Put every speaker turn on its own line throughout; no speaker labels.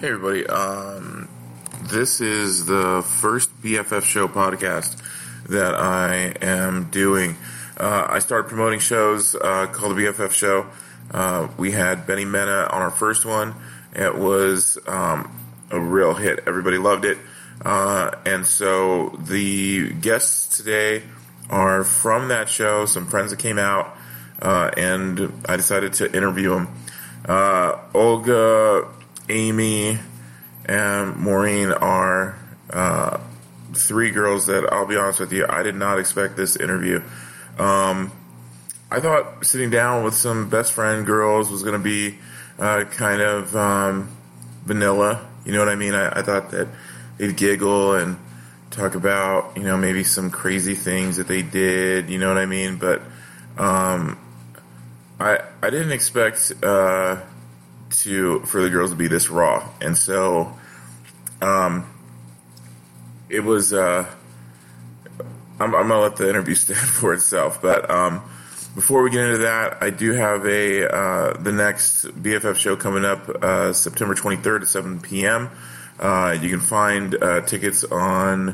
Hey everybody, um, this is the first BFF show podcast that I am doing. Uh, I started promoting shows uh, called the BFF show. Uh, we had Benny Mena on our first one. It was um, a real hit. Everybody loved it. Uh, and so the guests today are from that show, some friends that came out, uh, and I decided to interview them. Uh, Olga, Amy, and Maureen are uh, three girls that I'll be honest with you, I did not expect this interview. Um, I thought sitting down with some best friend girls was going to be uh, kind of um, vanilla. You know what I mean? I, I thought that they'd giggle and talk about, you know, maybe some crazy things that they did. You know what I mean? But um, I I didn't expect uh, to for the girls to be this raw, and so um, it was. Uh, I'm, I'm gonna let the interview stand for itself. But um, before we get into that, I do have a uh, the next BFF show coming up uh, September 23rd at 7 p.m. Uh, you can find uh, tickets on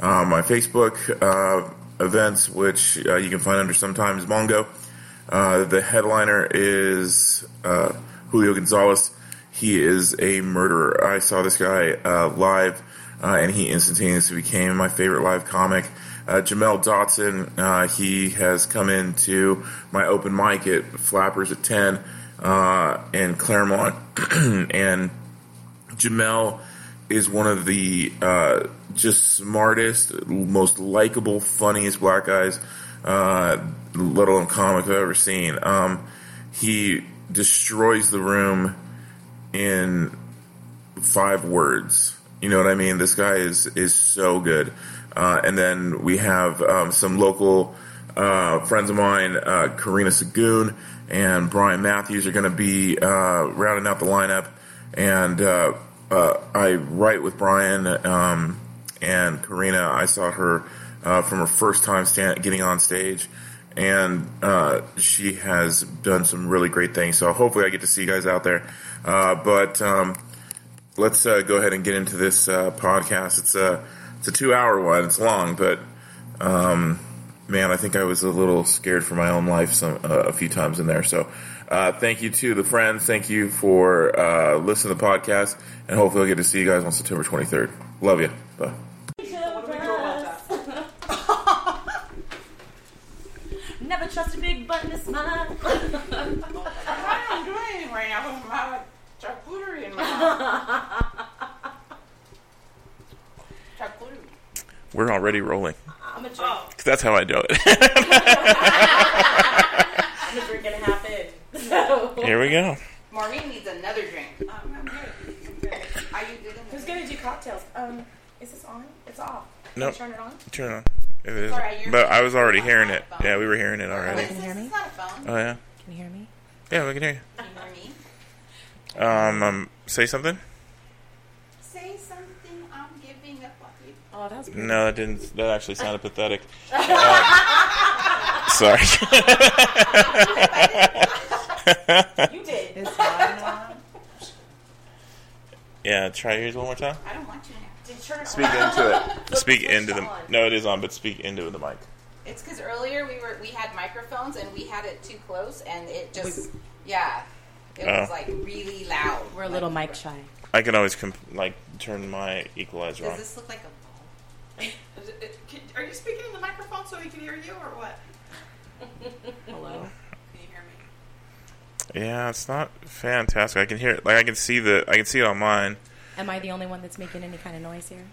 uh, my Facebook uh, events, which uh, you can find under sometimes Mongo. Uh, the headliner is uh, Julio Gonzalez. He is a murderer. I saw this guy uh, live, uh, and he instantaneously became my favorite live comic. Uh, Jamel Dotson, uh, he has come into my open mic at Flappers at 10 uh, in Claremont, and Jamel is one of the uh, just smartest, most likable, funniest black guys, uh, let alone comic I've ever seen. Um, he destroys the room in five words. You know what I mean? This guy is is so good. Uh, and then we have um, some local uh, friends of mine, uh, Karina Sagoon and Brian Matthews, are going to be uh, rounding out the lineup. And uh, uh, I write with Brian um, and Karina. I saw her uh, from her first time stand- getting on stage and uh, she has done some really great things. So hopefully, I get to see you guys out there. Uh, but um, let's uh, go ahead and get into this uh, podcast. It's a it's a two hour one. It's long, but um, man, I think I was a little scared for my own life some uh, a few times in there. So. Uh, thank you to the friends. Thank you for uh, listening to the podcast, and hopefully, I'll get to see you guys on September 23rd. Love you. Bye.
Never trust a big button to smile.
I'm doing right now with my charcuterie in my mouth. charcuterie.
We're already rolling.
I'm a drink.
Oh,
That's how I do it.
I'm a drink and a half in. So
Here we go.
Maureen needs another drink. Um, I'm good. I'm good. Are you good in
who's
this?
gonna do cocktails? Um, is this on? It's off. Can
Nope.
you Turn it on.
Turn it on. If it
Sorry,
isn't.
you're-
but I was already hearing it. Yeah, we were hearing it already.
Can you hear me? It's not a phone.
Oh yeah.
Can you hear me?
Yeah, we can hear
Can you hear me?
you. Um, um say something.
Say something. I'm giving up on you.
Oh, that was pretty.
No, that didn't. That actually sounded pathetic. Uh, sorry.
You did.
Is mine on?
yeah, try yours one more time.
I don't want you now.
Did you turn it
Speak
on?
into it. Speak
Switch
into the.
on.
No, it is on, but speak into the mic.
It's because earlier we were we had microphones and we had it too close and it just yeah it was
Oh.
like really loud.
We're a little mic shy.
I can always comp- like turn my equalizer
Does
on.
this look like a
Is it- it- can- Are you speaking in the microphone so he can hear you, or what?
Hello.
Can you hear me?
Yeah, it's not fantastic. I can hear it. Like I can see the. I can see it on mine,
Am I the only one that's making any kind of noise here?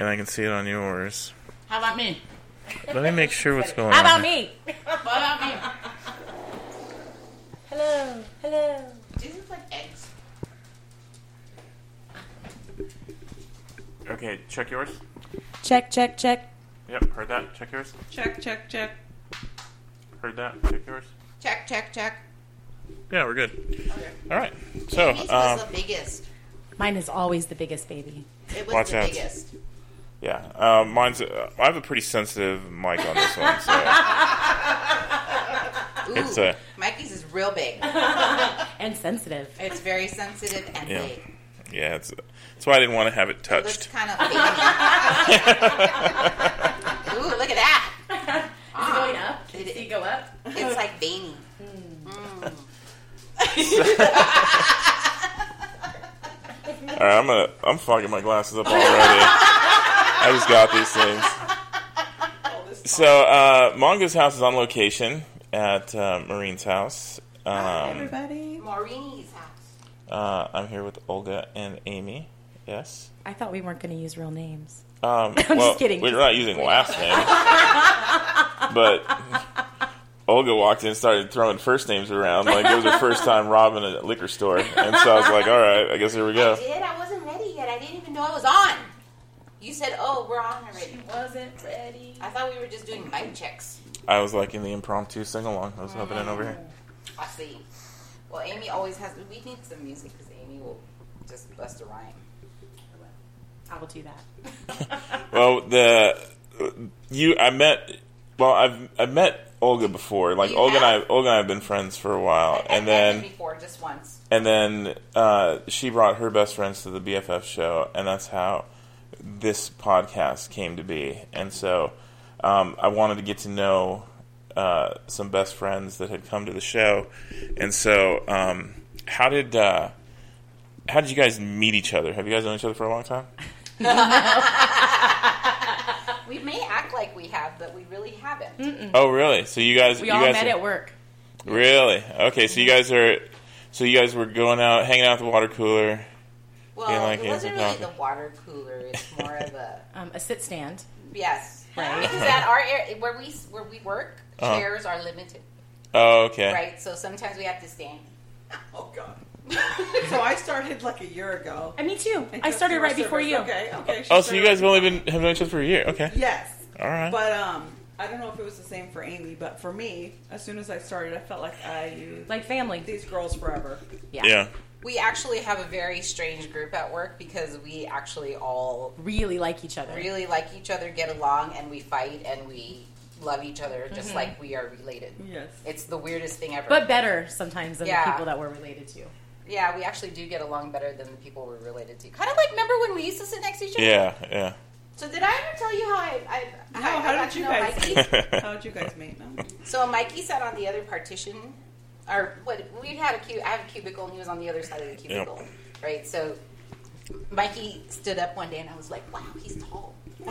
and I can see it on yours.
How about me?
Let me make sure what's going on.
How about
here.
me?
What about me?
Hello. Hello.
Do you look like eggs?
Okay, check yours.
Check. Check. Check.
Yep, heard that. Check yours.
Check, check, check.
Heard that. Check yours.
Check check check.
Yeah, we're good.
Okay.
All right. So,
Amy's
um,
was the biggest.
Mine is always the biggest baby.
It was
Watch
the
out.
biggest.
yeah, um, mine's. Uh, I have a pretty sensitive mic on this one, so
Ooh,
It's, uh,
Mikey's is real big.
And sensitive.
It's very sensitive and
Yeah.
big.
Yeah, it's, that's why I didn't want to have it
Looks
touched.
kind of. Ooh, look at that!
Is it going up?
It-
Did it go up?
Um,
It's like veiny.
All right, I'm gonna I'm fogging my glasses up already. I just got these things. So uh, Mongo's house is on location at uh, Marine's house. Um,
everybody.
Maureenie's house.
uh, I'm here with Olga and Amy. Yes.
I thought we weren't going to use real names.
Um,
I'm
well,
just kidding.
We're not using last names, but Olga walked in and started throwing first names around. Like it was her first time robbing a liquor store, and so I was like, "All right, I guess here we go."
I did. I wasn't ready yet. I didn't even know I was on. You said, "Oh, we're on already."
She wasn't ready.
I thought we were just doing mic checks.
I was like in the impromptu sing along. I was hoping in over here.
I see. Well, Amy always has. We need some music because Amy will just bust a rhyme.
I will do that.
Well, the you I met. Well, I've I met Olga before. Like
You
Olga and I,
have?
Olga and I have been friends for a while, Uh, and
I've
then
done it before, just once.
and then uh, she brought her best friends to the BFF show, and that's how this podcast came to be. And so um, I wanted to get to know uh, some best friends that had come to the show, and so um, how did uh, how did you guys meet each other? Have you guys known each other for a long time?
We may act like we have, but we really haven't.
Oh, really? So you guys
Mm-hmm. We
you
all
guys
met
are-
at Mm-hmm. work.
Really? Okay, so you guys are, so you guys were going out, hanging out at the water cooler.
Well,
Yeah, like
it wasn't
it's a
really the
coffee.
water cooler. It's more of a
Um, a sit stand.
yes. Because at our area, where we where we work,
Uh-huh.
chairs are limited,
Oh, okay.
right? So sometimes we have to stand.
Oh god. so I started like a year ago.
Uh,
I me too.
And
I
just
started
through
right
our
before
service.
you.
Okay, okay. she
Oh, so you
started-
guys have only been have known each other for a year? Okay.
Yes.
All right.
But um, I don't know if it was the same for Amy, but for me, as soon as I started, I felt like I used
Like family.
these girls forever.
yeah.
We actually have a very strange group at work because we actually all
Really like each other.
really like each other, get along, and we fight and we love each other just
Mm-hmm.
like we are related.
Yes.
It's the weirdest thing ever.
But better sometimes than
Yeah.
the people that we're related to.
yeah, we actually do get along better than the people we're related to. Kind of like remember when we used to sit next to each other?
Yeah. Yeah.
So did I ever tell you how I? I I-
No,
I
how
got
did
to
you
know
guys-
Mikey?
How did you guys meet? No.
So Mikey sat on the other partition, or what? We had a cu- I have a cubicle, and he was on the other side of the cubicle, right? So Mikey stood up one day, and I was like, "Wow, he's tall."
I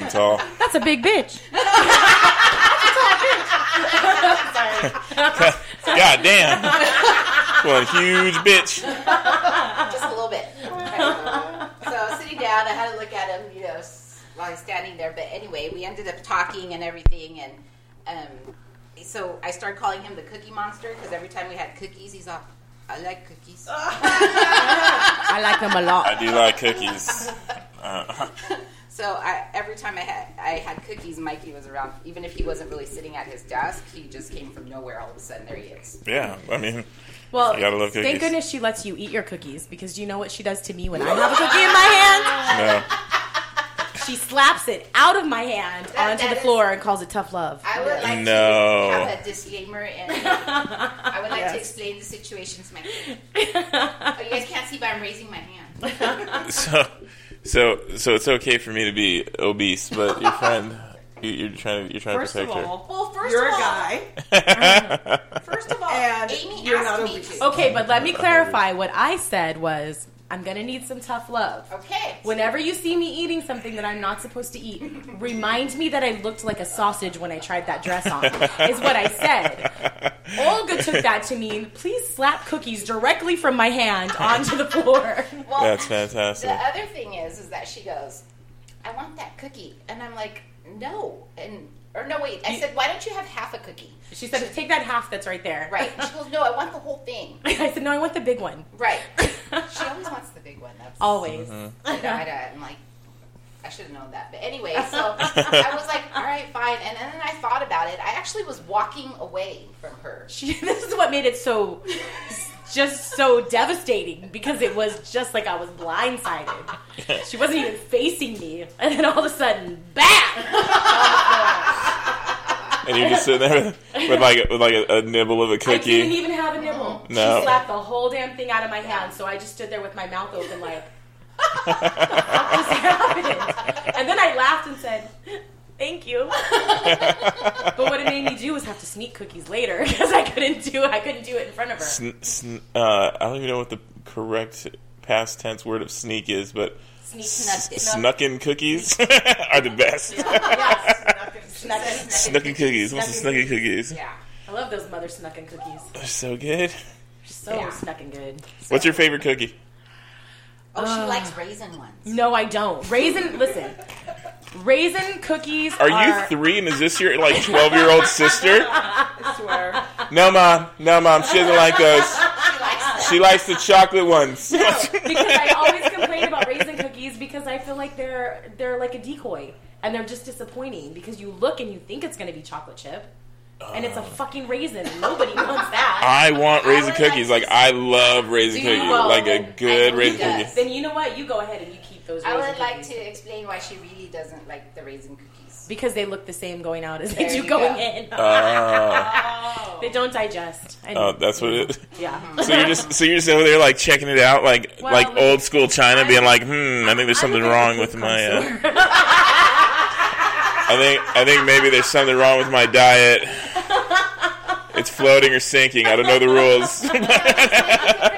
am tall.
That's a big bitch.
God damn. One huge bitch.
just a little bit. Right. so I was sitting down, I had to look at him, you know, s- while he's standing there. But anyway, we ended up talking and everything, and um, so I started calling him the Cookie Monster because every time we had cookies, he's all, "I like cookies."
I like them a lot.
I do like cookies. Uh,
So I, every time I had I had cookies, Mikey was around. Even if he wasn't really sitting at his desk, he just came from nowhere. All of a sudden, there he is.
yeah. I mean,
Well,
You gotta love
thank
cookies.
goodness she lets you eat your cookies because do you know what she does to me when I have a cookie in my
no.
hand? She slaps it out of my hand
That-
onto
that
the
is-
floor and calls it tough love.
I would like
No.
to have a disclaimer, and I would like to
Yes.
explain the situation to my. But you guys can't see, but I'm raising my hand.
So, so, so it's okay for me to be obese, but your friend, you, you're trying to you're trying
First
to
of
protect
all,
Well, 1st
you're a
of all,
guy,
first of all,
and
Amy
you're
asked
not
me
obese.
to.
Okay, but let me clarify. What I said was, I'm gonna need some tough love.
Okay.
Whenever you see me eating something that I'm not supposed to eat, remind me that I looked like a sausage when I tried that dress on, is what I said. Olga took that to mean, please slap cookies directly from my hand onto the floor.
Well,
her. That's
the
fantastic.
other thing is, is that she goes, "I want that cookie," and I'm like, "No," and or no, wait. I said, "Why don't you have half a cookie?"
She said, take that half that's right there.
Right? She goes, "No, I want the whole thing."
I said, no, I want the big one.
Right. She always wants the big one. That's
Always.
You know, I, am like, I should have known that. But anyway, so I was like, all right, fine. And then I thought about it. I actually was walking away from her.
She, this is what made it so, just so devastating because it was just like I was blindsided. She wasn't even facing me, and then all of a sudden, bam!
and you're just sitting there with, with like a, with like a, a nibble of a
I
cookie. Mm-hmm.
didn't even have a nibble. She
No.
slapped the whole damn thing out of my hand, so I just stood there with my mouth open, like, what the fuck just happened? And then I laughed and said, thank you.
"Oh,
But what it made me do was have to sneak cookies later because I couldn't do I couldn't do it in front of her.
Sn- sn- uh, I don't even know what the correct past tense word of sneak is, but
Sneak
s-
snuck in.
snuck in cookies are the best.
Yes.
Snuck in-
Snuck in cookies. What's a
Snuck
snuck in cookies?
Yeah.
I love those mother snuckin' cookies.
They're so good.
So
Yeah.
snuckin' good.
What's your favorite cookie?
Oh, she likes raisin ones.
No, I don't. Raisin, listen. Raisin cookies
Are you three and is this your like twelve year old sister?
I swear.
No mom, no mom, she doesn't like those.
She likes
She likes the chocolate ones.
because I always complain about raisin cookies because I feel like they're they're like a decoy and they're just disappointing because you look and you think it's gonna be chocolate chip and it's a fucking raisin. Nobody wants that.
I want raisin cookies. Like I love raisin
Do you
cookies.
love
Like
them?
a good
I
raisin
really
cookie.
Then you know what? You go ahead and you keep those.
I
Raisin
would like
cookies.
to explain why she really doesn't like the raisin cookies.
because they look the same going out as
There
they do
you
going
go.
in.
Oh,
they don't digest. And,
oh, that's what it.
yeah.
Mm-hmm.
So you're just so you're just over there like checking it out, like
Well,
like
look-
old school China, being like, hmm, I think there's
I don't
something
think
wrong
the
with
food
my. Uh,
comes to work.
I think I think maybe there's something wrong with my diet. It's floating or sinking. I don't know the rules.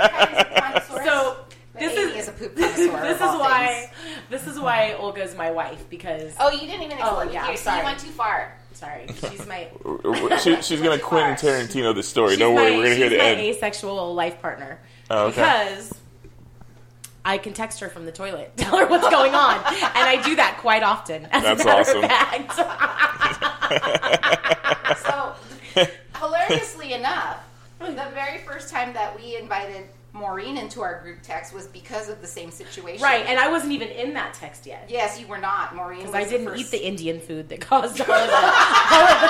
so
But
this
Amy
is
is a poop connoisseur
this is
of all
why this is why Olga's my wife because
Oh, you didn't even explain.
yeah,
Here, so
sorry.
you went too far.
sorry she's my
she, she's gonna Quentin Tarantino this story.
she's
Don't worry,
my-
we're gonna hear
she's
the
my
end.
asexual life partner
Oh, okay.
because I can text her from the toilet tell her what's going on and I do that quite often as
That's
a matter
awesome.
of fact
So, hilariously enough, the very first time that we invited Maureen into our group text was because of the same situation.
right and I wasn't even in that text yet
Yes, you were not, Maureen.
because
was
I didn't
the
eat
first-
the Indian food that caused all of the,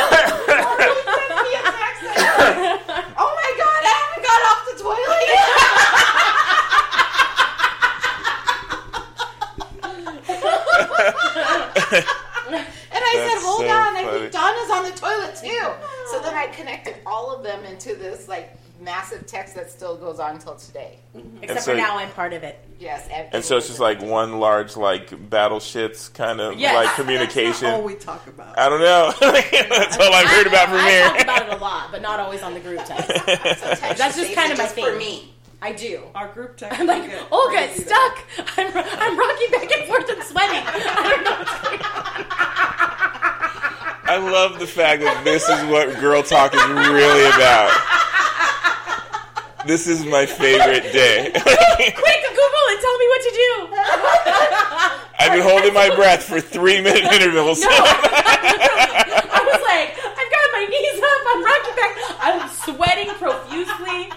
of the
me a text that said, oh my god, I haven't got off the toilet yet. and I said,
That's
hold
so
on, I
funny.
think Donna's on the toilet too. So then I connected all of them into this like massive text that still goes on until today.
except
so-
for now I'm part of it
Yes.
And so it's just like one large like battleships kind of
Yes.
like
That's not all
communication.
we talk about.
I don't know. That's all I've heard about from
I talk
here.
about it a lot but not always on the group text
Sometimes
that's
she
just
saves
kind
it
of my
for
thing.
me.
I do
Our group text.
I'm like, "Oh,
we get
Olga,
crazy
it's
though.
stuck. I'm, I'm rocking back and forth and sweating. I don't know. what's going on.
I love the fact that this is what girl talk is really about. This is my favorite day.
Quick, Google and tell me what to do.
I've been holding my breath for three minute intervals.
No, I was like, I've got my knees up. I'm rocking back. I'm sweating profusely.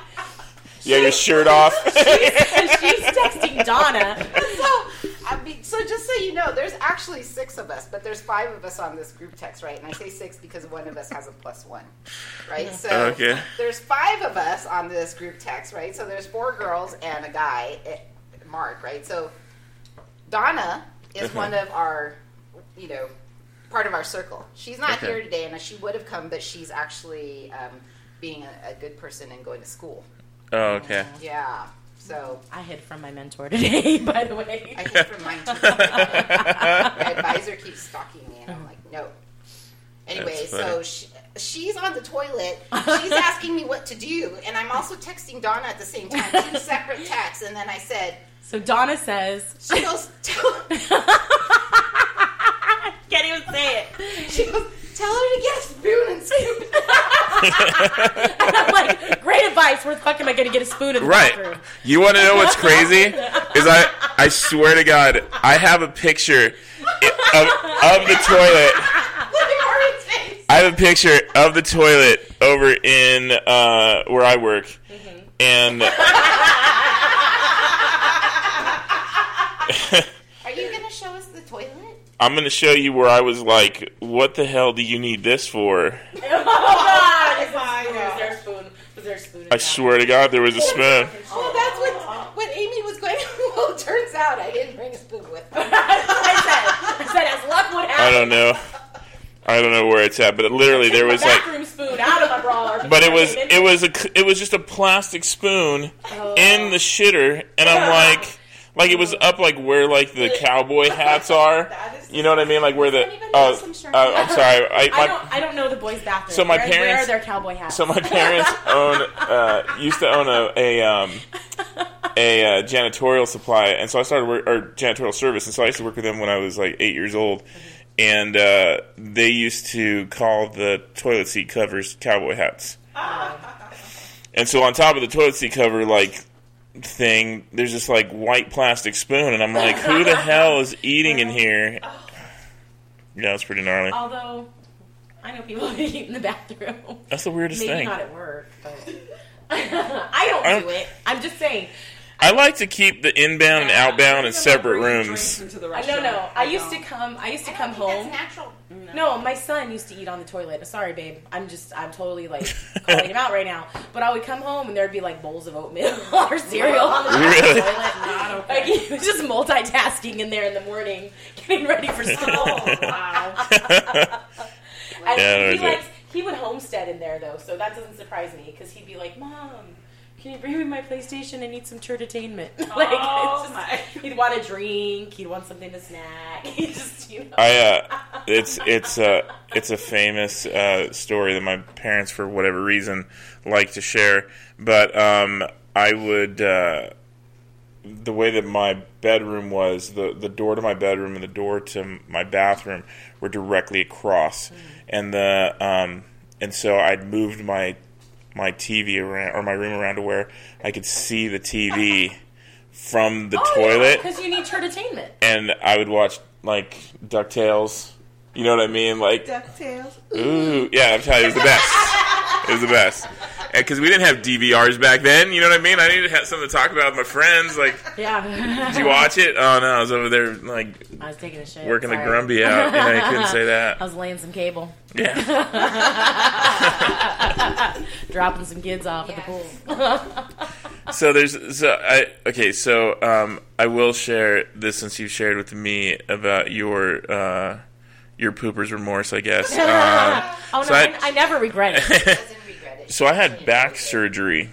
you have your shirt off.
And she's texting Donna.
so, I mean, so just so you know, there's actually six of us, but there's five of us on this group text, right? And I say six because one of us has a plus one, right? So
Okay.
there's five of us on this group text, right? So there's four girls and a guy, eh, Mark, right? So Donna is
Uh-huh.
one of our, you know, part of our circle. She's not
Okay.
here today, and she would have come, but she's actually um, being a, a good person and going to school.
Oh, okay.
Yeah. So
I hid from my mentor today, by the way.
I hid from mine too. My advisor keeps stalking me, and I'm like, no. Anyway,
That's
so
funny.
she, she's on the toilet. She's asking me what to do, and I'm also texting Donna at the same time, two separate texts. And then I said,
So Donna says,
she goes, tell,
can't even say it.
she goes, tell her to get a spoon and scoop. it."
I'm like, great advice. Where the fuck am I going to get a spoon in the
Right.
bathroom?
You want to know what's crazy? Is I I swear to God, I have a picture i- of, of the toilet.
Look at Marvin's face.
I have a picture of the toilet over in uh, where I work,
Mm-hmm.
and
Are you gonna show us the toilet?
I'm gonna show you where I was like, "What the hell do you need this for?"
Oh, God.
I
Was there
know.
a spoon? Was there a spoon? in
I
that?
swear to God, there was a spoon.
Well, that's what what Amy was going. well, it turns out I didn't bring a spoon with me.
I said, I said, as luck would
I
have it,
don't know. I don't know where it's at, but it, literally there was like
bathroom spoon out of my brawler.
but it was it was a c- it was just a plastic spoon in the shitter, and I'm like, like it was up like where like the cowboy hats are.
That is-
You know what I mean? Like where the
Anybody
oh,
have some shirt?
oh, I'm sorry. I,
I
my,
don't. I don't know the boys' bathroom.
So my
Where-
parents-
where are their cowboy hats?
so my parents own uh, used to own a a, um, a uh, janitorial supply, and so I started work or janitorial service, and so I used to work with them when I was like eight years old. And uh, they used to call the toilet seat covers cowboy hats. And so on top of the toilet seat cover, like thing, there's this like white plastic spoon, and I'm like, who the hell is eating in here? Yeah, it's pretty gnarly.
Although I know people that eat in the bathroom.
That's the weirdest
Maybe
thing.
not at work, but I don't
I'm-
do it. I'm just saying.
I like to keep the inbound and outbound in separate rooms.
I no no. I used to come. I used to
I
come
don't think
home.
That's natural.
No, my son used to eat on the toilet. Sorry, babe. I'm just, I'm totally like calling him out right now. But I would come home and there'd be like bowls of oatmeal or cereal on the
Really?
toilet. Like he was just multitasking in there in the morning, getting ready for school. Oh, wow. and
Yeah,
he
that was it.
likes, he would homestead in there though, so that doesn't surprise me because he'd be like, "Mom, can you bring me my PlayStation? I need some entertainment." like,
Oh,
it's
my.
just, he'd want a drink, he'd want something to snack. He just, you know.
I uh, it's it's uh, it's a famous uh, story that my parents, for whatever reason, like to share. But um, I would uh, the way that my bedroom was the the door to my bedroom and the door to my bathroom were directly across, and the um, and so I'd moved my my TV around or my room around to where I could see the TV from the toilet
because you need entertainment.
and I would watch like Ducktales. You know what I mean? Like,
DuckTales.
ooh, yeah, I'm telling you, it was the best. It was the best. Because we didn't have DVRs back then. You know what I mean? I needed to have something to talk about with my friends. Like,
Yeah.
did you watch it? Oh no, I was over there like
I was taking a shit.
working the
sorry.
grumpy out, and I couldn't say
I
that.
was laying some cable,
Yeah,
dropping some kids off at the
Yes.
pool.
so there's so I okay. So um, I will share this since you shared with me about your uh, your pooper's remorse. I guess. Um,
Oh no,
So I-
I, I never regret it.
Doesn't regret it.
so I had back surgery,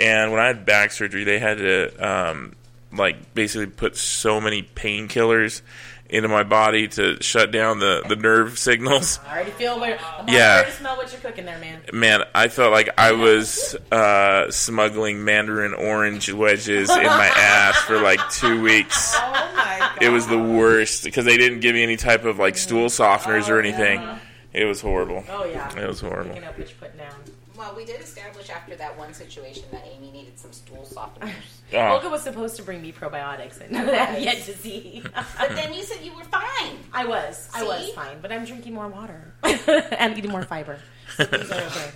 and when I had back surgery, they had to um, like basically put so many painkillers into my body to shut down the, the nerve signals.
I already feel where. I'm
Yeah.
already smell what you're cooking there, man.
Man, I felt like I was uh, smuggling mandarin orange wedges in my ass for like two weeks.
Oh my god.
It was the worst because they didn't give me any type of like stool softeners or anything. It was horrible.
Oh yeah.
It was horrible.
Picking up what you put down.
Well, we did establish after that one situation that Amy needed some stool softeners.
Olga
Oh,
was supposed to bring me probiotics, and I have yet to see.
but then you said you were fine.
I was, I was
See?
fine, but I'm drinking more water and eating more fiber. So things are okay.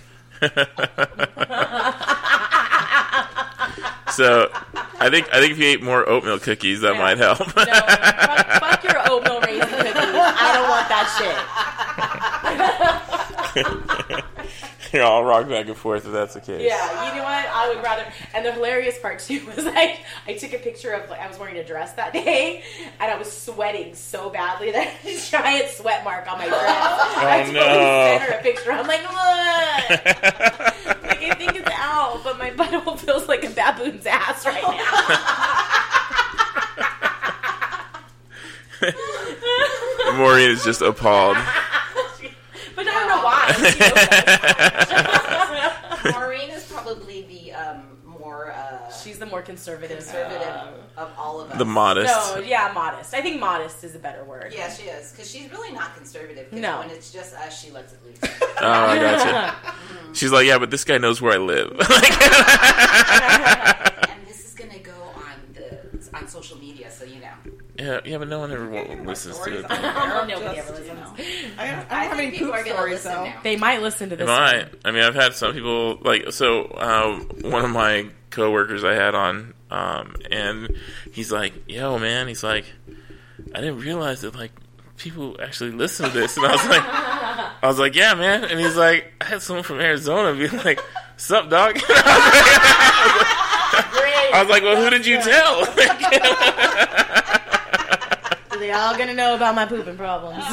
so I think I think if you ate more oatmeal cookies, that might help.
No, fuck, fuck your oatmeal raisin cookies. I don't want that shit.
Here, I'll rock back and forth if that's the case.
Yeah, you know what? I would rather. And the hilarious part too was like, I took a picture of like I was wearing a dress that day, and I was sweating so badly that I had a giant sweat mark on my dress. I totally
no.
sent her a picture. I'm like, look, like I think it's out, but my butthole feels like a baboon's ass right now.
Maureen is just appalled.
But I don't know why. She knows that.
Maureen is probably the um, more uh,
She's the more conservative.
conservative of all of us.
The modest.
No, yeah, modest. I think modest is a better word.
yeah, she is because she's really not conservative. 'cause
No.
when it's just us, she lets it loose.
Oh, I gotcha. She's like, yeah, but this guy knows where I live.
and this is gonna go on the on social media, so you know.
yeah, yeah, but no one ever w- listens to it.
Oh, nobody
Just,
ever
You
listens.
know.
I
I
don't, I don't have
think
any
people
poop
are gonna
stories
listen
though.
now.
They might listen to this.
Am I? I mean, I've had some people like so. Uh, one of my coworkers I had on, um, and he's like, "Yo, man," he's like, "I didn't realize that like people actually listen to this," and I was like, "I was like, yeah, man," and he's like, "I had someone from Arizona be like." Sup, dog? I was like- I was like, well, who did you tell?
They're all gonna know about my pooping problems.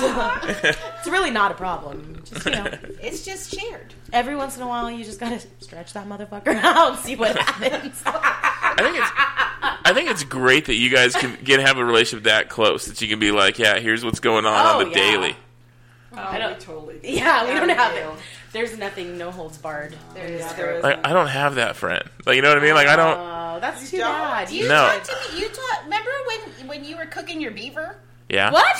It's really not a problem. Just you know,
It's just shared.
every once in a while, you just gotta stretch that motherfucker out and see what happens.
I think it's I think it's great that you guys can get have a relationship that close that you can be like, yeah, here's what's going on
Oh,
on the
yeah.
daily.
Oh, I
don't-
don't totally. do.
yeah, we don't
Yeah,
have
we
it.
do.
There's nothing, no holds barred.
There is.
Yeah,
true.
there is.
Like I don't have that friend. Like you know what I mean? Like I don't.
Oh, that's too
don't?
bad.
You
No.
talked to me. You taught. Remember when when you were cooking your beaver?
Yeah.
What?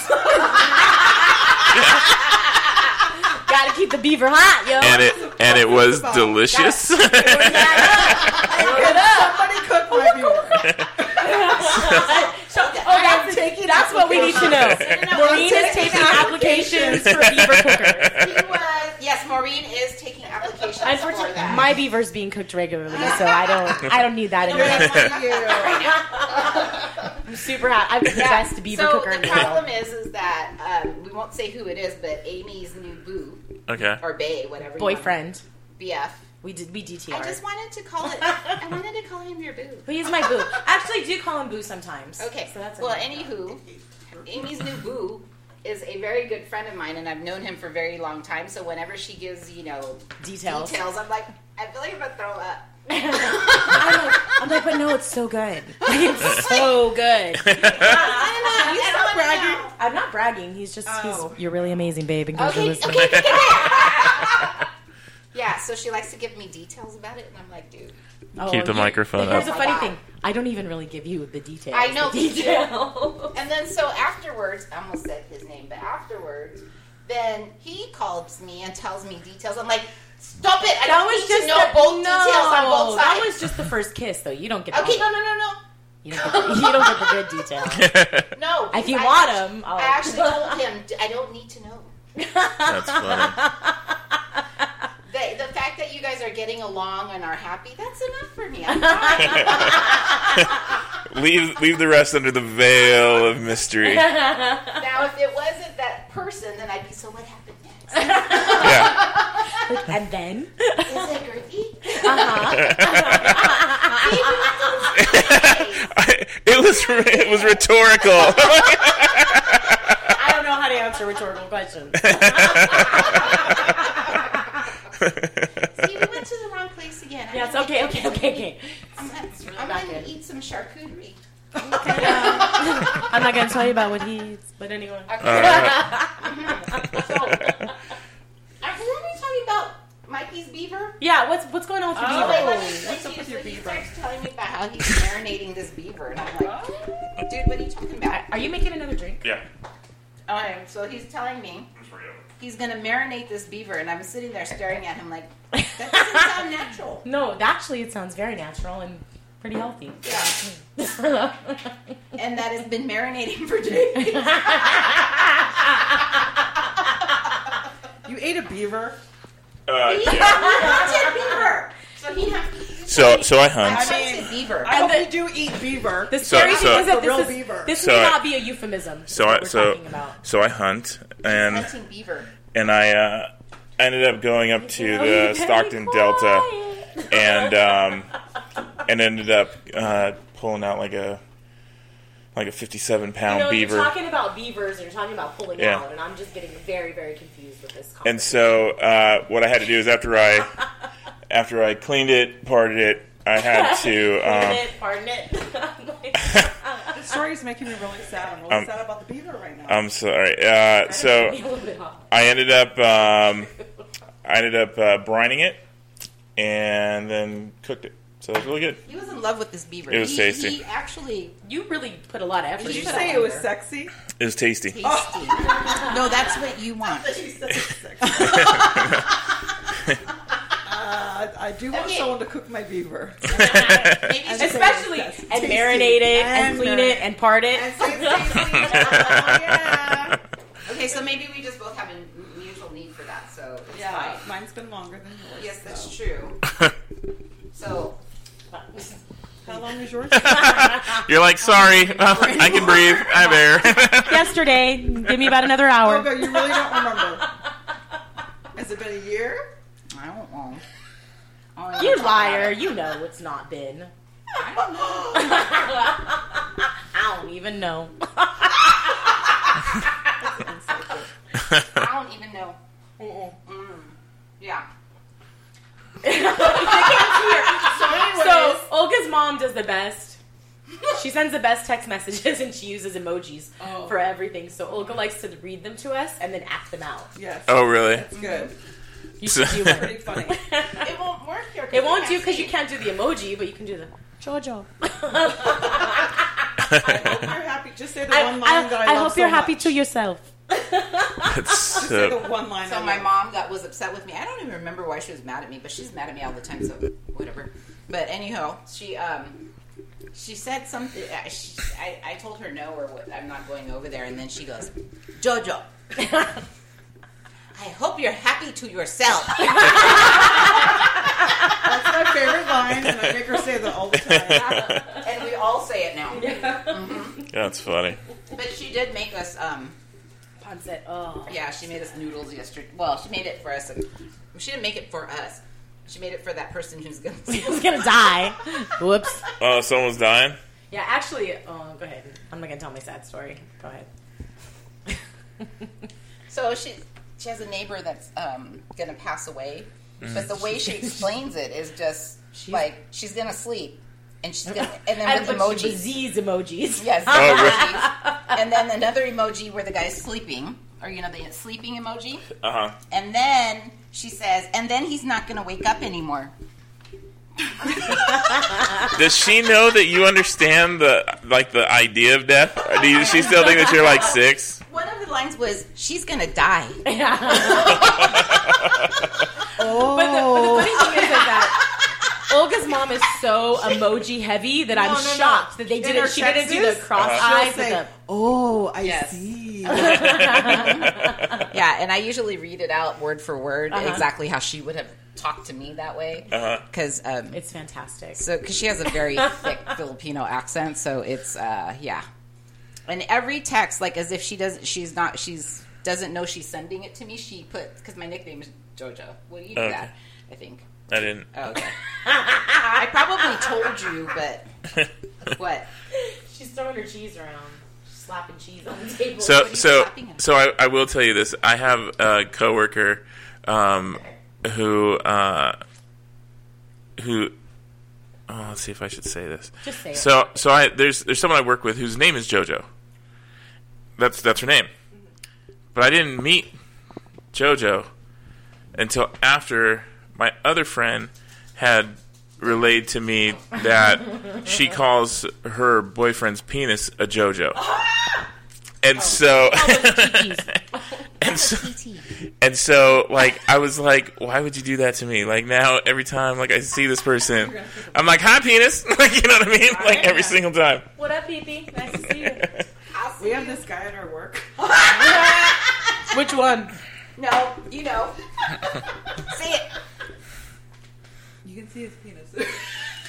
Gotta keep the beaver hot, yo.
And it and it was delicious.
Somebody cook
Oh
my beaver.
So- oh, that's, that's what we need to know. Maureen is taking applications for beaver cookers.
He was. Yes, Maureen is taking applications for
Unfortunately,
that.
my beaver's being cooked regularly, so I don't, I don't need that in there.
Thank you.
I'm super happy. I'm the best beaver
so
cooker in
the
the
problem
world.
is, is that um, we won't say who it is, but Amy's new boo
okay.
or bae, whatever. you want-
Boyfriend.
BF.
We did, we
I
DTR.
just wanted to call it. I wanted to call him your boo.
But he's my boo. Actually, I do call him boo sometimes.
Okay.
So that's
well,
okay.
anywho, Amy's new boo is a very good friend of mine, and I've known him for a very long time. So whenever she gives, you know,
details.
details, I'm like, I feel like I'm gonna throw up.
I'm like, I'm like, but no, it's so good. It's so good.
I don't know. You
stop
don't wanna
bragging.
know.
I'm not bragging. He's just,
Oh.
he's, you're really amazing, babe. And
Okay,
okay,
okay, okay, okay. yeah, so she likes to give me details about it, and I'm like, dude.
Oh,
Keep the
you-
microphone
Here's
up.
the funny thing. I don't even really give you the details.
I know,
The
me too.
detail.
And then so afterwards, I almost said his name, but afterwards, then he calls me and tells me details. I'm like, stop it!
That
I don't
was
need
just
to know
the,
both
no,
details on both sides.
That was just the first kiss, though. You don't get.
okay,
The,
no, no, no, no.
you, don't get the, you don't get the good detail.
No.
If you
I
want
act-
him, I'll-
I actually told him, "D- I don't need to know.
That's funny.
The, the fact that you guys are getting along and are happy, that's enough for me. I'm fine.
Leave leave the rest under the veil of mystery.
now, if it wasn't that person, then I'd be so what happened next?
Uh-huh.
Yeah.
and then,
Is it girthy?
it was it was rhetorical.
I don't know how to answer rhetorical questions.
See, we went to the wrong place again. I'm
yes.
gonna-
Okay. Okay. Okay. Okay.
I'm gonna, I'm
back
gonna
in.
eat some charcuterie.
I'm not gonna tell you about what he eats, but anyway.
So, after that, he's talking about Mikey's beaver.
Yeah. What's what's going on with your
Oh.
Wait,
beaver?
let me explain
what's
to
up
you.
with
So
your
he
beaver?
starts telling me about how he's marinating this beaver, and I'm like, dude, what are you talking about?
Are you making another drink?
yeah.
Okay, so he's telling me he's gonna marinate this beaver, and I'm sitting there staring at him like that doesn't sound natural.
No. Actually, it sounds very natural and pretty healthy.
Yeah,
That's
and that has been marinating for days.
You ate a beaver.
Uh,
He hunted beaver, so he hunted
so so I hunt.
hunted beaver.
I
And
hope
the-
you do eat beaver.
The
So-
scary thing
so-
is that
The real
this, is,
beaver.
this
So
may
I-
not be a euphemism.
So I
what we're
so
talking about.
so I hunt and
hunting beaver.
and I uh, ended up going up to the Stockton Delta and um, and ended up uh, pulling out like a like a fifty seven
You
pound
know,
beaver.
you're talking about beavers and you're talking about pulling
Yeah.
out, and I'm just getting very, very confused with this.
And so uh, what I had to do is after I after I cleaned it, parted it, I had to
pardon
um,
it, pardon it. I'm like,
The story is making me really sad. I'm really
Um,
sad about the beaver right now.
I'm sorry. Uh, so
a little bit off.
I ended up um, I ended up uh, brining it and then cooked it. So it was really good.
He was in love with this beaver.
It was
he,
tasty.
He actually
You really put a lot of effort.
Did you
into
say
that
it was
beaver.
sexy?
It was tasty.
tasty. no, that's what you want.
Uh, I do want
Okay.
someone to cook my beaver.
Maybe it's just-
Especially
Yes,
and
tasty.
marinate it and,
And
clean
marinate.
it and part it.
And say it's tasty. yeah.
okay, so maybe we just both have a mutual need for that. So it's
yeah.
fine.
Mine's been longer than yours.
Yes,
so.
that's true. So
How long is yours?
You're like, sorry, I can breathe. I have air.
Yesterday, give me about another hour.
Oh, God, you really don't remember. Has it been a year?
I don't know.
You liar! You know it's not been. I don't even know.
I don't even know. Mm. Yeah.
So Olga's mom does the best. She sends the best text messages and she uses emojis
Oh.
for everything. So Olga likes to read them to us and then act them out.
Yes.
Oh, really?
It's good.
You should do it.
Pretty funny.
It won't work here. 'cause
It won't do
you
because you can't do the emoji, but you can do the.
Jojo. I hope you're happy. Just say the
I,
one line
I-
that I,
I
love
hope
so
you're happy
much.
to yourself.
That's
Say the
uh,
one line. I
So my
love.
mom got was upset with me. I don't even remember why she was mad at me, but she's mad at me all the time. So whatever. But anyhow, she um she said something. I, she, I, I told her no or what, I'm not going over there, and then she goes, Jojo. I hope you're happy to yourself.
That's my favorite line, and I make her say that all the time.
and we all say it now.
that's funny.
But she did make us um
Ponset. Oh.
Yeah, she made us noodles yesterday. Well, she made it for us. And, she didn't make it for us. She made it for that person who's gonna.
He's gonna die. Whoops.
Oh, someone's dying.
Yeah, actually, oh, go ahead. I'm not gonna tell my sad story. Go ahead.
so she she has a neighbor that's um, gonna pass away,
Mm.
but the way she explains it is just like she's gonna sleep, and she's gonna and then with
I put
emojis.
disease emojis.
Yes.
Oh, really?
emojis. and then another emoji where the guy's sleeping, or you know the sleeping emoji.
Uh huh.
And then she says, and then he's not gonna wake up anymore.
Does she know that you understand the like the idea of death? Or Do you, she still think that you're like six?
One of the lines was, "She's gonna die."
But the, but the funny thing is, is that Olga's mom is so emoji heavy that I'm
No, no, no.
shocked that they
In
didn't.
her
She didn't do the
Texas,
cross
She'll
eyes with
say,
the.
"Oh, I
Yes.
see."
Yeah, and I usually read it out word for word
Uh-huh.
exactly how she would have talked to me that way
Uh-huh.
because um,
It's fantastic.
so because she has a very thick Filipino accent, so it's uh, yeah, and every text like as if she doesn't she's not she's doesn't know she's sending it to me. She put because my nickname is JoJo. Well, you do
Okay.
that, I think.
I didn't.
Oh, okay. I probably told you, but what?
She's throwing her cheese around, slapping cheese on the table.
So
you
so
laughing at?
so I, I will tell you this. I have a coworker um, who uh, who. Oh, let's see if I should say this.
Just say it.
So so I there's there's someone I work with whose name is JoJo. That's that's her name. But I didn't meet JoJo until after my other friend had relayed to me that she calls her boyfriend's penis a JoJo.
Oh.
And so and so, and so like I was like, why would you do that to me? Like now every time like I see this person, I'm like, hi penis, like you know what I mean? Like every single time.
what up, Pee? Nice to see you.
We have this guy at our work.
Which one?
No, you know. Say it.
You can see his penis.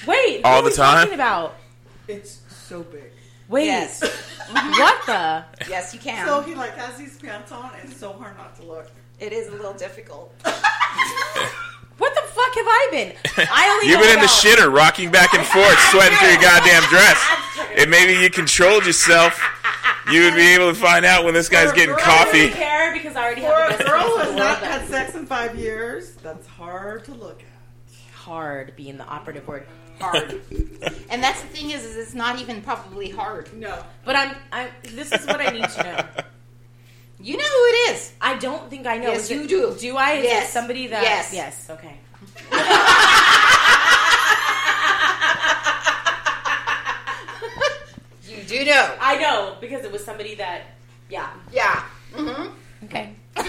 Wait,
All
what
the
are we
time?
Talking about
It's so big.
wait,
Yes.
what the?
Yes, you can.
So he like has these pants on, and it's so hard not to look.
it is a little difficult.
What the fuck have I been? I only
You've
know
been in the
about-
shitter, rocking back and forth, sweating through your goddamn dress. If maybe you controlled yourself, you would be able to find out when this guy's getting
I don't
coffee.
really care because I already
For
have
a
the best
girl who
friends in
has
the
not
world.
had sex in five years, that's hard to look at.
Hard being the operative word.
hard. and that's the thing is, is it's not even probably hard.
No.
But I'm. I'm. This is what I need to know.
You know who it is.
I don't think I know.
Yes,
Is
you
it-
do.
Do I? Is
Yes.
it somebody that?
Yes.
Yes. Okay.
You do know.
I know because it was somebody that. Yeah.
Yeah.
Okay.
All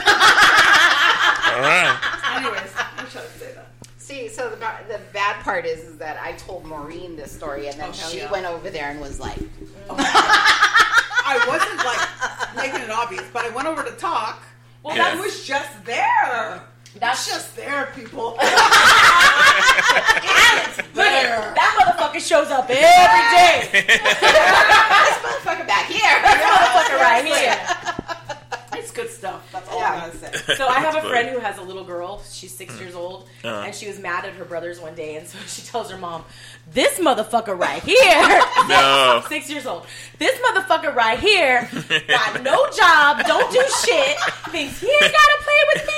right.
Anyways, I shouldn't say that.
See, so the, ba- the bad part is, is that I told Maureen this story, and then
Oh, hell
she
yeah.
went over there and was like,
I wasn't like making it obvious, but I went over to talk.
Well,
Yeah.
I was just there.
that's that's
Just there, people.
Look at- that motherfucker shows up every day.
"This motherfucker back here."
motherfucker right here.
it's good stuff. That's all
Yeah.
I'm gonna say.
So I have
That's
a friend who has a little girl. She's six years old,
Uh-huh.
and she was mad at her brothers one day, and so she tells her mom, "This motherfucker right here."
No.
six years old. This motherfucker right here got no job, don't do shit, thinks he ain't gotta play with me.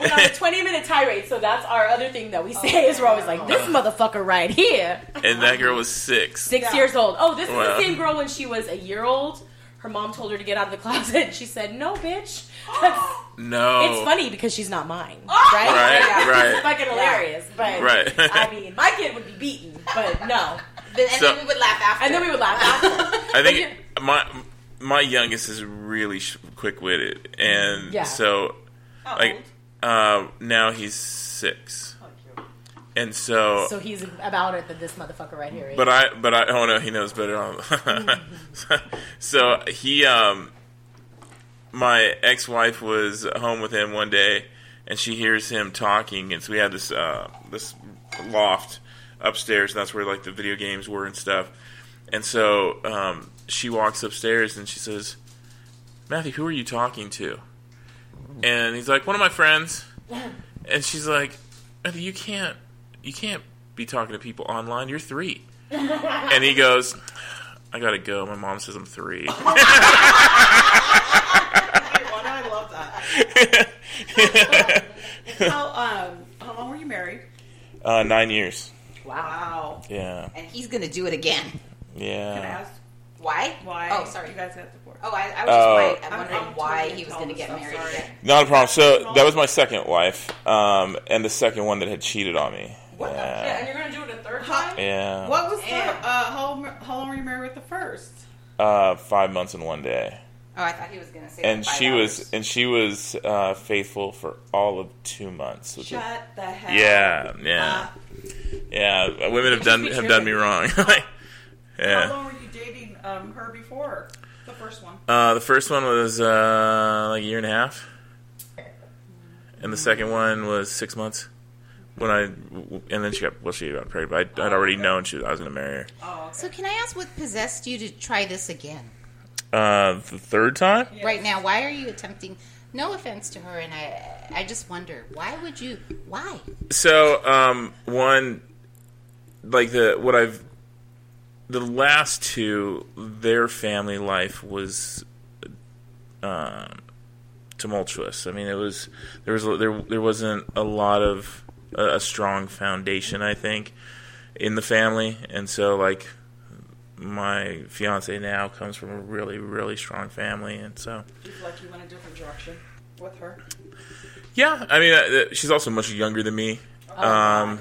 We're on a 20 minute tirade, so that's our other thing that we say is we're always like, this motherfucker right here,
And that girl was six.
six
Yeah.
years old. Oh, this is
Wow.
the same girl when she was a year old. Her mom told her to get out of the closet. She said, no, bitch. That's,
No.
It's funny because she's not mine,
Oh.
Right,
right?
Oh. right.
It's fucking hilarious, but
Right.
I mean, my kid would be beaten, but no.
But, and
So-
then we would laugh after.
And then we would laugh. After.
I think my my youngest is really sh- quick witted, and
Yeah.
so
How
like uh, now he's six, and so,
So he's about it that this motherfucker right here is.
but I but I oh no he knows better. so he um my ex wife was home with him one day, and she hears him talking, and so we had this uh, this loft upstairs, and that's where like the video games were and stuff. And so um, she walks upstairs and she says, Matthew, who are you talking to? And he's like, one of my friends. And she's like, Matthew, you can't, you can't be talking to people online. You're three. and he goes, I gotta go. My mom says I'm three.
Why do I love that? How um how long were you married?
uh, nine years.
wow.
Wow.
Yeah,
and he's gonna do it again.
Can I
yeah.
ask
Why?
why?
Oh, sorry.
You guys got divorced.
Oh, I, I
Oh.
was just wondering- I'm
I'm-
wondering
I'm
why
totally
he was
telling
going to get
myself,
married
sorry.
again.
Not a problem. So that was my second wife, um, and the second one that had cheated on me.
What the shit? And
yeah.
you're gonna do it a third
How,
time?
yeah.
What was the
Yeah.
uh, how how long were you married with the first?
Uh, five months and one day.
Oh, I thought he was going to say.
and
like
she
five
was
hours.
and she was uh, faithful for all of two months. Which is,
Shut the hell.
yeah, yeah,
up. Uh,
yeah. Women have done have done me wrong.
How
yeah.
long were you dating um, her before the first one?
Uh, the first one was uh, like a year and a half, and the second one was six months. When I and then she got well, she got pregnant, but I, I'd already known she was, I was going to marry her.
Oh, okay.
So, can I ask what possessed you to try this again?
Uh, the third time,
Yes.
Right now, why are you attempting? No offense to her, and I, I just wonder why would you? Why?
So, um, one, like the what I've, the last two, their family life was, um, tumultuous. I mean, it was there was there there wasn't a lot of a, a strong foundation. I think in the family, and so like my fiance now comes from a really really strong family, and so.
You feel like you went a different direction with her.
Yeah, I mean, uh, uh, she's also much younger than me.
Oh,
um,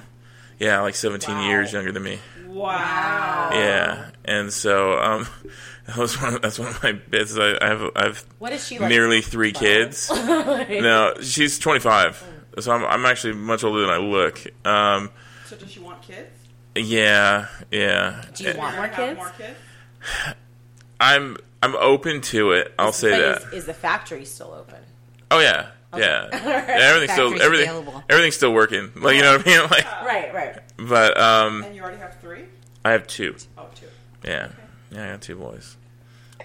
yeah, like 17 years younger than me.
Wow.
Yeah, and so um, that was one. Of, that's one of my bits. I, I have I've
What is she like?
nearly three kids. no, she's 25, so I'm I'm actually much older than I look. Um,
So does she want kids?
yeah, yeah.
Do you want more
Have
kids?
More kids?
I'm I'm open to it. I'll say
But
that.
Is, is the factory still open? Oh
Oh yeah, yeah. Everything's still
Factory's
everything
available.
everything's still working. Like you know what I mean? Like,
Right, right.
but um,
And you already have three?
I have two.
Oh, two.
Yeah. Yeah, I got two boys.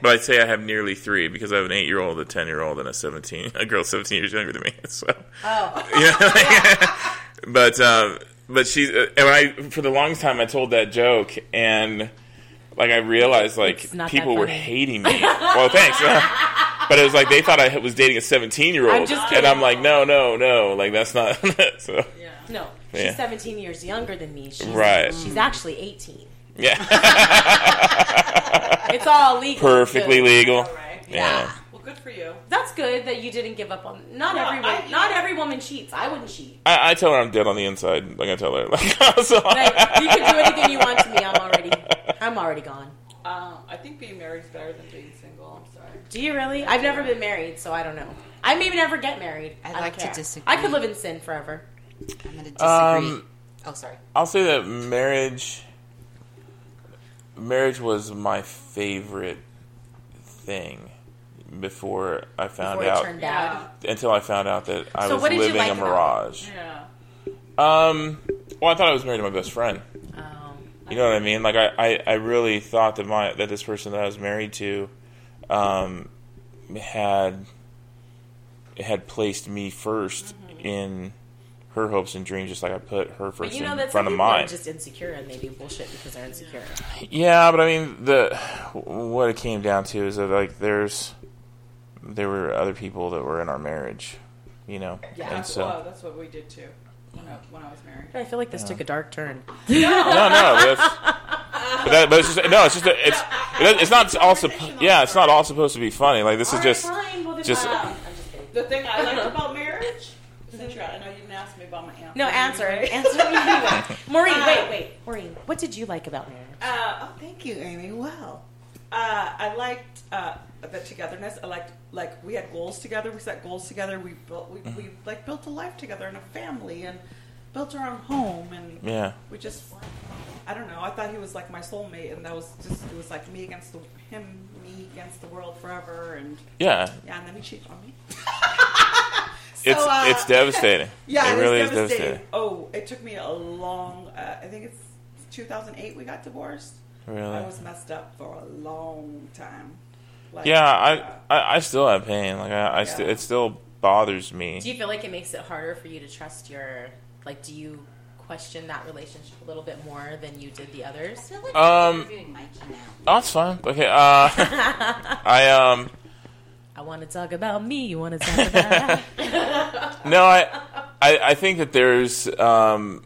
But I'd say I have nearly three because I have an eight year old, a ten year old, and a seventeen a girl seventeen years younger than me. So
Oh,
yeah. but um but she's uh, and I for the longest time I told that joke and like I realized like
It's not that
people were
funny.
hating me. well thanks. but it was like they thought I was dating a seventeen year
I'm
old.
just
And
kidding.
I'm like, no, no, no, like that's not so
no. She's
Yeah.
17 years younger than me. She's,
Right.
She's actually 18.
Yeah.
It's all legal.
Perfectly
Good.
legal.
Right.
Yeah.
Well, good for you.
That's good that you didn't give up on. Not
No,
every
I-
wo- not every woman cheats. I wouldn't cheat.
I, I tell her I'm dead on the inside. Like I tell her, like so-
Like, you can do anything you want to me. I'm already I'm already gone.
Um, I think being married is better than being single. I'm sorry.
Do you really? I've never been married, so I don't know. I may never get married.
I'd
I don't
like to
care.
disagree.
I could live in sin forever.
I'm going to disagree.
Um,
oh, sorry.
I'll say that marriage, marriage was my favorite thing before I found
Before it
out.
turned out.
Until I found out that I
So
was
what did you
living
like
a
about it?
mirage.
Yeah.
Um, well, I thought I was married to my best friend.
Um,
You know what I mean? Like I, I, I really thought that my that this person that I was married to, um, had had placed me 1st in her hopes and dreams, just like I put her
Mm-hmm. But
first
you know
in
that some
front of
people are
mine.
just insecure and they do bullshit because they're insecure.
Yeah, but I mean, the what it came down to is that like there's there were other people that were in our marriage, you know,
Yeah.
and
That's,
so
well, that's what we did too when I, when I was married.
I feel like this took a dark turn.
no, no, that's. But, that, but it's just no. It's just a, it's it- it's not all supposed. Yeah, it's not all supposed to be funny. Like this is just just-
I'm just kidding.
The thing I liked about marriage, since you're, I know you didn't ask me about my aunt.
No, answer it. Answer me anyway. Maureen, wait, wait. Maureen, what did you like about marriage?
Uh, oh, thank you, Amy. Wow. Uh, I liked uh, the togetherness. I liked like we had goals together. We set goals together. We built we, we
Mm-hmm.
like built a life together and a family and built our own home and
Yeah.
we just I don't know. I thought he was like my soulmate and that was just it was like me against the him me against the world forever and
yeah.
yeah and then he cheated on me.
It's
So, uh,
it's devastating.
Yeah,
it
was
really is
devastating.
devastating.
Oh, it took me a long. Uh, I think it's 2008 we got divorced.
Really?
I was messed up for a long time. Like,
Yeah,
uh,
I, I I still have pain. Like I, I st-
Yeah.
it still bothers me.
Do you feel like it makes it harder for you to trust your like do you question that relationship a little bit more than you did the
I
others?
feel like
Um,
I'm interviewing Mikey now.
Oh, it's fine. Okay. Uh, I um
I want to talk about me, you want to talk about
no, I, I I think that there's um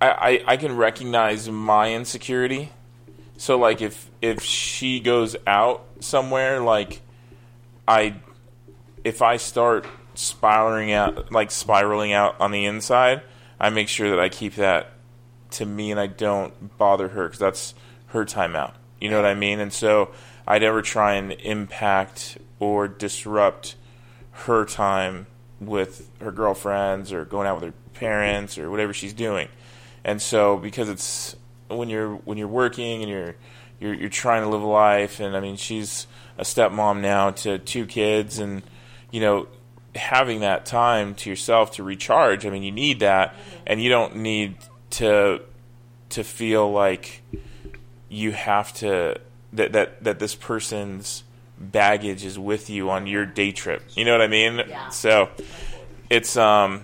I, I I can recognize my insecurity. So like if if she goes out somewhere, like I if I start spiraling out like spiraling out on the inside, I make sure that I keep that to me and I don't bother her because that's her time out. You know what I mean? And so I never try and impact or disrupt her time with her girlfriends or going out with her parents or whatever she's doing. And so because it's when you're when you're working and you're you're you're trying to live a life and I mean she's a stepmom now to two kids and you know having that time to yourself to recharge I mean you need that and you don't need to to feel like you have to that that that this person's baggage is with you on your day trip. You know what I mean?
Yeah.
So it's um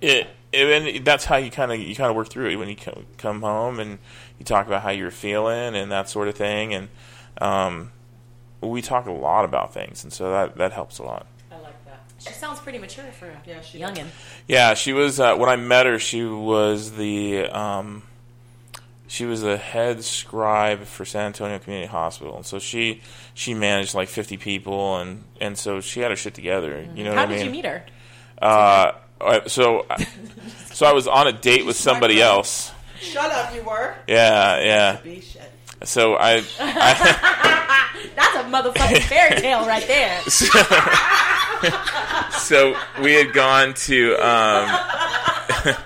it, it and that's how you kind of you kind of work through it when you co- come home and you talk about how you're feeling and that sort of thing and um we talk a lot about things and so that that helps a lot.
I like that.
She sounds pretty mature for a
Yeah, she
youngin.
Yeah, she was. Uh, when I met her, she was the um, she was the head scribe for San Antonio Community Hospital, and so she she managed like fifty people, and and so she had her shit together. You know
Mm-hmm. How
what I
did
mean?
you meet her?
Uh, I- so I- so I was on a date with somebody else.
Shut up, you were.
Yeah, yeah.
Be shit.
So I
That's a motherfucking fairy tale right there.
so we had gone to um,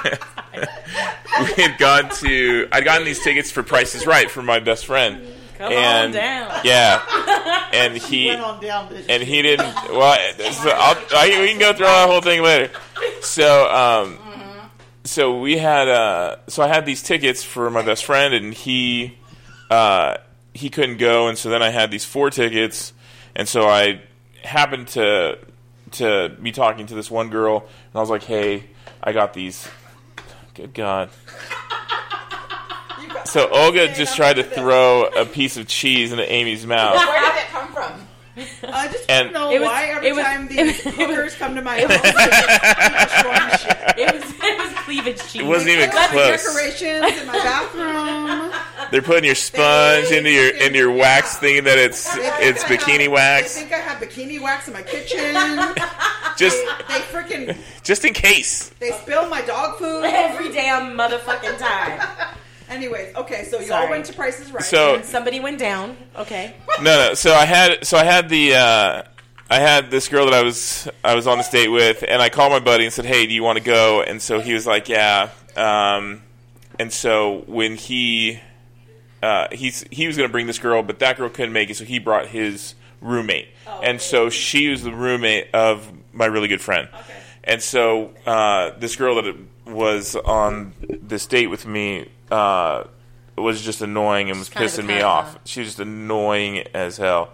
we had gone to I'd gotten these tickets for Price is Right for my best friend.
Come
and
on down.
yeah, and he
Went on down, bitch.
and he didn't. Well, so I'll, I, we can go through that whole thing later. So, um, so we had, uh, so I had these tickets for my best friend, and he, uh, he couldn't go, and so then I had these four tickets, and so I happened to to be talking to this one girl, and I was like, "Hey, I got these." Good God.
You got-
So Olga just tried to throw a piece of cheese into Amy's mouth.
Where did it come from?
I just
and-
don't know
It was-
why every
it was-
time these
it was-
hookers come to my house, it's just shit.
It was it was cleavage cheese.
It wasn't even
Like,
close.
decorations in my bathroom.
They're putting your sponge into your into your wax thing that it's
They think
it's
I
bikini
have- They
wax.
think I have bikini wax in my kitchen.
Just
they freaking
just in case.
they spill my dog food.
every damn motherfucking time.
Anyways, okay, so you
Sorry.
all went to Prices Right.
So
Somebody went down. Okay.
no no. So I had so I had the uh, I had this girl that I was I was on this date with, and I called my buddy and said, "Hey, do you want to go?" And so he was like, "Yeah." Um, and so when he uh, he's he was going to bring this girl, but that girl couldn't make it, so he brought his roommate, and so she was the roommate of my really good friend.
Okay.
And so uh, this girl that was on this date with me uh, was just annoying and was
kind of a
pissing me
cunt,
off.
huh?
She was just annoying as hell.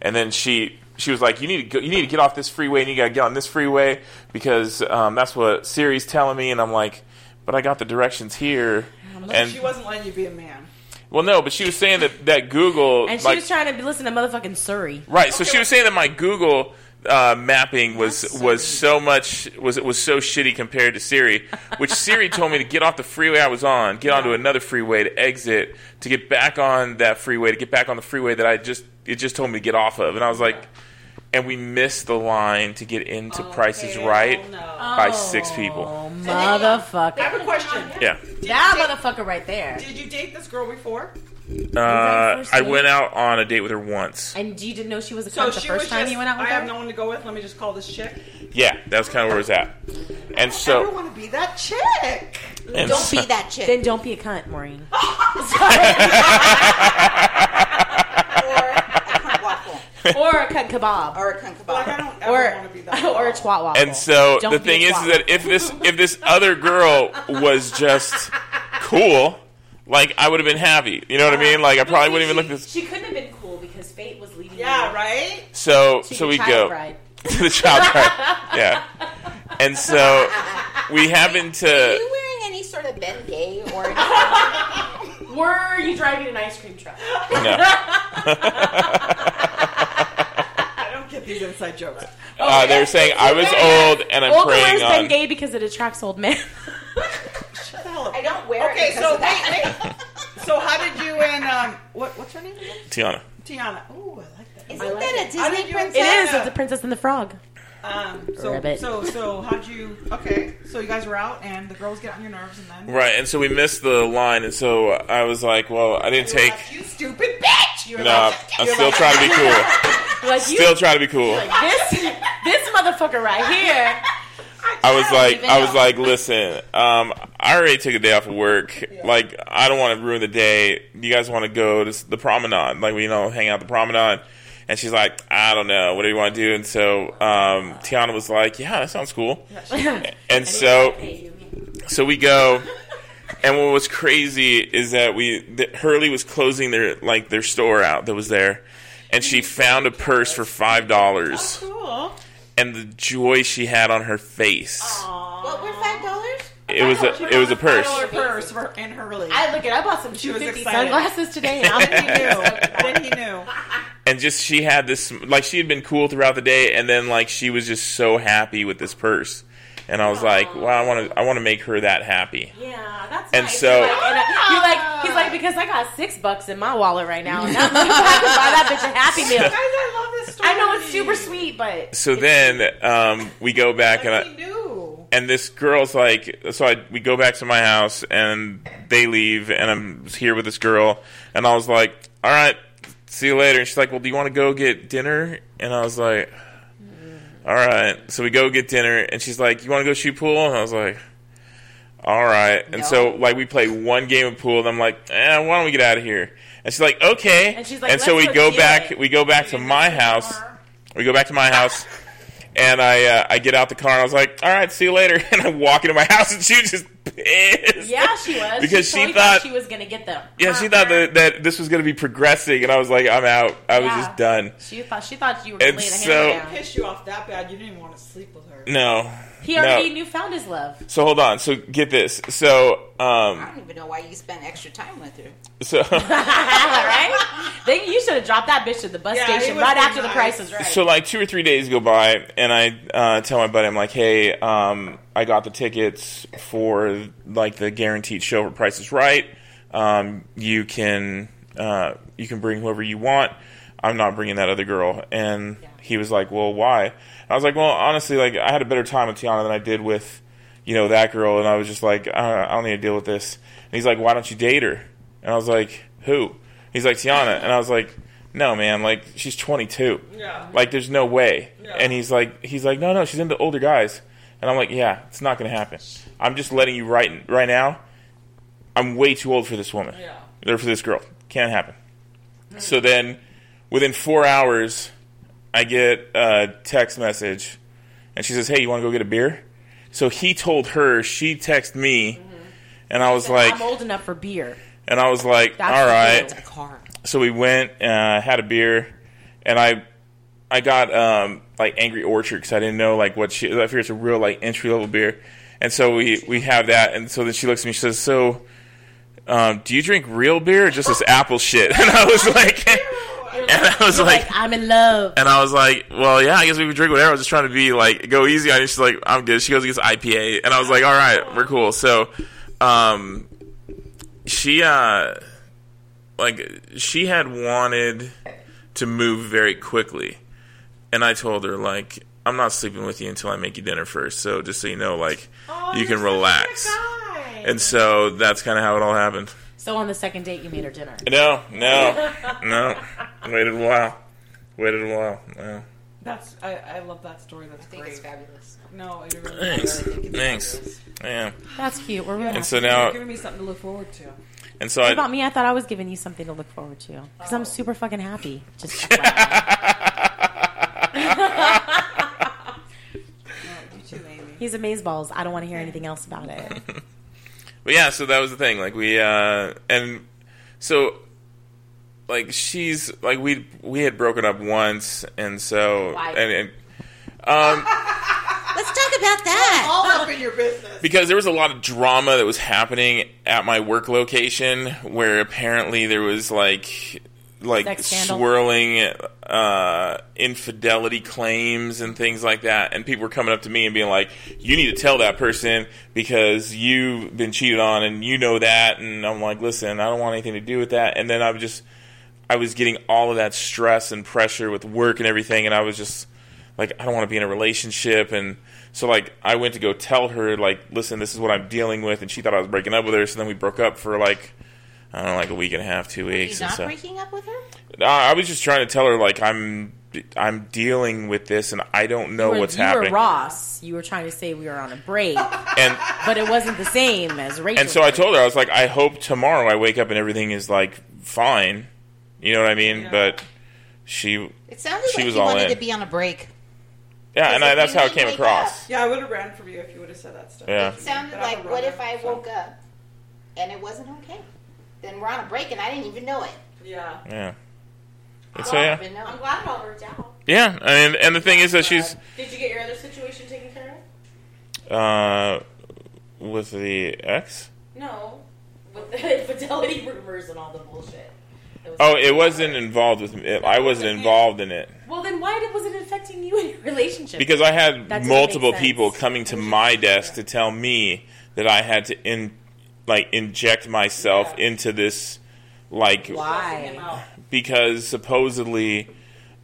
And then she she was like, "You need to go, you need to get off this freeway, and you got to get on this freeway because um, that's what Siri's telling me." And I'm like, "But I got the directions here." And
she wasn't letting you be a man.
well, no, but she was saying that that Google
And she
like,
was trying to listen to motherfucking Surrey.
Right. So she was saying that my Google uh, mapping was
That's so
was so much was it was so shitty compared to Siri, which Siri told me to get off the freeway I was on, get onto another freeway to exit, to get back on that freeway, to get back on the freeway that I just it just told me to get off of, and I was like, and we missed the line to get into Prices
Oh, Hell
Right
No.
by six people.
Oh, motherfucker.
I have a question.
Yeah.
That motherfucker right there.
Did you date this girl before?
Uh,
first
I
date?
went out on a date with her once.
And you didn't know she was a
So
cunt the
she
first
was
time
just,
you went out with
I
her?
have no one to go with. Let me just call this chick.
Yeah, that was kind of where it was at. And
I don't
so,
want to be that chick.
and
Don't
so-
be that chick.
Then don't be a cunt, Maureen.
or a cunt waffle.
or a cunt kebab.
Or a cunt kebab.
Like I don't ever
Or,
want to be that.
or a
girl.
twat waffle.
And so
Don't
the
be
thing
a
is,
twat.
is that if this if this other girl was just cool, like I would have been happy. You know what I mean? Like I probably wouldn't even look this.
She couldn't have been cool because fate was leading
Yeah, right.
So
to
so
the
we
child
go
bride.
to the child bride. Yeah. And so we happen
Are
to
you wearing any sort of Ben Gay or
Were you driving an ice cream truck?
no.
I don't get these inside jokes.
Uh, they were saying I was old and I'm
Old
preying
wears Ben
on.
Gay because it attracts old men.
Shut the hell up.
I don't wear
Okay,
it because
so
of that.
wait, wait. So how did you and um what what's her name?
Tiana.
Tiana. Ooh, I like that.
Isn't that a
How did
Disney
you and
it is.
Tiana-
It's the Princess and the Frog.
Um, so,
Ribbit.
so, so, how'd you? Okay, so you guys were out, and the girls get on your nerves, and then
Right. And so we missed the line, and so I was like, well, I didn't take.
you stupid bitch. You were
No,
like,
I'm still trying to be cool.
Like you,
Still trying to be cool.
this this motherfucker right here.
I was like,
even
I was
know.
like, listen, um, I already took a day off of work. Like, I don't want to ruin the day. You guys want to go to s- the promenade? Like, we you know, hang out at the promenade. And she's like, I don't know, what do you want to do? And so um, Tiana was like, Yeah, that sounds cool. and so, so we go. And what was crazy is that we that Hurley was closing their like their store out that was there, and she found a purse for five dollars,
cool.
and the joy she had on her face.
What were five dollars?
It was a it was a purse.
Dollar purse for, and Hurley.
I look at. I bought some
She was
250
excited.
sunglasses today, and I'm
then he knew. then he knew.
And just she had this like she had been cool throughout the day and then like she was just so happy with this purse. And I was like, "Wow, I want to I want to make her that happy."
Yeah, that's
And
nice.
so-
You're like, and, uh, you're like, he's like, because I got six bucks in my wallet right now, and I'm gonna buy that bitch a Happy Meal.
Guys, I love this story.
I know it's super sweet, but
So then um, we go back and
Like, he
I,
knew.
and this girl's like, so I, we go back to my house and they leave and I'm here with this girl and I was like, "All right, see you later." And she's like, "Well, do you want to go get dinner?" And I was like, "All right." So we go get dinner and she's like, "You want to go shoot pool?" And I was like, All right. And so like we play one game of pool, and I'm like, eh, why don't we get out of here? And she's like, okay.
And she's like,
so we
"Let's go
go
do
back.
it."
We go back to my house. We go back to my house, and I uh, I get out the car. and I was like, all right, see you later. And I walk into my house, and she was just pissed.
yeah, she was
Because she
totally
thought-
she was gonna get them.
Yeah, she thought that, that this was going to be progressing, and I was like, I'm out. I was
Yeah.
just done.
She thought she thought you were
And
laying a
so-
hammer down.
Pissed you off that bad, you didn't even want to sleep with her.
No.
He already
no.
knew found his love.
So hold on. So get this. So um
I don't even know why you spent extra time with her.
so
right? Then you should have dropped that bitch to the bus
Yeah, he
station
would've
right
been
after the
nice.
price is right.
So like two or three days go by, and I uh, tell my buddy, I'm like, "Hey, um, I got the tickets for like the guaranteed show for Price is Right. Um, you can uh, you can bring whoever you want. I'm not bringing that other girl." And he was like, "Well, why?" And I was like, "Well, honestly, like I had a better time with Tiana than I did with you know that girl." And I was just like, "I, I don't need to deal with this." And he's like, "Why don't you date her?" And I was like, "Who?" He's like, "Tiana," and I was like. No man, like she's 22
Yeah.
like there's no way
Yeah.
and he's like he's like no no she's into older guys and i'm like yeah it's not gonna happen i'm just letting you right right now i'm way too old for this woman
Yeah.
or for this girl can't happen so then within four hours i get a text message and she says hey you want to go get a beer so he told her she texted me and i was like
Mm-hmm. I'm old enough for beer.
and i was like
That's
all
the
right
deal.
Car.
so we went uh, had a beer and i I got um, like Angry Orchard because I didn't know like what she. I figured it's a real like entry level beer, and so we we have that. And so then she looks at me. She says, "So, um, do you drink real beer or just this apple shit?" And I was like, and I was like,
Like, I'm in love.
and I was like, "Well, yeah, I guess we could drink whatever." I was just trying to be like, go easy on you. She's like, "I'm good." She goes against IPA, and I was like, "All right, we're cool." So, um, she uh, like she had wanted to move very quickly, and I told her like, "I'm not sleeping with you until I make you dinner first. So just so you know, like,
Oh,
you can relax." And so that's kind of how it all happened.
So on the second date, you made her dinner.
No, no, no. Waited a while. Waited a while. No.
That's I, I love that story. That's
I think
great.
it's fabulous.
no, it really
Thanks.
is. I think it's
Thanks. Uh,
fabulous.
Yeah.
That's cute. We're really
And so
happy.
You're
now,
giving me something to look forward to.
and so
What about
I,
me? I thought I was giving you something to look forward to because I'm super fucking happy. Just FYI.
No, you too, Amy.
he's amazeballs. I don't want to hear anything else about it.
but yeah, so that was the thing. Like we, uh, and so, like she's like we we had broken up once, and so
Why?
and, and um
Let's talk about that.
All up in your business.
because there was a lot of drama that was happening at my work location where apparently there was like like
Sex scandal.
swirling uh, infidelity claims and things like that and people were coming up to me and being like you need to tell that person because you've been cheated on and you know that and i'm like listen i don't want anything to do with that and then i was just i was getting all of that stress and pressure with work and everything and i was just like I don't want to be in a relationship and so like I went to go tell her like listen this is what I'm dealing with and she thought I was breaking up with her so then we broke up for like I don't know like a week and a half two
Are you
weeks and
not
so
breaking up with her?
No, I was just trying to tell her like I'm I'm dealing with this and I don't know
You were-
what's
you
happening
were Ross. You were trying to say we were on a break,
and
but it wasn't the same as Rachel.
and so I told her I was like I hope tomorrow I wake up and everything is like fine you know what I mean
Yeah.
but she
It sounded
She
like
was
you
all
wanted
in.
to be on a break.
yeah and
Because
I,
if
that's
you
how it
didn't
came
wake
across
Yeah, I would have ran for you if you would have said that stuff.
Yeah.
It sounded
But I'm
like
a
what
runner,
if I
so-
woke up and it wasn't okay? Then we're on a break and I didn't even know it.
Yeah.
yeah and so yeah
Even know.
I'm glad it all worked out.
yeah and and the thing is that she's
Did you get your other situation taken care of?
Uh, with the ex?
No. With the infidelity rumors and all the bullshit. that was-
Oh, it wasn't involved with me. I wasn't involved in it
well, then why did, was it affecting you in your relationship?
because I had
That doesn't
multiple
make sense.
people coming to my desk to tell me that I had to in like inject myself
Yeah.
into this like
Him
why?
out.
because supposedly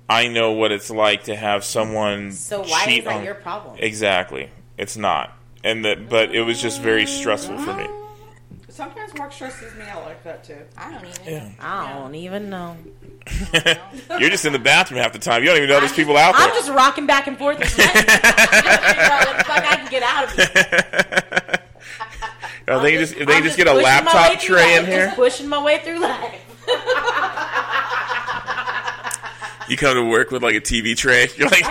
I know what it's like to have someone
So why
cheat
is that
on-
your problem?
Exactly. It's not. And that but it was just very stressful for me.
Sometimes work stresses me out like that too.
I don't even
Yeah.
I don't even know.
You're just in the bathroom half the time. You don't even know there's people out there.
I'm just rocking back and forth. With Mike. I'm what the fuck I can get out of it.
If they can just, if they can
I'm
just get a
pushing my way
laptop
through
tray in
life,
here,
Just pushing my way through life.
you come to work with like a TV tray. You're like,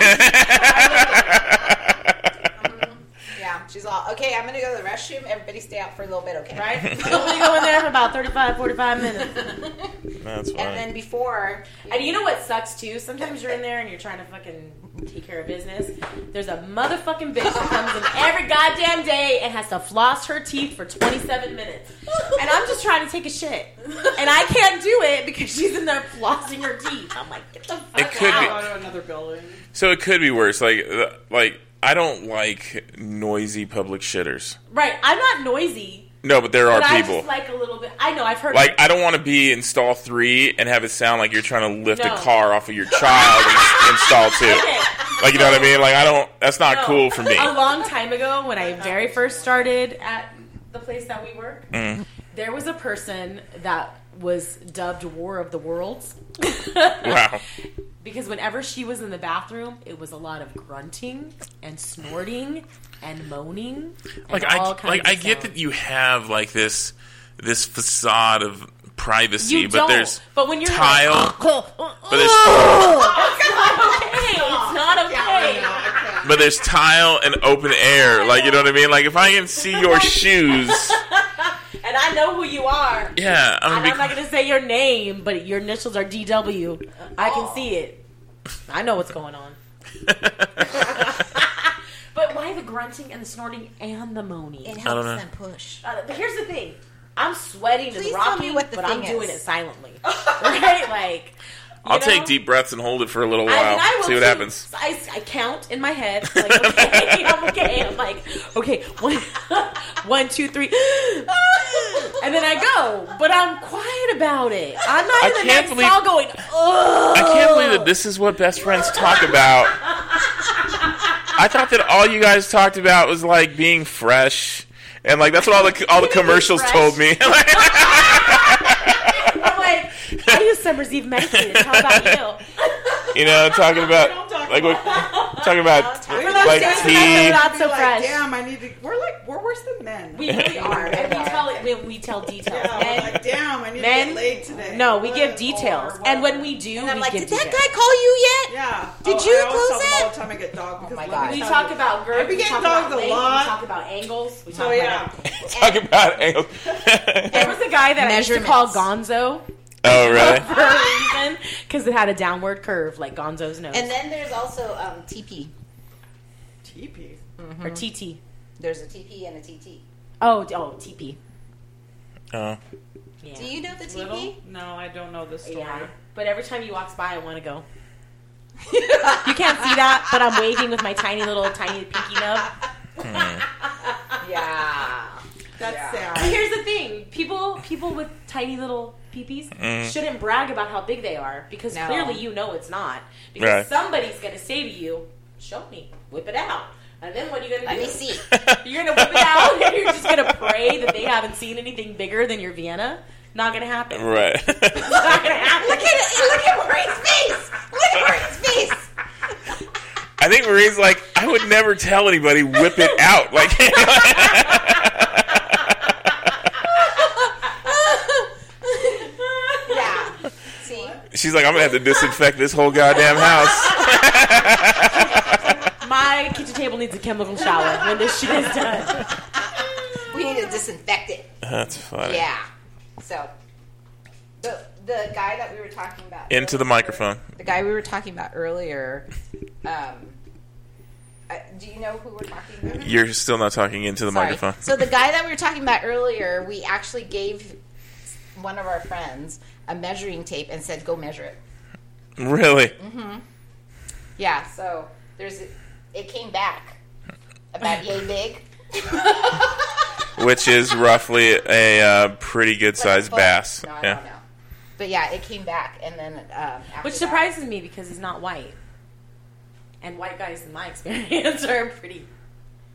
Yeah, she's all, okay, I'm going to go to the restroom. Everybody stay out for a little bit, okay?
Right? Only go in there for about 35, 45 minutes.
that's
And
fine.
then before,
And you know what sucks too? Sometimes you're in there and you're trying to fucking take care of business. There's a motherfucking bitch that comes in every goddamn day and has to floss her teeth for 27 minutes. And I'm just trying to take a shit. And I can't do it because she's in there flossing her teeth. I'm like, get the fuck
It could be-
Go
out.
to another building.
So it could be worse. Like, uh, like I don't like noisy public shitters.
Right. I'm not noisy.
No, but there are
But I
people.
just like a little bit. I know. I've heard.
Like, I don't want to be in stall three and have it sound like you're trying to lift
No.
a car off of your child in, in stall two.
Okay.
Like, you know what I mean? Like, I don't. That's not
No.
cool for me.
A long time ago, when I very first started at the place that we work,
Mm.
there was a person that was dubbed War of the Worlds.
Wow.
Because whenever she was in the bathroom, it was a lot of grunting and snorting and moaning. And
like
all
I
kinds
like
of
I get
sounds.
that you have like this this facade of privacy,
You
but
don't.
there's
but when you're
tile,
like, "Oh,
but there's
hey, it's not okay.
but there's tile and open air. Like you know what I mean? Like if I can see your shoes,
And I know who you are.
yeah, I'm
And I'm
gonna
not
be.
gonna say your name, but your initials are DW. I can see it. I know what's going on. but why the grunting and the snorting and the
It
moaning?
helps
don't know.
them push.
Uh, but here's the thing. I'm sweating
Please
and
tell me
rocking,
what the
but I'm
thing
doing
is.
it silently. right? Like, you
I'll take
know?
deep breaths and hold it for a little
I
while.
mean, I will
see what
too.
happens.
I, I count in my head. Like, okay, I'm okay. I'm like, okay, one, one, two, three, and then I go. But I'm quiet about it. I'm not
I
in the
can't
next
believe-
call going. Ugh.
I can't believe that this is what best friends talk about. I thought that all you guys talked about was like being fresh, and like that's what all the all the commercials
fresh.
told me.
I'm like, I use summer's eve medicine. How about you?
you know, talking about
Don't talk
like what talking about
We're not
like
serious
about
tea.
that. Not
Be
so
like,
fresh.
Damn, I need to. We're like we're worse than men.
We really are, and we tell it. We, we tell details.
Yeah, we're
Men-
like, damn, I need to
men-
get laid today.
no, we
Or-
give details,
or
and when we
whatever.
do,
And I'm
we
like,
give
did that
details.
guy call you yet?
yeah,
Did
oh,
you
I always
close
tell them
it?
All the time I get
Oh
dog. because
my
let me
God.
tell
We
you.
talk about
I
girls.
be
We
getting
talk about
dogs a
legs.
lot.
We talk about angles. We talk
So
about
yeah,
everything.
Talk about angles.
There was a guy that I used to call
Measurements.
Gonzo
oh really?
for a reason because it had a downward curve like Gonzo's nose
And then there's also um, TP.
TP.
or TT.
There's a TP and a TT.
Oh, d- oh, TP.
Oh.
Yeah.
Do you know the TP?
Little? No, I don't know this story.
yeah. But every time he walks by, I want to go. you can't see that, but I'm waving with my tiny little tiny pinky nub.
Yeah.
That's
But
sad.
here's the thing: people, people with tiny little peepees shouldn't brag about how big they are because
No.
clearly you know it's not. Because
Right.
somebody's gonna say to you, "Show me, whip it out," and then what are you gonna
Let
do?
me see.
You're gonna whip it out, and you're just gonna pray that they haven't seen anything bigger than your Vienna. Not gonna happen.
Right.
Not gonna happen.
Look at look at Marie's face. Look at Marie's face.
I think Marie's like, I would never tell anybody. Whip it out. Like,
Yeah. See.
she's like, I'm gonna have to disinfect this whole goddamn house.
My kitchen table needs a chemical shower when this shit is done.
We need to disinfect it.
That's funny.
Yeah. So the the guy that we were talking about
Into the
earlier-
microphone.
The guy we were talking about earlier. Um, uh, do you know who we're talking about?
You're still not talking into the
Sorry.
microphone.
So the guy that we were talking about earlier, we actually gave one of our friends a measuring tape and said, "Go measure it."
Really?
Yeah. So there's it came back about yay big.
Which is roughly a uh, pretty good sized
Full-
bass.
No, I
yeah.
don't know. But yeah, it came back, and then um, after
Which
that-
surprises me because he's not white. And white guys, in my experience, are pretty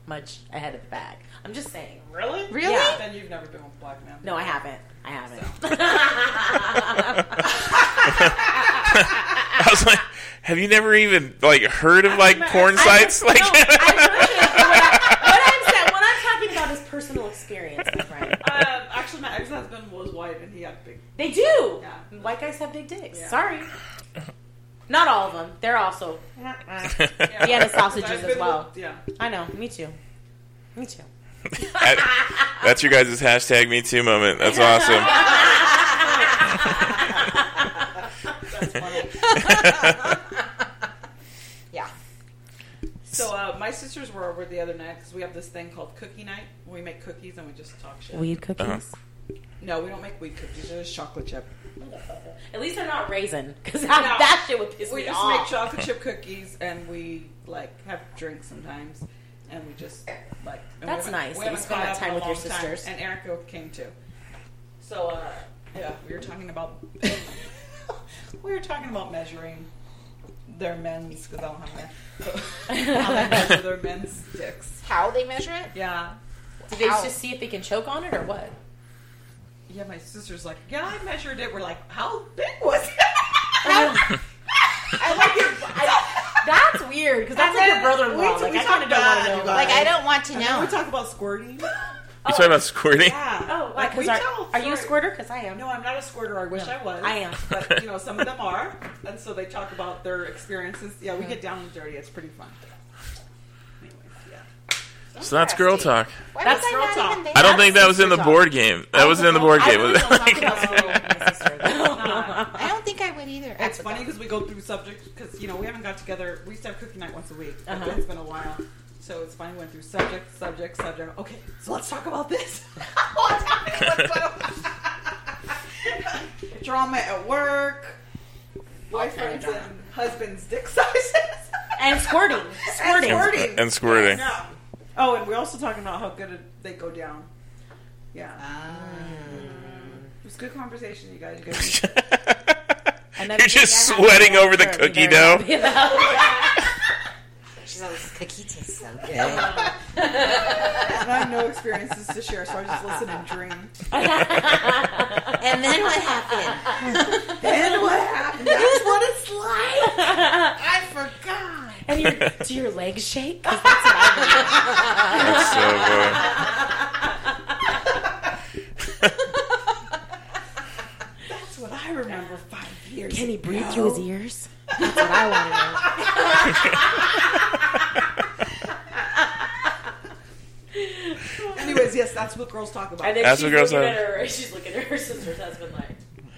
much ahead of the bag. I'm just saying.
Really?
Really?
Yeah.
Then you've never been with a black man.
No, I haven't. I haven't.
I was like, have you never even like heard of like porn
I-
sites?
No,
Like,
I what, I, what, I'm saying, what I'm talking about is personal experience, my friend.
Um, actually, my ex-husband was white, and he had big.
They do.
Yeah.
White guys have big dicks.
Yeah.
Sorry. Not all of them. They're also Vienna sausages
I've
as
been
well.
with- yeah.
I know. Me too. Me too.
I- that's your guys' hashtag Me Too moment. That's awesome.
Yeah.
So uh, my sisters were over the other night because we have this thing called cookie night. We make cookies and we just talk shit.
Weed cookies.
Uh-huh.
no, we don't make wheat cookies. It's chocolate chip.
At least they're not raisin, because
No.
that shit would piss
we
me
just
off.
make chocolate chip cookies and we like have drinks sometimes and we just like and
That's
we haven't-
nice
we
that you
haven't
spend
caught
that
up in
time
a
with your
long
sisters.
and erica came too so uh yeah we were talking about we were talking about measuring their men's because i don't have men so, how they measure their men's dicks
How they measure it?
yeah
Do they
Ow.
just see if they can choke on it or what?
yeah my sister's like yeah i measured it we're like how big was it
I like your. I, that's weird because that's like your brother-in-law.
We-
like
we
I
talk
kind of don't want
bad,
to
you
know.
guys.
Like I don't want to
we
know.
talk about squirting
You talking about squirting?
yeah
Oh, why? Because
we
are,
tell
are you a
stories.
squirter? Because I am.
No, I'm not a squirter. I wish I was.
I am.
But, you know, some of them are. And so they talk about their experiences. Yeah, we get down and dirty. It's pretty fun. Anyways, yeah.
So that's girl talk.
Why
That's
was I
real
not
talk.
even there?
I don't think that was
sister
in the
talk.
board game. That wasn't in the board
I
game.
really
was it?
don't talk about squirting with my sister.
Nah.
I don't think I would either.
there.
It's funny because we go through subjects because you know we haven't got together. We used to have cookie night once a week. but
Uh-huh.
It's been a while, so it's funny. We went through subject, subject, subject. Okay, so let's talk about this. What's happening? What's going on? Drama at work, boyfriends and husbands' dick sizes,
And squirting. Squirting.
And squirting.
and squirting.
No. Oh, and we're also talking about how good it- they go down. Yeah. It was good conversation, you guys. You guys
And
You're just sweating over the cookie dough.
She's like, this cookie tastes so good.
and I have no experiences to share, so I just listen and dream.
and then what happened?
And what happened? That's what it's like. I forgot.
And your, do your legs shake?
That's so good.
That's what I remember five years.
Can he
ago.
breathe through his ears? That's what I want to know.
Anyways, yes, that's what girls talk about.
And then
That's
she's
what girls
looking
have.
at her. She's looking at her sister's husband like,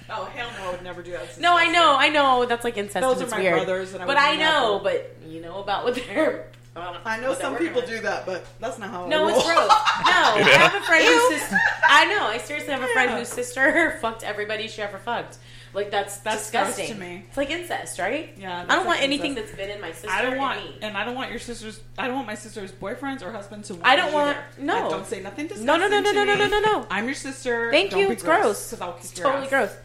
oh hell no, I would never do that.
No, I know, I know. That's like incest.
Those
and
are
it's
my
weird.
brothers, and I
but
would
I know.
never.
But you know about what they're. uh,
I know
what they're
some
working
people
with.
do that, but that's not how.
No,
I
it's
roll.
gross. No, I have a friend
Ew.
whose sister. I know. I seriously have a friend
Yeah.
whose sister fucked everybody she ever fucked. Like that's that's
Just gross
disgusting.
to me.
It's like incest, right?
Yeah,
I
that's
don't want
like
anything
incest.
that's been in my sister.
I don't
and
want,
me.
and I don't want your sisters. I don't want my sister's boyfriends or husbands to.
I don't
either.
want- no.
Like, don't say nothing.
No, no, no, no,
disgusting
no,
to
no, no,
me.
no, no.
I'm your sister.
Thank
don't
you.
Be
It's gross.
'cause I'll kick
It's
your
totally
ass.
gross.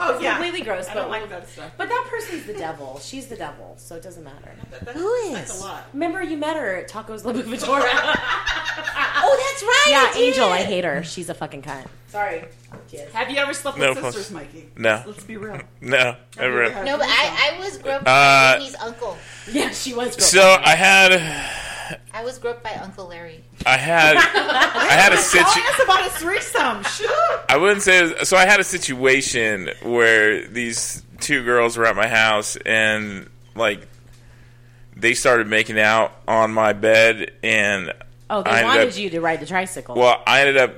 Oh yeah,
completely gross,
I don't
but-
like that stuff.
But that person's the devil. She's the devil, so it doesn't matter.
Who
is?
That's a lot.
Remember, you met her at Tacos La Bufadora.
Oh, that's right.
yeah,
I did.
Angel, I hate her. She's a fucking cunt.
sorry, kids.
Have you ever slept
No,
with
close.
sisters, Mikey?
No.
Let's be real.
No, never.
No, but I, I was groped
Uh,
by Whitney's uncle.
Yeah, she was. Broke.
So I had,
I was groped by Uncle Larry.
I had, I had a situ.
Tell us about a threesome. Sure.
I wouldn't say it was, so. I had a situation where these two girls were at my house and like they started making out on my bed, and
oh, they
I ended
wanted
up-
you to ride the tricycle.
well, I ended up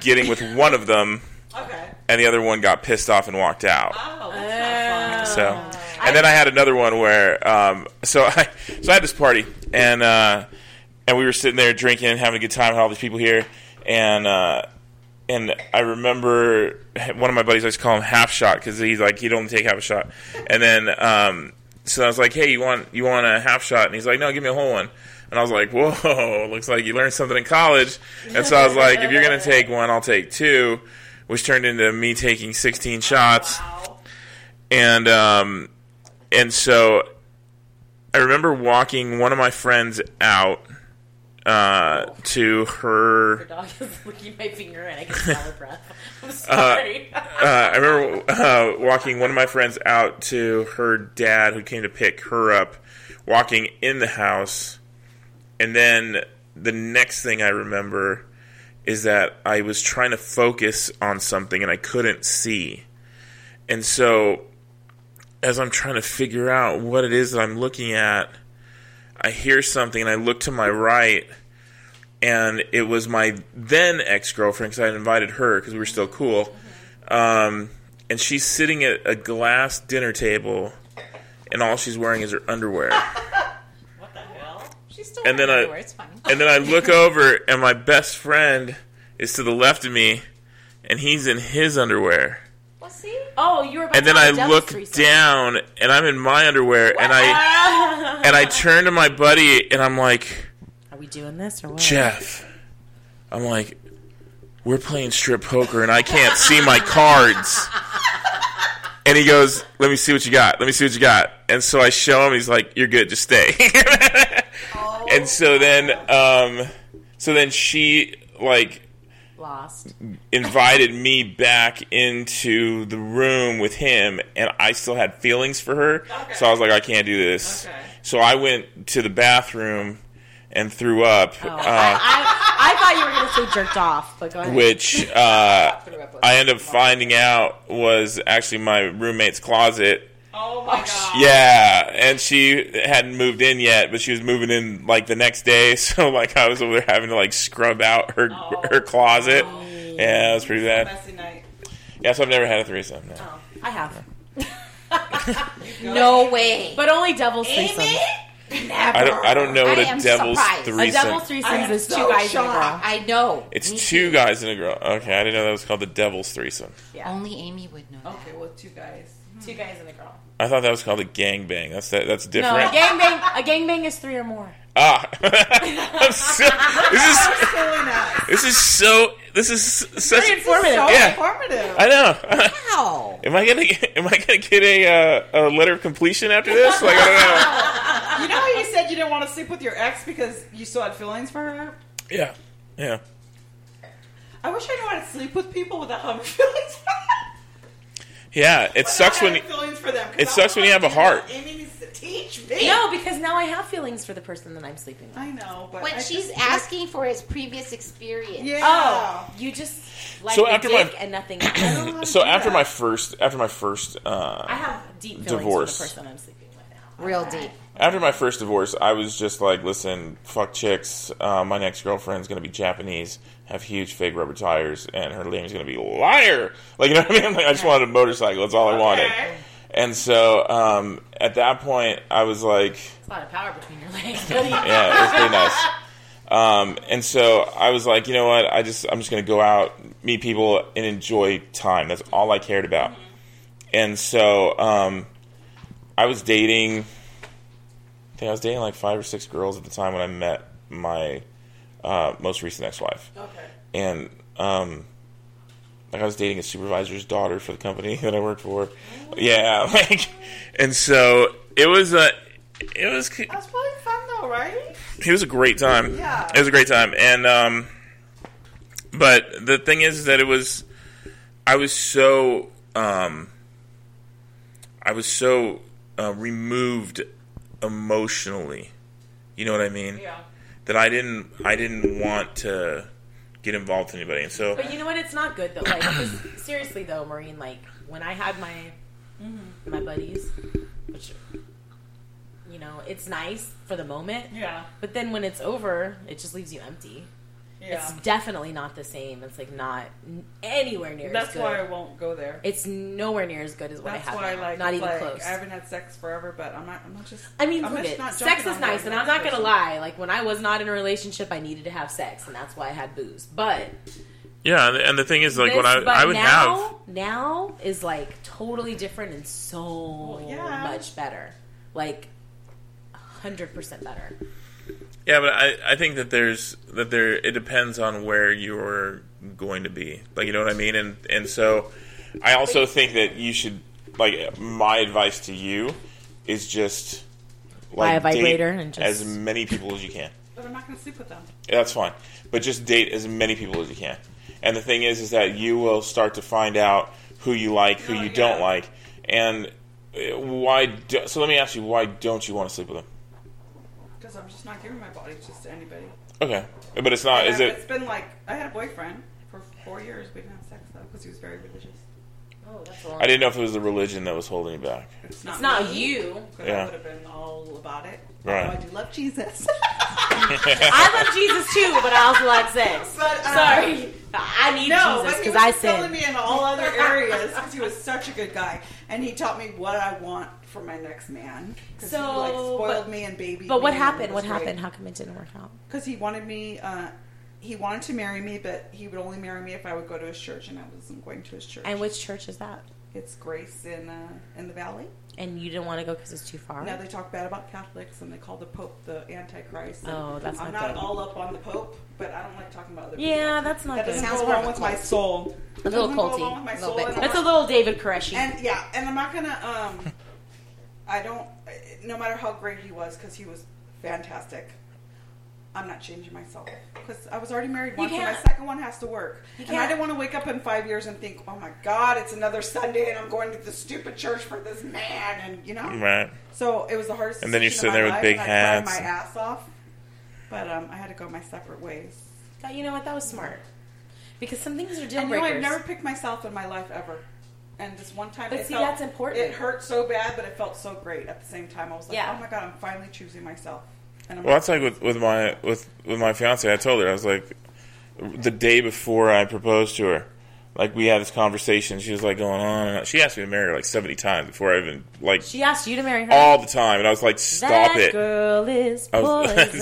getting with one of them,
Okay.
and the other one got pissed off and walked out.
Oh,
Uh,
that's
So, and then I had another one where, um, so I, so I had this party, and uh, and we were sitting there drinking and having a good time with all these people here, and uh, and I remember one of my buddies I used to call him half shot because he's like he'd only take half a shot, and then um, so I was like, hey, you want you want a half shot? And he's like, no, give me a whole one. And I was like, whoa, looks like you learned something in college. And so I was like, if you're going to take one, I'll take two, which turned into me taking 16 shots
fun.
and um, and so I remember walking one of my friends out uh, to her.
Her dog is licking my finger, and I can smell her breath. I'm sorry.
Uh, I remember uh, walking one of my friends out to her dad, who came to pick her up. Walking in the house, and then the next thing I remember is that I was trying to focus on something and I couldn't see. And so, as I'm trying to figure out what it is that I'm looking at, I hear something and I look to my right, and it was my then ex girlfriend because I had invited her because we were still cool. Um, and she's sitting at a glass dinner table, and all she's wearing is her underwear.
She's still
And then I-
everywhere. It's fine.
And then I look over, and my best friend is to the left of me, and he's in his underwear.
Well, see?
oh, you were. About
And
to
then I
have a devil's
look
threesome.
down, and I'm in my underwear, and I and I turn to my buddy, and I'm like,
Are we doing this or what?
Jeff, I'm like, we're playing strip poker, and I can't see my cards. And he goes, "Let me see what you got. Let me see what you got." And so I show him. He's like, "You're good. Just stay." and so then, um, so then she like
Lost.
Uh, invited me back into the room with him, and I still had feelings for her. So I was like, I can't do this.
Okay.
So I went to the bathroom and threw up,
Oh,
uh,
I, I, I thought you were going to say jerked off, but go ahead.
which uh,
Threw up over
I ended up finding out was actually my roommate's closet.
Oh my god.
Yeah, and she hadn't moved in yet, but she was moving in like the next day. So like I was over there having to like scrub out her her
Oh,
closet. Yeah, it was pretty bad.
Messy night.
Yeah, so I've never had a threesome. No.
I have.
No way.
But only devil's
Amy?
threesomes.
Never.
I don't. I don't know what
Oh, I
a
am
devil's
surprised.
A
threesome.
devil's
I
threesomes
am
is two
so
guys and a girl.
shocked.
I know.
it's
Me
two
too.
guys and a girl. Okay, I didn't know that was called the devil's threesome.
Only Amy would know. that.
Okay, well, two guys.
Two guys and a girl.
I thought that was called a gangbang. That's that, that's
No, a
different.
gangbang. A gangbang is three or more.
ah, I'm so, this is
Silly nuts.
this is so this is such.
Very informative.
So
Yeah.
informative.
I know.
Wow.
Am I gonna get, am I gonna get a uh, a letter of completion after this? Like I don't know.
You know how you said you didn't want to sleep with your ex because you still had feelings for her?
Yeah, yeah.
I wish I knew how to sleep with people without having feelings for them.
Yeah, it sucks when
Without having feelings for them. 'cause
it
I
sucks when you have a
wanna do
heart.
what Amy needs to teach me.
No, because now I have feelings for the person that I'm sleeping with.
I know, but
When
I
she's
just-
asking for his previous experience.
Yeah.
Oh, you just like
So
the
after my-
dick and nothing. else.
don't know how to
so
do
after
that.
my first after my first
I
uh,
have deep feelings
Divorce.
for the person I'm sleeping with now.
Real deep.
after my first divorce, I was just like, listen, fuck chicks. Uh, my next girlfriend's gonna be Japanese, have huge fake rubber tires, and her name's gonna be liar. Like you know what I mean? Like I just wanted a motorcycle. That's all I wanted.
Okay.
And so um, at that point, I was like.
It's a lot of power between your legs.
yeah, it was pretty nice. Um, and so I was like, you know what? I just I'm just gonna go out, meet people, and enjoy time. That's all I cared about. And so um, I was dating. I think I was dating like five or six girls at the time when I met my uh, most recent ex-wife
Okay.
and um, like I was dating a supervisor's daughter for the company that I worked for. Yeah, like, and so it was a, it was
That's probably fun though, right?
it was a great time.
Yeah.
it was a great time, and um, but the thing is that it was, I was so um, I was so uh, removed emotionally. You know what I mean?
Yeah.
That I didn't I didn't want to get involved with anybody, and so.
But you know what? It's not good though. Like 'cause seriously though, Maureen. Like when I had my my buddies, which you know, it's nice for the moment.
Yeah.
But then when it's over, it just leaves you empty.
Yeah.
It's definitely not the same. It's like not n- anywhere near. as
That's
good.
why I won't go there.
it's nowhere near as good as what
That's
I have.
why I
now.
like
not even
like,
close.
I haven't had sex forever, but I'm not. I'm not just.
I mean,
I'm
look
just
it.
not
Sex
jumping
is
on
nice,
the
and I'm not gonna
person.
lie. Like when I was not in a relationship, I needed to have sex, and that's why I had booze. But
Yeah, and- and the thing is, like,
this,
what I,
but
I would
now,
have,
now is like totally different and so
Well, yeah.
much better. Like hundred percent better.
yeah, but I, I think that there's that there it depends on where you're going to be, like, you know what I mean, and and so I also think that you should like my advice to you is just
Buy a
date
vibrator and just-
as many people as you can.
But I'm not gonna sleep with them.
Yeah, That's fine. But just date as many people as you can. And the thing is, is that you will start to find out who you like, who
Oh,
you
yeah.
don't like, and uh, why. Do, so let me ask you, why don't you want to sleep with them?
Because I'm just not giving my body just to anybody.
Okay, but it's not. Uh, Is
And It's
it?
been like I had a boyfriend for four years. We didn't have sex though because he was very religious.
Oh, that's wrong.
I didn't know if it was the religion that was holding you back.
It's
It's not you.
Yeah.
I would have been all about it.
Right.
Although I do love Jesus.
I love Jesus too, but I also like sex.
But, uh,
Sorry, I need
no,
Jesus
but he
because
was
I
filling
sin.
me in all other areas because he was such a good guy, and he taught me what I want for my next man. 'Cause he, like
So,
spoiled
but-
me and baby.
But what happened? What happened? How come it didn't work out?
Because he wanted me. Uh, he wanted to marry me, but he would only marry me if I would go to his church, and I wasn't going to his church.
And which church is that?
it's Grace in uh, in the Valley.
And you didn't want to go because it's too far.
Now they talk bad about Catholics and they call the Pope the Antichrist. and
Oh, that's
I'm
not
not
good.
all up on the Pope, but I don't like talking about other people.
yeah, that's not
That
good.
doesn't
Sounds
go
more
along
of a
with my
cult.
soul.
A little
Doesn't go
culty.
along with my
A little
soul,
bit.
and I'm
That's a
not-
little David Koreshi.
And yeah, and I'm not gonna. Um, I don't. No matter how great he was, because he was fantastic. I'm not changing myself because I was already married once, and my
can't.
second one has to work.
You
and I
can't.
didn't want to wake up in five years and think, "Oh my God, it's another Sunday, and I'm going to the stupid church for this man," and you know.
Right.
So it was the hardest.
And then you're
decision of
sitting there with
my life,
big
and I cried
hats.
My ass off, but um, I had to go my separate ways.
That- you know what? That was smart. Because some things are deal
And you know,
breakers.
I've never picked myself in my life ever. And this one time,
But
it
see,
felt-
that's important.
It hurt so bad, but it felt so great at the same time. I was like,
Yeah.
oh my god, I'm finally choosing myself. And I'm
Well, that's like with, with my with with my fiance. I told her I was like, the day before I proposed to her, like we had this conversation. She was like going on and on. She asked me to marry her like seventy times before I even like
She asked you to marry her.
all the time, and I was like, Oh, stop
that
it.
girl is
I was-
poison.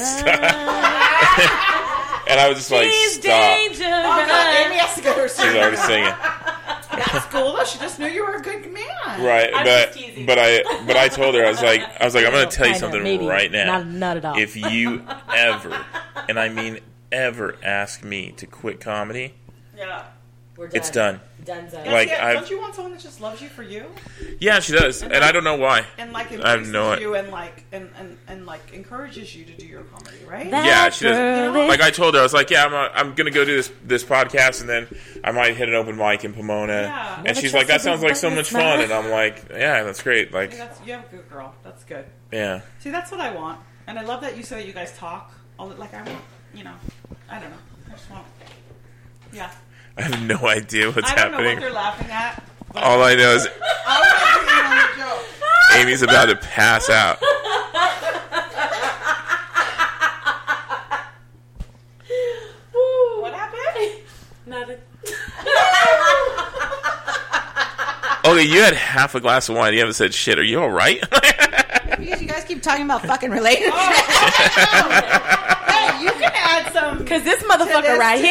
And I was just like,
She's
stop.
dangerous.
Oh,
uh,
God, Amy has to go to her
She's
singing
already singing.
school. though. She just knew you were a good man.
Right,
I'm
but
just teasing.
but I but I told her I was like I was like I'm gonna tell you
Kinda,
something
maybe.
right now.
Not, not at all.
If you ever, and I mean ever, ask me to quit comedy,
Yeah.
We're done.
it's done.
Dunzo.
Like,
yeah,
I've-
don't you want someone that just loves you for you
Yeah, she does, and I don't know why.
and like
I have
embraces
no-
you and like and, and, and like encourages you to do your comedy, right?
That
Yeah, she
girl
doesn't. Oh
is-
Like I told her, I was like, "Yeah, I'm, uh, I'm gonna go do this this podcast, and then I might hit an open mic in Pomona."
Yeah.
And
Never
she's like, "That
trusted
sounds like so much
this man.
fun," and I'm like, "Yeah, that's great." Like,
Hey, that's you have a good girl. That's good.
yeah,
See, that's what I want, and I love that you say that you guys talk. All the, like I want, you know, I don't know. I just want, yeah.
I have no idea what's
I don't know
happening.
what they're laughing at. But
All I know is
I want to be in on the joke.
Amy's about to pass out.
What happened?
Nothing.
Okay, you had half a glass of wine. You haven't said shit. Are you all right?
Because you guys keep talking about fucking relationships.
Oh, Hey, you can add some.
Cause this motherfucker right
too.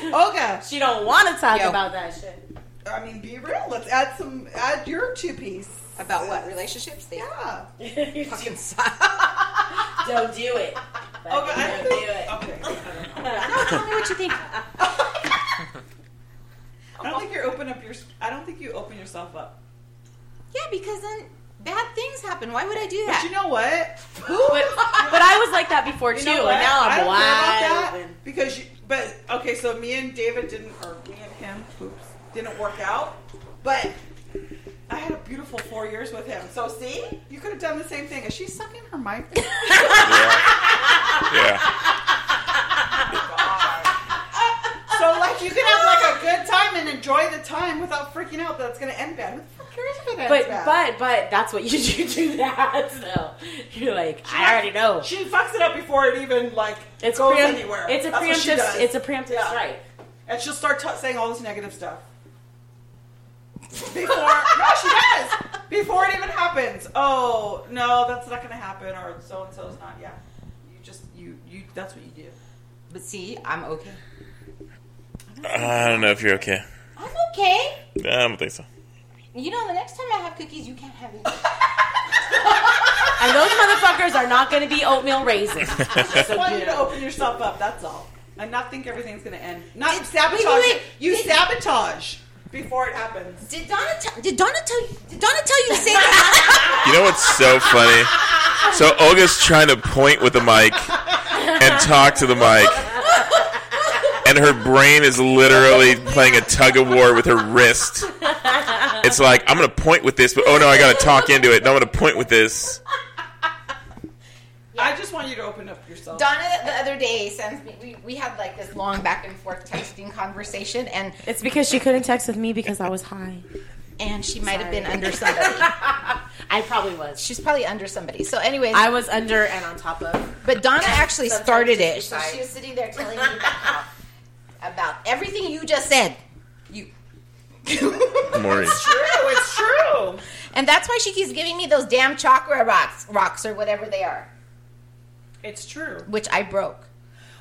here,
Olga,
she don't want to talk
Yo.
about that shit.
I mean, be real. Let's add some. Add your two piece.
About what? Relationships? They
Yeah.
You
fucking suck.
don't do it. Fucking
Okay. Oh, I
don't do
think,
it.
okay. I don't know.
No, tell me what you think.
I don't think you're open up your. I don't think you open yourself up.
Yeah, because then bad things happen. Why would I do
But
that?
you know what?
But, but I was like that before
You
too,
know
and
what?
now
I
I'm
don't care about
wide
that
open.
because you. But okay, so me and David didn't, or me and him, oops, didn't work out. But I had a beautiful four years with him. So see, you could have done the same thing. Is she sucking her mic?
yeah. yeah.
so like, you can have like a good time and enjoy the time without freaking out that it's going to end bad. Who the fuck cares if it ends
But
bad?
but but that's what you do do that. So you're like, I already know.
She fucks it up before it even like
It's
goes
preempt-
anywhere.
It's a
That's what she does.
preemptive. It's a preemptive
Yeah.
strike.
And she'll start t- saying all this negative stuff. Before, no, she does. Before it even happens. Oh no, that's not gonna happen, or so and so's not. Yeah, you just you you. That's what you do.
But see, I'm okay.
I don't know if you're okay.
I'm okay.
I don't think so.
You know, the next time I have cookies, you can't have any.
And those motherfuckers are not going to be oatmeal raisins.
I just want you
good.
to open yourself up. That's all, and not think everything's gonna end. Not
Did-
sabotage.
wait, wait, wait.
it. You
Did-
sabotage before it happens.
Did Donna tell? Did Donna tell you? Did Donna tell you to say that?
You know what's so funny? So Olga's trying to point with the mic and talk to the mic. And her brain is literally playing a tug of war with her wrist. It's like, I'm going to point with this, but oh no, I got to talk into it. No, I'm going to point with this.
I just want you to open up yourself.
Donna the other day sends me. We, we had like this long back and forth texting conversation, and
It's because she couldn't text with me because I was high.
and she might have been
Sorry.
under somebody.
I probably was.
She's probably under somebody. So, anyways,
I was under and on top of.
but Donna actually
Sometimes
started
it's
it. So
inside.
she was sitting there telling me about how about everything you just said. You.
Maury.
True, it's true.
And that's why she keeps giving me those damn chakra rocks, rocks or whatever they are,
It's true.
which I broke.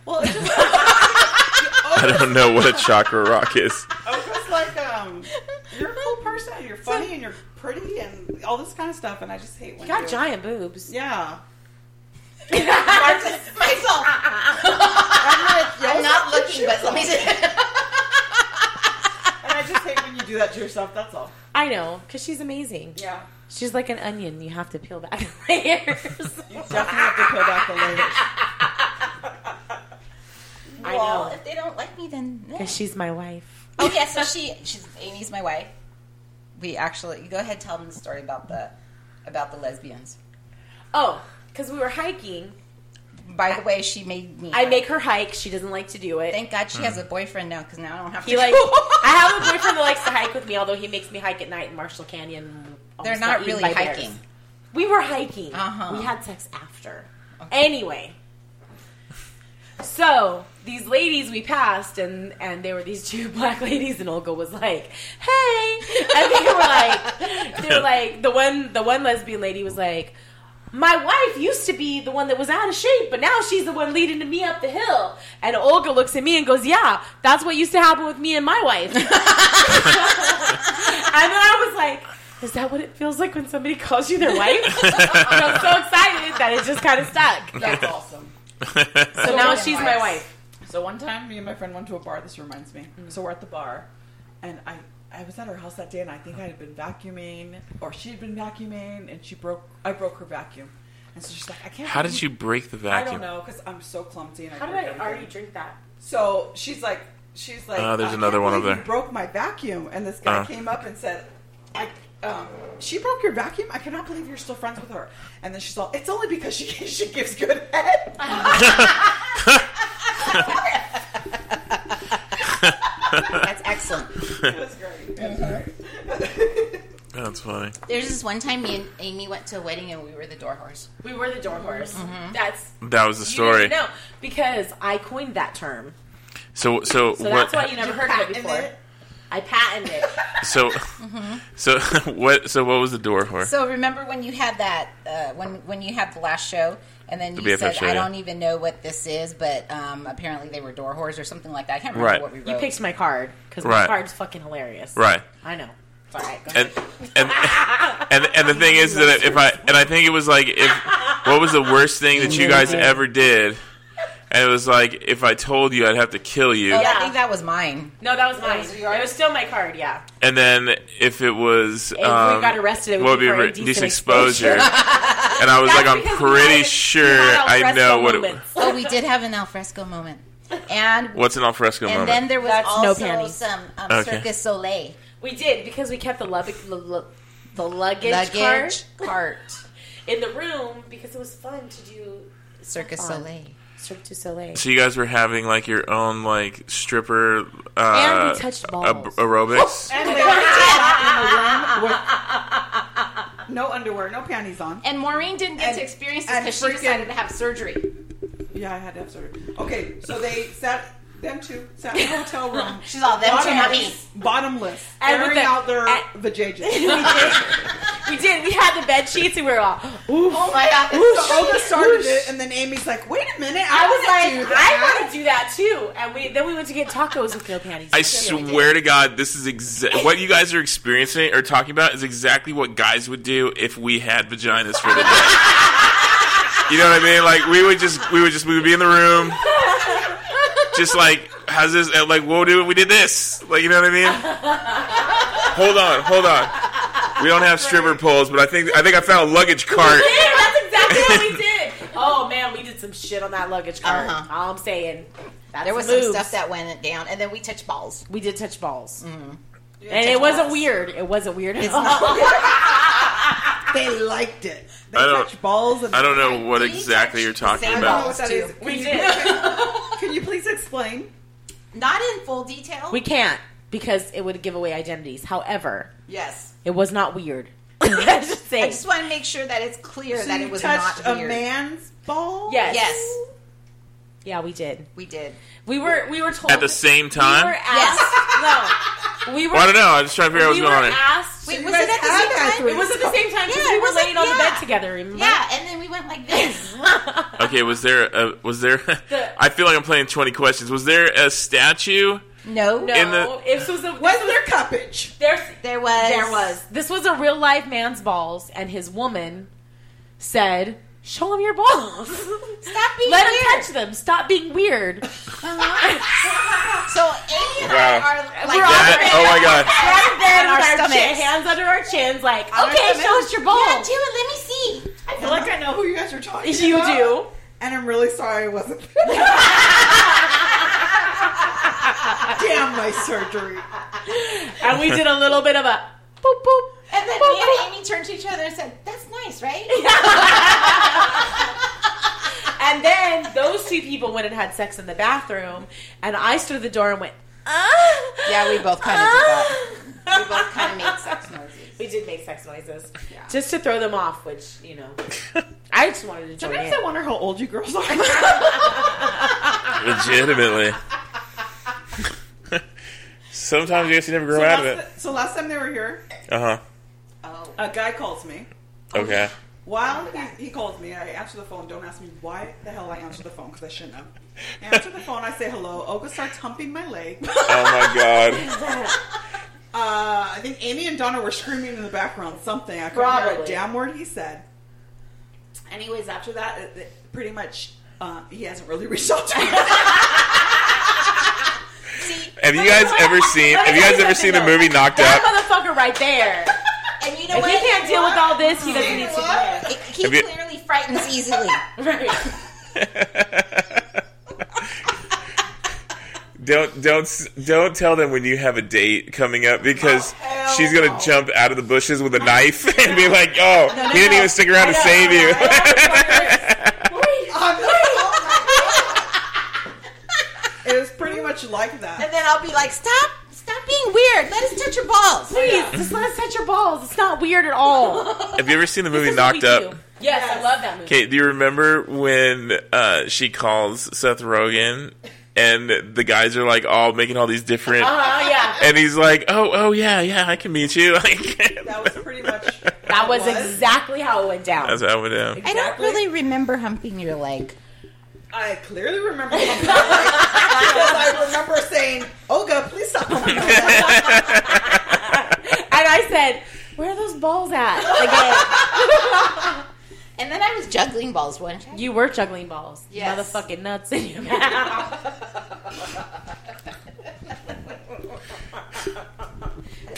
Well, it's just
I don't know what a chakra rock is.
Oprah's like, um, you're a cool person. You're funny and you're pretty and all this kind of stuff. And I just hate when
Got
you-
giant boobs.
Yeah.
Myself.
Ah,
I'm not, I'm not looking, but let me
And I just hate when you do that to yourself. That's all.
I know, because she's amazing.
Yeah.
She's like an onion. You have to peel back the layers.
You definitely have to peel back the layers.
I
Well,
know.
if they don't like me, then eh.
Because she's my wife.
oh yeah. So she, she's Amy's my wife. We actually go ahead tell them the story about the about the lesbians.
Oh, because we were hiking.
By the way, she made me.
I make her hike. She doesn't like to do it.
Thank God she has a boyfriend now, because now I don't have
He
to.
like I have a boyfriend that likes to hike with me, although he makes me hike at night in Marshall Canyon. almost
They're
got
not
eaten
really
by bears.
hiking.
We were hiking.
Uh-huh.
We had sex after. Anyway, So these ladies we passed, and and there were these two black ladies, and Olga was like, "Hey," and they were like, they were like the one the one lesbian lady was like. My wife used to be the one that was out of shape, but now she's the one leading me up the hill. And Olga looks at me and goes, "Yeah, that's what used to happen with me and my wife." And then I was like, is that what it feels like when somebody calls you their wife? and I'm so excited that it just kind of stuck.
That's awesome.
So, now she's my wife.
So one time, me and my friend went to a bar. This reminds me. So we're at the bar, and I I was at her house that day, and I think I had been vacuuming, or she had been vacuuming, and she broke I broke her vacuum, and so she's like, I can't.
How did
believe-
you break the
I
vacuum?
don't know because I'm so clumsy. And I
How did
break
I
everything.
already drink that?
So she's like, she's like,
Uh, there's
"I
another
can't
one up
believe you
there."
Broke my vacuum, and this guy
Uh.
came up and said, I. Um, she broke your vacuum. I cannot believe you're still friends with her. And then she's all, "It's only because she she gives good head."
That's excellent.
It was great. It was great.
That's funny.
There's this one time me and Amy went to a wedding and we were the door whores.
We were the door horse.
Mm-hmm.
That's
That was the story.
No, because I coined that term.
So so,
So
what
that's why you never heard of it
patented
before.
it?
I patented it.
so so what so what was the door for?
So remember when you had that uh, when when you had the last show and then
The
you
BFF
said
show,
I
yeah.
don't even know what this is, but um, apparently they were door whores or something like that. I can't remember
Right.
what we wrote.
You picked my card because
Right.
my card's fucking hilarious.
right.
I know.
It's all right, go ahead.
And and and and the thing is that if I and I think it was like if what was the worst thing that you guys ever did? And it was like if I told you I'd have to kill you.
Oh,
Yeah.
I think that was mine.
No, that was mine.
was yours?
it was still my card. Yeah.
And then if it was um,
we got arrested, it would
what
be for
re-
indecent
exposure? and I was
That's
like, I'm
because we
pretty
had- we
sure
had our
I know
Fresco
what it,
moments.
Oh, we did have an alfresco moment. And
what's an alfresco
and
moment.
then there was
That's no
also
panties.
some um,
Okay.
Circus Soleil
We did because we kept the luggage, the, lu- the luggage, cart
luggage cart.
in the room because it was fun to do
Circus
Fun.
Soleil.
Cirque du Soleil.
So you guys were having like your own like stripper uh,
And we touched balls.
ab- aerobics.
And we were out in the room with no underwear, no panties on.
And Maureen didn't get
And-
to experience this
and
because she decided
freaking-
to have surgery.
Yeah, I had to have surgery. Okay, so they sat, them two sat in a hotel room.
She's all them two, not me.
bottomless, bottomless,
And with
airing
the-
out their
and-
vajajas.
we did. We had the bed sheets and we were all. Oof.
Oh my god,
So
it's so
Olga started it, and then Amy's like, "Wait a minute, I,
I was
do
like, I
that.
want to do that too. And we then we went to get tacos with no panties.
I swear to God, this is exactly what you guys are experiencing or talking about is exactly what guys would do if we had vaginas for the day. you know what I mean? Like we would just we would just we would be in the room, just like how's this? And like we'll do we did this. Like you know what I mean? hold on, hold on. We don't have stripper poles, but I think I think I found a luggage cart.
Yeah, that's exactly what we did. Oh man, we did some shit on that luggage cart.
Uh-huh.
All I'm saying, that's
There was
moves.
some stuff Mm-hmm. that went down, and then we touched balls.
we did touch balls, and it wasn't weird. It wasn't weird at all.
They liked it. They
I don't-
touch balls. And
I don't know what
Did you
exactly
touch
you're
the
talking
same
I don't know
about.
what that
Balls,
is.
too.
Can
We
you-
did.
Can you please explain?
Not in full detail.
we can't because it would give away identities. However,
yes.
it was not weird. I just
I
saying.
just want to make sure that it's clear
So
that
you
it was
touched
not
a
weird.
man's ball.
Yes.
Yes,
Yeah, we did.
we did.
We were we were told
At the same time,
We were asked, no. We were
Well, I don't know. I just trying to figure out what's
we were
going on. here.
asked.
Wait,
you
was it at
guys
the
had
same
that
time?
three-
it was at the same time because
Yeah,
we
it
were
was like-
laying on the bed
yeah.
together. Remember?
Yeah, and then we went like this.
Okay, was there a, was there? I feel like I'm playing 20 questions. Was there a statue?
no,
No,
In the-
this was a
Was
this
there
was,
cuppage?
there's,
There was.
there was this was a real life man's balls, and his woman said, "Show him your balls.
Stop being
Let
weird.
him touch them. Stop being weird."
So Amy and
Wow.
I are like
We're all
That, oh my god!
Right
And
there
our
with our
stomachs.
chin, hands under our chins, like,
our
"Okay,
stomachs.
show us your
Yeah,
balls."
do it. Let me see.
I feel like I know
who you guys are talking
who you
about.
do.
And I'm really sorry I wasn't there. Damn my surgery.
and we did a little bit of a boop boop.
And then me and Amy turned to each other and said, "That's nice, right?"
And then those two people went and had sex in the bathroom, and I stood at the door and went, ah.
Yeah, we both kinda did that. We both kind of made sex noises.
It did make sex noises.
Yeah.
Just to throw them off, which, you know.
oh
I just wanted to join
Sometimes
in.
I wonder how old you girls are.
Legitimately. Sometimes you guys never grow
so,
out of
last,
it.
so last time they were here,
Uh huh.
Oh,
a guy calls me.
Okay.
While he, he calls me, I answer the phone. Don't ask me why the hell I answer the phone because I shouldn't have. I answer the phone. I say hello. Olga starts humping my leg.
Oh my god.
Uh, I think Amy and Donna were screaming in the background something. I couldn't hear a
Probably.
damn word he said. Anyways, after that, it, it- pretty much uh, he hasn't really reached out to me.
see,
Have you guys ever seen? Have you guys ever seen the movie Knocked Up?
That motherfucker right there.
and you know
If
what?
he can't deal with all this, he doesn't need to
What? He- He
Have you-
clearly frightens easily.
Right.
Don't don't s- don't tell them when you have a date coming up
Oh,
because
hell
she's gonna
no.
jump out of the bushes with a knife and be like, "Oh, he didn't
no.
even stick around to save you."
I'm like, "Oh my God." it was pretty much like that.
And then I'll be like, stop, stop being weird. Let us touch your balls.
Please, just let us touch your balls. It's not weird at all.
have you ever seen the movie
This is what
Knocked
we
Up?
do. Yes, I love that movie.
Okay, do you remember when uh, she calls Seth Rogen and the guys are like all making all these different,
Oh, yeah.
and he's like, "Oh, oh yeah, yeah, I can meet you."
That was pretty much.
That was
what?
exactly how it went down.
That's how we know.
I don't really remember humping your leg.
I clearly remember humping my leg because I remember saying, "Olga, please stop." humping my leg."
And I said, where are those balls at? Again,
And then I was juggling balls one time.
you were juggling balls.
Yes.
Motherfucking nuts in your mouth.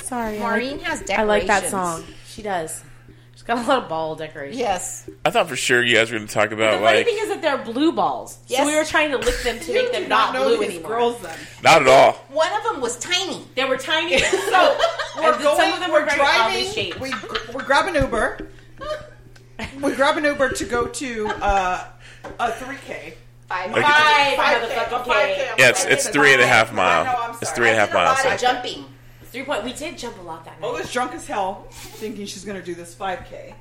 Sorry.
Maureen has decorations.
Oh, I like that song. She does. She's got a lot of ball decorations.
Yes.
I thought for sure you guys were going to talk
The
about
funny
like
thing is that they're blue balls.
Yes.
So we were trying to lick them to make them
I
not
know
blue
these
anymore.
Girls, then
not at all.
One of them was tiny.
They were tiny. So
we're
and
going.
some of them
we're
were very oddly
driving.
shaped.
We we grab an Uber. we grab an Uber to go to uh, a three k.
Five.
Okay.
Five, motherfucking K.
Yeah, it's it's three and a half mile. It's three and a half miles.
Lot of jumping.
Three point. We did jump a lot that night.
Olga's Oh, drunk as hell, thinking she's gonna do this five k.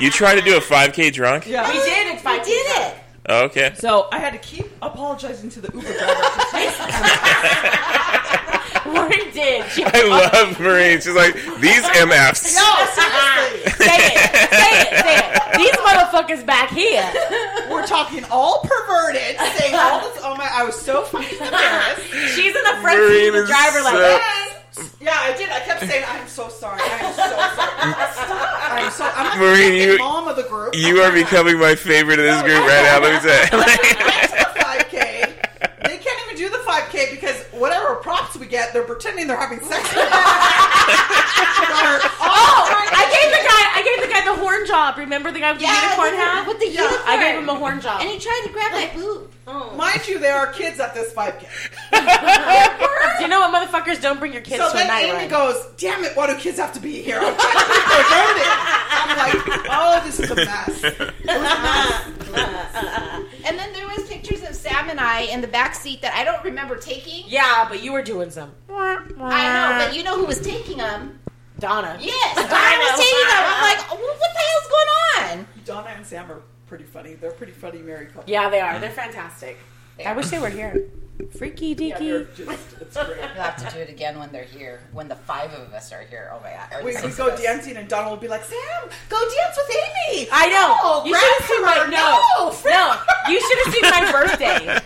You try to do a 5K drunk?
Yeah.
We did in
I
five.
did it.
Okay.
So I had to keep apologizing to the Uber driver.
Lauren did. She-
I love Marie. She's like, these MFs.
No, seriously. say it, say it, say it. These motherfuckers back here.
We're talking all perverted, saying all this. Oh my! I was so fucking embarrassed.
She's in the front seat
Maureen
with the
is
driver, like,
so-
Yeah, I did. I kept saying, "I'm so sorry. I'm so sorry. Stop. I'm so. I'm not
Maureen,
the
you-
mom of the group.
You are becoming my favorite of this group right now. Let me say.
five k. They can't even do the five k because whatever props we get, they're pretending they're having sex. with us.
oh, I gave the guy, I gave the guy the horn job. Remember the guy with the unicorn
with,
hat?
the- with the
Yeah,
unicorn.
I gave him a horn job.
And he tried to grab my boob.
Mind you, there are kids at this five k.
Do you know what motherfuckers don't bring your kids
So
to a
then
night
Amy
run?
goes, "Damn it! Why do kids have to be here?" I'm, trying to be perverted. I'm like, "Oh, this is a mess."
And then there was pictures of Sam and I in the back seat that I don't remember taking.
yeah, but you were doing some.
I know, but you know who was taking them?
Donna.
Yes, I was taking them. I'm like, "Wh- what the hell's going on?
Donna and Sam are pretty funny. They're a pretty funny married couple.
Yeah, they are. They're fantastic. I wish they were here. Freaky
Yeah, they're
deaky.
just, it's great.
We'll have to do it again when they're here. When the five of us are here. Oh my god.
We, we go dancing, and Donna will be like, "Sam, go dance with Amy."
I know.
No,
you should have seen my
grab her.
no,
No,
no. You should have seen my birthday.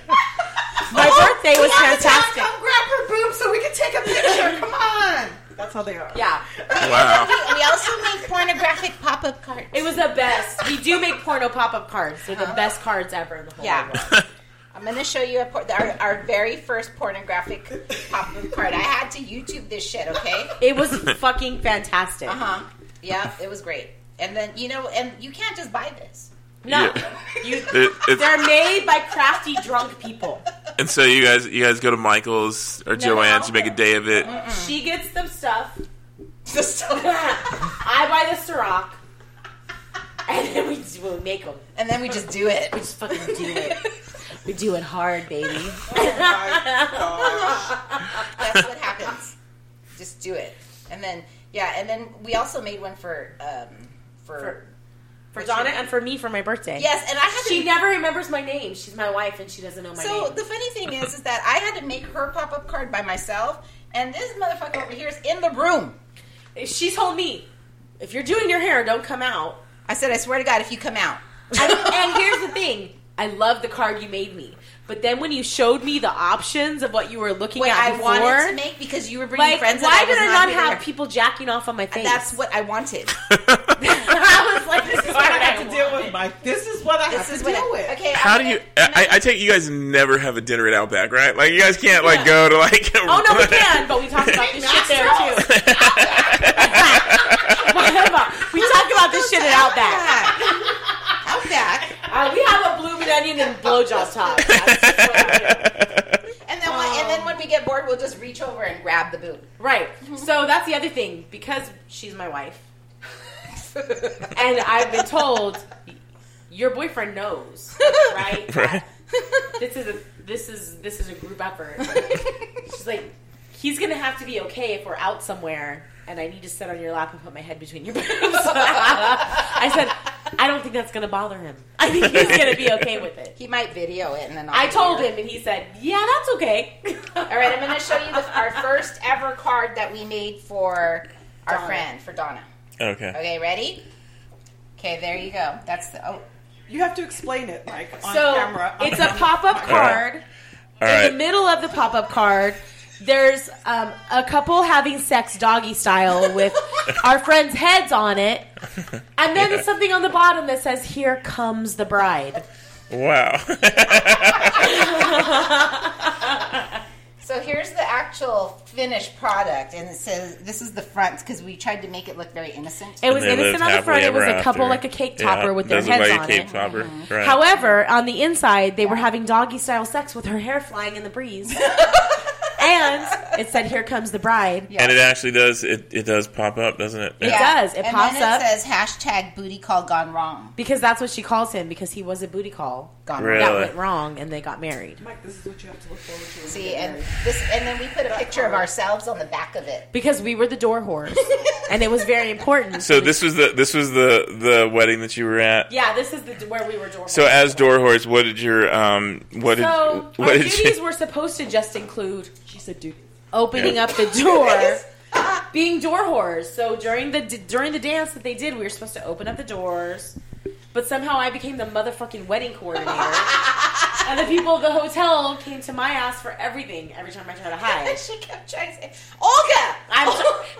My birthday was
Have the town
fantastic.
Come grab her boob so we can take a picture. Come on. That's how they are.
Yeah,
Wow.
we also make pornographic pop-up cards.
it was the best. We do make porno pop-up cards. They're the best cards ever in the whole
Yeah.
wide world.
I'm going to show you a por- our, our very first pornographic pop-up card. I had to YouTube this shit, okay?
It was fucking fantastic.
Uh-huh. Yeah, it was great. And then, you know, and you can't just buy this.
No,
Yeah.
you,
It- it's-
they're made by crafty drunk people.
and so you guys, you guys go to Michael's or Joanne's, you make a day of it.
She gets the stuff. The stuff. I buy the Ciroc, and then we, do- we make them.
And then we just do it.
We just fucking do it. We do it hard, baby.
That's what happens. Just do it. And then Yeah, and then we also made one for um, for,
For- for Donna and for me for my birthday.
yes, and I had to
She never remembers my name. She's my wife and she doesn't know my
so
name.
the funny thing is, is that I had to make her pop up card by myself, and this motherfucker over here is in the room.
she told me, if you're doing your hair, don't come out.
I said, I swear to God, if you come out,
And, and here's the thing. I love the card you made me. But then when you showed me the options of what you were looking
what
at
I
before,
wanted to make because you were bringing
like,
friends. and
why did
was
I not
here.
have people jacking off on my face?
That's what I wanted.
I was like, this is
This is
what
what I
I
have
want.
to deal with, Mike. This is what I
This
have
is
to
what.
deal
I,
with.
okay,
How
I'm
do
gonna-
you? I, I take it you guys never have a dinner at Outback, right? Like you guys can't like go to like.
Oh no, we can, but we talked about this shit there too. Whatever. we talk about this shit at Outback.
I'm back.
Uh, we have a blooming onion and blowjob top. That's just what we do.
And then, when- and then when we get bored, we'll just reach over and grab the boot.
Right. So that's the other thing because she's my wife, and I've been told your boyfriend knows, right?
Right.
This is a this is this is a group effort. She's like, he's gonna have to be okay if we're out somewhere, and I need to sit on your lap and put my head between your boobs. I said, I don't think that's gonna bother him. I think he's gonna be okay with it.
He might video it, and then I'll
I
be
told
weird.
him, and he said, yeah, that's okay.
All right, I'm going to show you the, our first ever card that we made for our
Donna.
friend for Donna.
Okay.
Okay, ready? Okay, there you go. That's the oh,
You have to explain it, Mike, on
so
camera. on
it's a
camera.
pop up card.
All
in the
right.
middle of the pop-up card there's um, a couple having sex doggy style with our friends' heads on it and then there's something on the bottom that says here comes the bride
Wow.
So here's the actual finished product, and it says this is the front because we tried to make it look very innocent.
it was
They lived
innocent on the front
happily
it was
ever
a couple
after.
like a cake topper
Yeah,
with their
doesn't
heads
like
on
a cake
it Mm-hmm.
topper. Right.
however on the inside they were having doggy style sex with her hair flying in the breeze and it said here comes the bride
and it actually does. It, it does pop up, doesn't it?
Yeah. does. It
and
pops
then it
up.
says hashtag booty call gone wrong.
because that's what she calls him because he was a booty call
Gone
Really?
wrong.
that went wrong and they got married
Mike, this is what you have to look forward to. when you
See,
get
and
married.
this, and then we put a picture of ourselves on the back of it.
because we were the door whores and it was very important
So this was the this was the the wedding that you were at.
Yeah, this is the where we were door.
So as door horse, what did your um what did
so uh,
what
our
did
duties
you,
were supposed to just include
she said, "Dude,
opening up the door, being door whores. So during the during the dance that they did, we were supposed to open up the doors, but somehow I became the motherfucking wedding coordinator, and the people of the hotel came to my ass for everything every time I tried to hide.
she kept trying to say, Olga!
I'm,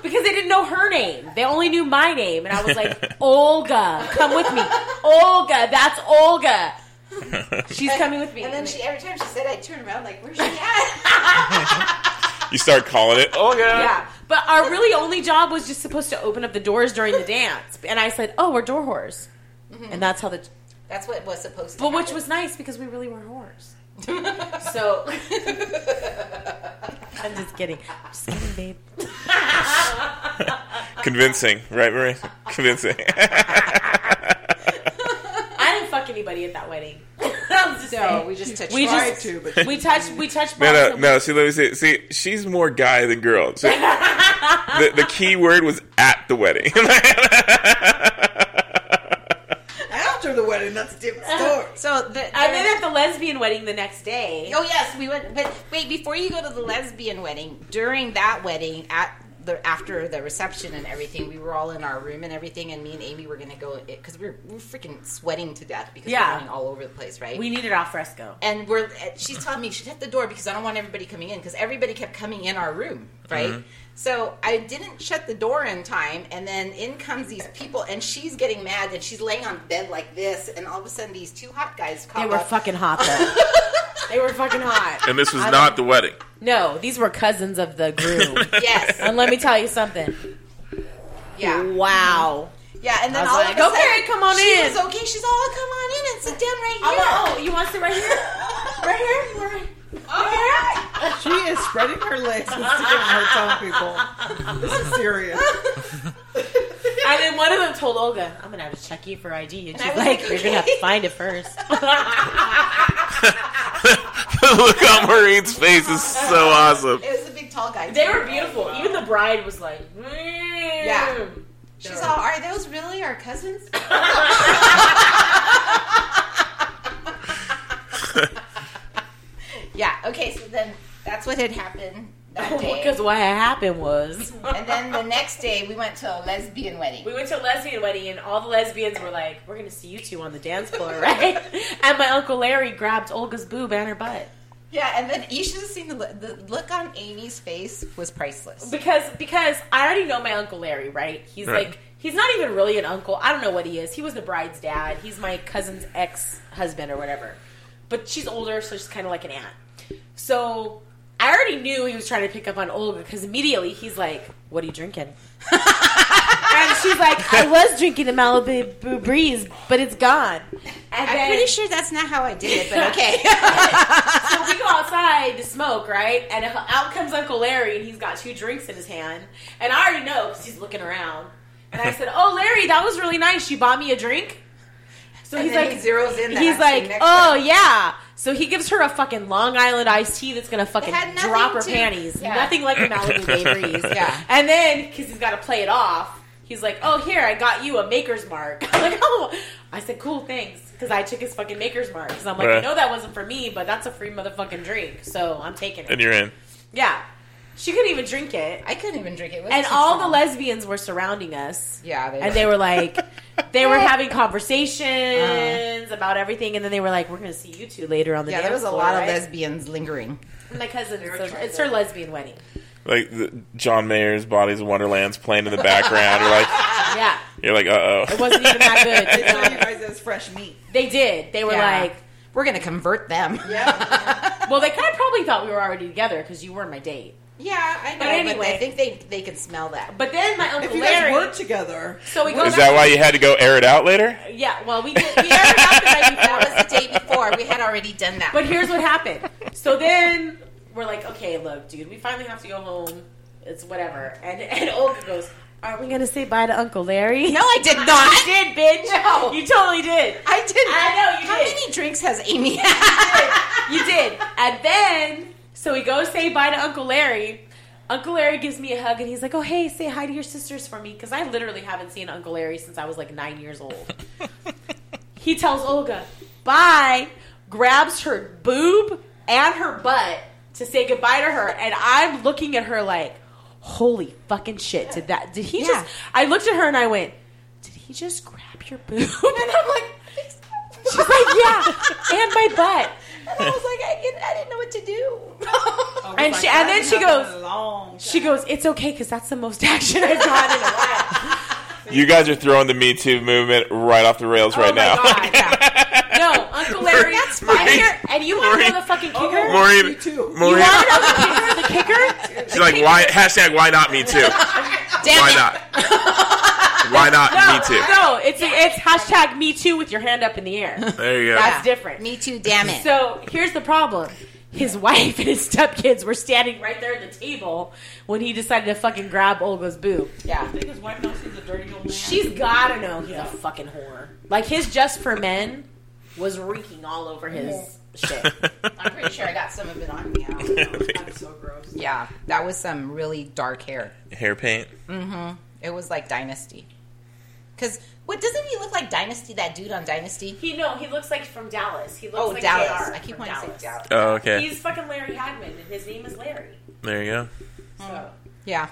because they didn't know her name. They only knew my name. And I was like, Olga, come with me. Olga, that's Olga. She's coming with me.
and then
And
she, every time she said, I turned around like, where's she at?
you start calling it? Oh
Yeah, but our really only job was just supposed to open up the doors during the dance, and I said, "Oh, we're door whores," and that's how the.
That's what was supposed to
But which
happen.
was nice because we really were whores. so I'm just kidding. I'm just kidding, babe.
convincing, right, Marie? Convincing.
I didn't fuck anybody at that wedding. I'm just
No,
saying.
oh, we just touched
We
her.
tried
just-
to, but
we touched we touched
no,
balls
no,
and
no. See, let me see. See, she's more guy than girl. So the, the key word was at the wedding.
after the wedding, that's a different story."
So the,
I met at the lesbian wedding the next day.
Oh yes, we went. But wait, before you go to the lesbian wedding, during that wedding at the after the reception and everything, we were all in our room and everything, and me and Amy were gonna go because we were we were freaking sweating to death because
Yeah.
we're running all over the place, right?
We needed al fresco.
and we're and she's telling me she shut the door because I don't want everybody coming in because everybody kept coming in our room, right? So I didn't shut the door in time, and then in comes these people, and she's getting mad, and she's laying on bed like this, and all of a sudden these two hot guys come
They were
up.
fucking hot though. they were fucking hot.
and this was not the wedding.
No, these were cousins of the groom.
yes,
And let me tell you something.
yeah.
Wow.
Yeah, and then
I was
all
like,
of a
"Okay,
sudden,
come on
she
in."
was okay. She's all, "Oh, come on in and sit down right
I'm
here.
like, oh, you want to sit right here? Right here? Right
She is spreading her legs and sticking her tongue, people. This is serious.
here? And then one of them told Olga, I'm going to have to check you for ID. And
I
she's
was
like,
like,
you're going to have to find it first.
The Look on Marine's face is so awesome.
It was a big tall guy.
they were beautiful. Even the bride was like, mm.
Yeah. She's all, are those really our cousins? yeah, okay, so then that's what had happened
Oh
that day.
Because what had happened was
And then the next day, we went to a lesbian wedding.
we went to a lesbian wedding and all the lesbians were like, "We're gonna see you two on the dance floor, right?" and my uncle Larry grabbed Olga's boob and her butt
Yeah, and then you should have seen the, lo- the look on Amy's face was priceless.
because because I already know my uncle Larry, right? He's
Right.
like he's not even really an uncle. I don't know what he is. He was the bride's dad. He's my cousin's ex husband or whatever. But she's older, so she's kind of like an aunt. So I already knew he was trying to pick up on Olga because immediately he's like, "What are you drinking?" and she's like, "I was drinking the Malibu Breeze, but it's gone." And
I'm
then,
pretty sure that's not how I did it, but okay.
so we go outside to smoke, right? And out comes Uncle Larry, and he's got two drinks in his hand. And I already know because he's looking around. And I said, "Oh, Larry, that was really nice. You bought me a drink." So
And
he's
then
like,
he zeroes in that
He's
I've seen
like,
next
"Oh
time."
yeah." So he gives her a fucking Long Island iced tea that's gonna fucking
had nothing
drop her
to-
panties.
yeah.
Nothing like a Malibu Bay Breeze.
Yeah.
And then because he's got to play it off, he's like, "Oh, here, I got you a Maker's Mark." I'm like, "Oh," I said, "Cool, thanks." Because I took his fucking Maker's Mark. Because I'm like,
Right.
"I know that wasn't for me, but that's a free motherfucking drink, so I'm taking it."
and you're in.
yeah. She couldn't even drink it,
I couldn't even drink it. It was
and
too
all the
strong.
lesbians were surrounding us.
Yeah, they
And they were like, they were having conversations about everything, and then they were like, "We're going to see you two later on the
Uh-huh.
dance
Yeah, there was a
floor,
lot of
right?
lesbians lingering.
My cousin, it's her, it's her lesbian wedding.
Like the, John Mayer's Bodies of Wonderland's playing in the background. You're like,
Yeah,
you're like, uh oh.
it wasn't even that
They saw you
good.
guys as fresh meat.
they did. They were
Yeah.
like,
We're going to convert them.
Yeah.
well, they kind of probably thought we were already together because you were my date.
Yeah, I know. But
But anyway.
I think they they can smell that.
But then my
if
uncle
you guys
Larry.
work together,
so we go.
Is
back-
that why you had to go air it out later?
Yeah. Well, we did. We aired it out the night before.
That was the day before. We had already done that.
But here's what happened. So then we're like, okay, look, dude, we finally have to go home. It's whatever. And and Olga goes, are we gonna say bye to Uncle Larry?
no, I did
you
not.
did, bitch.
No.
you totally did.
I did.
I know you
How
did.
many drinks has Amy had?
You did. And then so we go say bye to Uncle Larry. Uncle Larry gives me a hug and he's like, "Oh hey, say hi to your sisters for me," because I literally haven't seen Uncle Larry since I was like nine years old. he tells Olga, bye, grabs her boob and her butt to say goodbye to her, and I'm looking at her like, holy fucking shit, did that did he
Yeah.
just I looked at her and I went, Did he just grab your boob? And I'm like She's like, Yeah, and my butt.
And I was like, I, didn't- I didn't know what to do.
I was
And she- and
"That
then
hasn't
she
happened in
goes-
a long time.
She goes, It's okay because that's the most action I've gotten in a while.
You guys are throwing the Me Too movement right off the rails right
oh
now.
my god. No, Uncle Larry.
That's fine.
And here- And you want to know the fucking kicker?
Okay.
You
Maureen,
You Oh, too.
Maureen,
want to know the kicker? The kicker?
she's like, why? Hashtag why not Me Too? Why
Damn it.
not? Why not Me Too?
No, it's it's hashtag Me Too with your hand up in the air.
There you go.
That's different.
Me too. Damn it.
So here's the problem. His wife and his stepkids were standing right there at the table when he decided to fucking grab Olga's boob.
yeah.
I think his wife knows he's a dirty old man.
She's gotta know he's a fucking whore. Like his just for men was reeking all over his shit.
I'm pretty sure I got some of it on me. I don't know.
That's so gross.
Yeah, that was some really dark hair.
Hair paint.
It was like Dynasty. Because what doesn't he look like Dynasty? That dude on Dynasty.
He no, he looks like from Dallas. He looks
Oh,
like
Dallas.
JR
I keep
from
wanting to say Dallas.
Oh, okay.
He's fucking Larry Hagman, and his name is Larry.
There you go.
So
Yeah.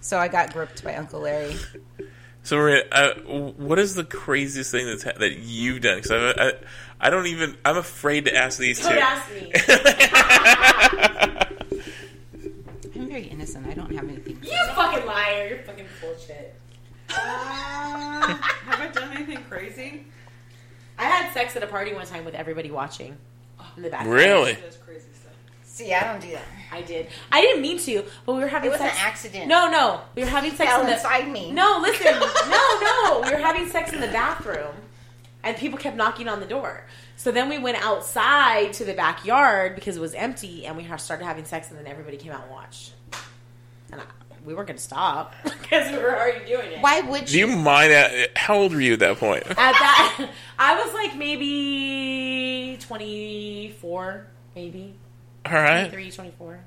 So I got gripped by Uncle Larry.
So, Maria, uh, what is the craziest thing that's ha- that you've done? Because I, I, I don't even. I'm afraid to ask these two.
don't ask me.
I'm very innocent. I don't have anything.
You fucking liar. You're fucking bullshit.
Have I done anything crazy?
I had sex at a party one time with everybody watching. In the back.
Really?
She does crazy stuff.
See, I don't do that.
I did. I didn't mean to, but we were having
It was an
sex.
accident.
No, no. We were having sex
fell
in the
inside me.
No, listen. no, no. We were having sex in the bathroom and people kept knocking on the door. So then we went outside to the backyard because it was empty and we ha- started having sex and then everybody came out and watched. And I, we weren't going to stop because we were already doing it.
Why would
Do
you?
you mind? At, how old were you at that point?
At that, I was like maybe 24, maybe.
All right.
23, 24.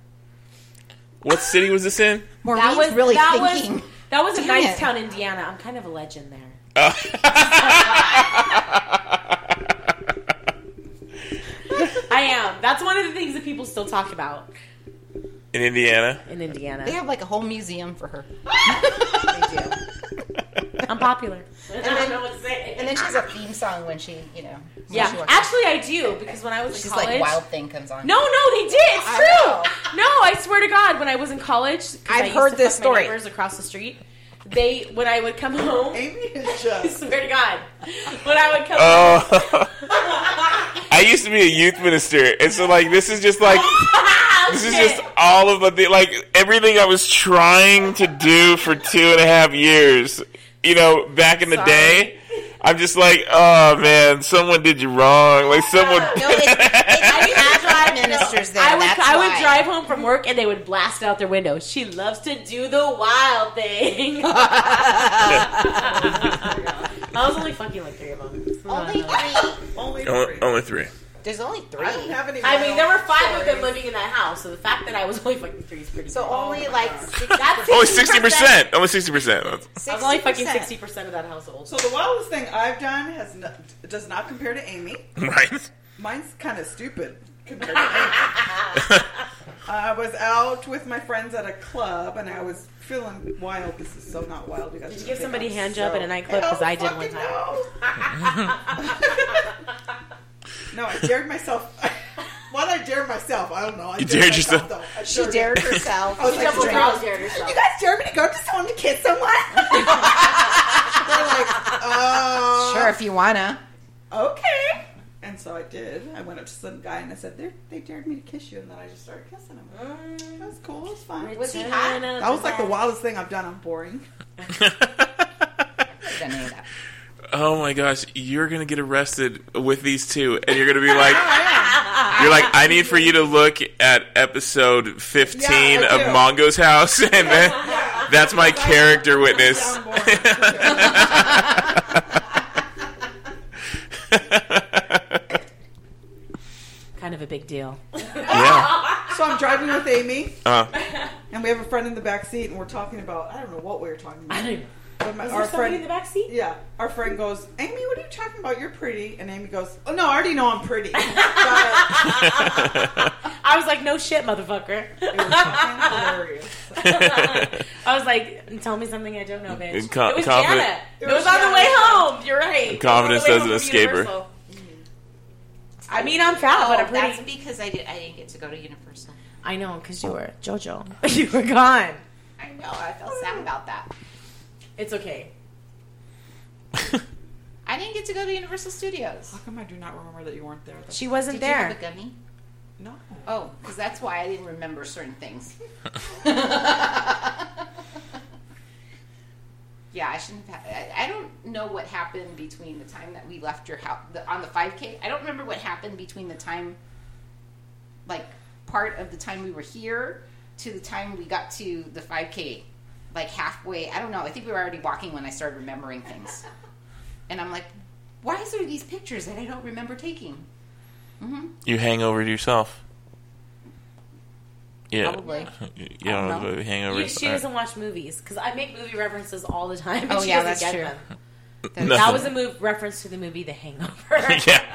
What city was this in?
Maureen's really thinking.
Was, That was in
Damn it.
Knightstown, Indiana. I'm kind of a legend there.
Uh,
I am. That's one of the things that people still talk about
in Indiana.
in Indiana.
They have like a whole museum for her.
They do.
I'm popular.
I don't know what to say.
And then she has a theme song when she, you know. when
Yeah,
she walks-
actually, I do because when I was
she's
in college,
like Wild Thing comes on.
No, no, they did. It's
I
true. No, I swear to God, when I was in college, 'cause
I've
I used
heard
to
this
fuck my
story.
neighbors across the street, they when I would come home,
Amy is
I
just.
swear to God, when I would come,
Oh, I used to be a youth minister, and so like this is just like
Ah,
this is just all of the- the like everything I was trying to do for two and a half years. You know, back in the
Sorry.
day, I'm just like, oh man, someone did you wrong. Like someone.
No, it's, it's agile ministers there.
I would
that's
I would
why.
drive home from work and they would blast out their window. She loves to do the wild thing. I was only fucking like three of them.
Only three.
Only
Only,
three.
only three.
There's only three.
I don't have any.
I mean, there were five of them
stories.
living in that house, so the fact that I was only fucking three is pretty.
So
cool.
only like six.
That's
Only Oh, sixty percent. Only sixty percent.
I was only fucking sixty percent of that household.
So the wildest thing I've done has no, does not compare to Amy.
Right.
Mine's kind of stupid. compared to Amy. I was out with my friends at a club, and I was feeling wild. This is so not wild. You guys
Did you
should
give
pick
somebody
up
a hand job
so-
at a nightclub? 'Cause I did
Hell
one
fucking No, no I dared myself. Why did I dare myself? I don't know. I
You dared yourself.
myself, though. I
She
sure
dared herself.
I was like,
Double
straight-
crossed herself.
You guys dare me to go to someone to kiss someone? They're like, oh,
Sure, if you wanna.
okay. And so I did. I went up to some guy and I said, "They're- "They dared me to kiss you," and then I just started kissing him. That was cool. It was fun.
Was he hot?
That was like the wildest thing I've done. I'm boring.
I've done any of that.
oh my gosh, you're gonna get arrested with these two, and you're gonna be like, you're like, I need for you to look at episode fifteen
Yeah, I
of
do.
Mongo's house, and then that's my character witness.
I'm boring.
kind of a big deal.
yeah.
so I'm driving with Amy,
Uh,
and we have a friend in the back seat, and we're talking about I don't know what we were talking
I
about.
don't. Even,
But my,
was
our
there somebody in
friend,
the back seat?
yeah, our friend goes, Amy, what are you talking about? You're pretty, and Amy goes, Oh no, I already know I'm pretty. But-
Uh-huh.
I was like, no shit, motherfucker.
It was fucking hilarious.
I was like, tell me something I don't know, bitch.
And co-
it was
confident-
Janet. It
was
was on the
Janet.
way home. You're right. It was on the
Confidence
way
doesn't
home from
escape her.
Universal. I mean, I'm fat, but I'm
Oh, that's
pretty.
because I did. I didn't get to go to Universal.
I know, because you were JoJo. you were gone.
I know. I felt sad about that.
It's okay.
I didn't get to go to Universal Studios.
How come I do not remember that you weren't there? That's-
She wasn't
Did you
there.
have a gummy?
no.
Oh, because that's why I didn't remember certain things. yeah, I shouldn't have. I, I don't know what happened between the time that we left your house the, on the 5K. I don't remember what happened between the time, like, part of the time we were here to the time we got to the 5K, like halfway. I don't know. I think we were already walking when I started remembering things. And I'm like, why is there these pictures that I don't remember taking? Mm-hmm.
you hang over to yourself. Yeah.
Probably.
You don't know
know.
about hangovers.
You- she
All right.
doesn't watch movies because I make movie references all the time. And
Oh,
she
yeah,
doesn't
that's
get
true.
Them. That
Nothing.
was a move reference to the movie The Hangover.
yeah.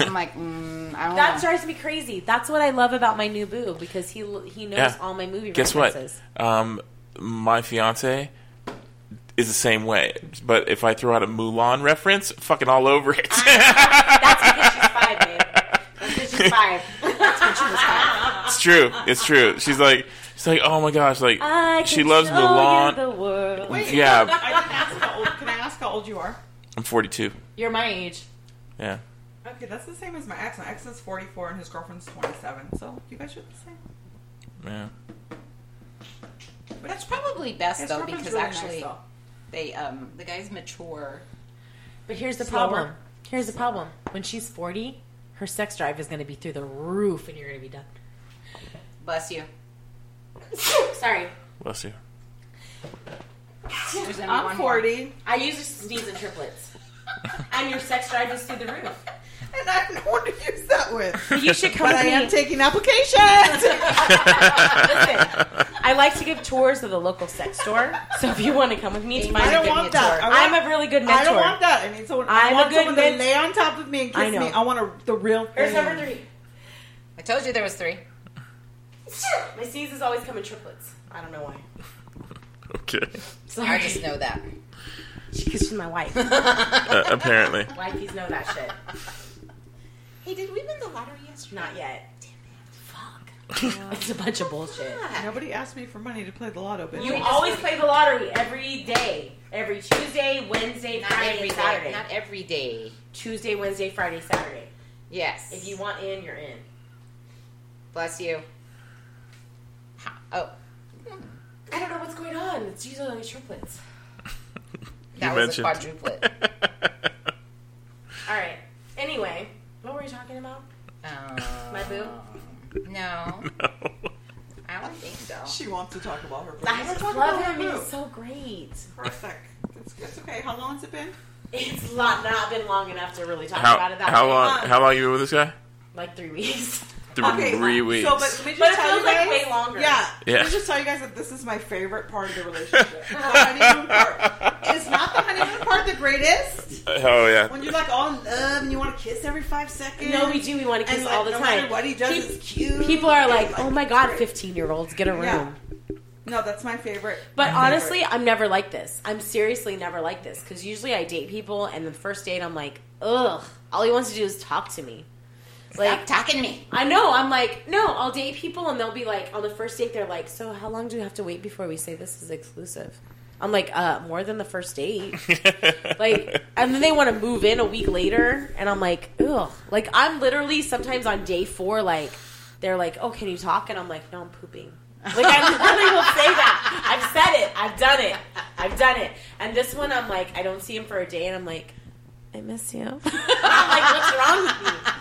I'm like, mm, I don't
That
know.
drives me crazy. That's what I love about my new boo because he he knows
Yeah.
all my movie
Guess what?
references.
Um, my fiance is the same way, but if I throw out a Mulan reference, fucking all over it.
That's because she's five, babe. That's because she's five.
it's true. It's true. She's like, she's like, oh my gosh, like
I
she
can
loves
show
Mulan.
You the world.
yeah,
I didn't ask how old. Can I ask how old you are?
I'm 42.
You're my age.
Yeah,
Okay, that's the same as my ex. My ex is 44 and his girlfriend's 27. So you guys should be the same.
yeah.
That's probably best
His
though
girlfriend's
because
really nice,
actually
though.
they um the guy's mature.
But here's the
Slower.
problem. Here's the problem. When she's 40, her sex drive is going to be through the roof, and you're going to be done.
Bless you.
Sorry,
Bless you.
There's only one
I'm
more.
40.
I usually sneeze in triplets, and your sex drive is through the roof.
I
and I don't know what to use that with.
You should come
But
with
I
me.
am taking applications.
Listen, I like to give tours of the local sex store. So if you want to come with me to
I
find
don't
a
want that. I
I'm
want-
a really good mentor.
I don't want that. I need someone. i
I'm a
want
good
someone to
men-
lay on top of me and
I
kiss
know.
me. I want a, the real.
Here's
thing.
number three.
I told you there was three.
My C's always come in triplets. I don't know why.
Okay.
Sorry.
I just know that.
Because she's my wife.
Uh, apparently.
Wifeys know that shit.
Hey, did we win the lottery yesterday?
Not yet. Damn it. Fuck. it's a bunch of bullshit.
Nobody asked me for money to play the lotto, bitch.
You always play the lottery every day. Every Tuesday, Wednesday,
Not
Friday,
every
and
day.
Saturday.
Not every day.
Tuesday, Wednesday, Friday, Saturday.
Yes.
If you want in, you're in.
bless you. Ha- Oh,
I don't know what's going on. It's usually only triplets.
You
that was a
mentioned.
quadruplet.
All right. Anyway, what were we talking about?
Um,
My boo?
No,
no.
I don't think so.
She wants to talk about her.
I
We're
just
talking
love
about
him.
her.
He's so great.
Perfect. It's, it's okay. How long has it been?
It's not, not been long enough to really talk about
How,
it that
how
way. Um,
long? How long you been with this guy?
Like three weeks.
Three weeks.
So, but let me just
But it
tell
feels
you
like
guys,
way longer.
Yeah.
Yeah.
Let me just tell you guys that this is my favorite part of the relationship. the honeymoon part. It's not the honeymoon part the greatest.
oh
When
yeah.
you're like all in love and you want to kiss every five seconds.
No, we do. We want to kiss
And like,
all the
no
time.
matter what he does,
Pe-
it's cute.
People are
And,
like, "Oh my god,
great.
fifteen-year-olds get a room."
Yeah. No, that's my favorite.
But
my
honestly,
favorite.
I'm never like this. I'm seriously never like this because usually I date people, and the first date I'm like, "Ugh," all he wants to do is talk to me. Like
Stop talking to me.
I know. I'm like, no, I'll date people, and they'll be like, on the first date, they're like, so how long do we have to wait before we say this is exclusive? I'm like, uh, more than the first date. like, and then they want to move in a week later, and I'm like, ugh. Like, I'm literally sometimes on day four, like, they're like, oh, can you talk? And I'm like, no, I'm pooping. Like, I literally will say that. I've said it. I've done it. I've done it. And this one, I'm like, I don't see him for a day, and I'm like, I miss you. I'm like, what's wrong with me?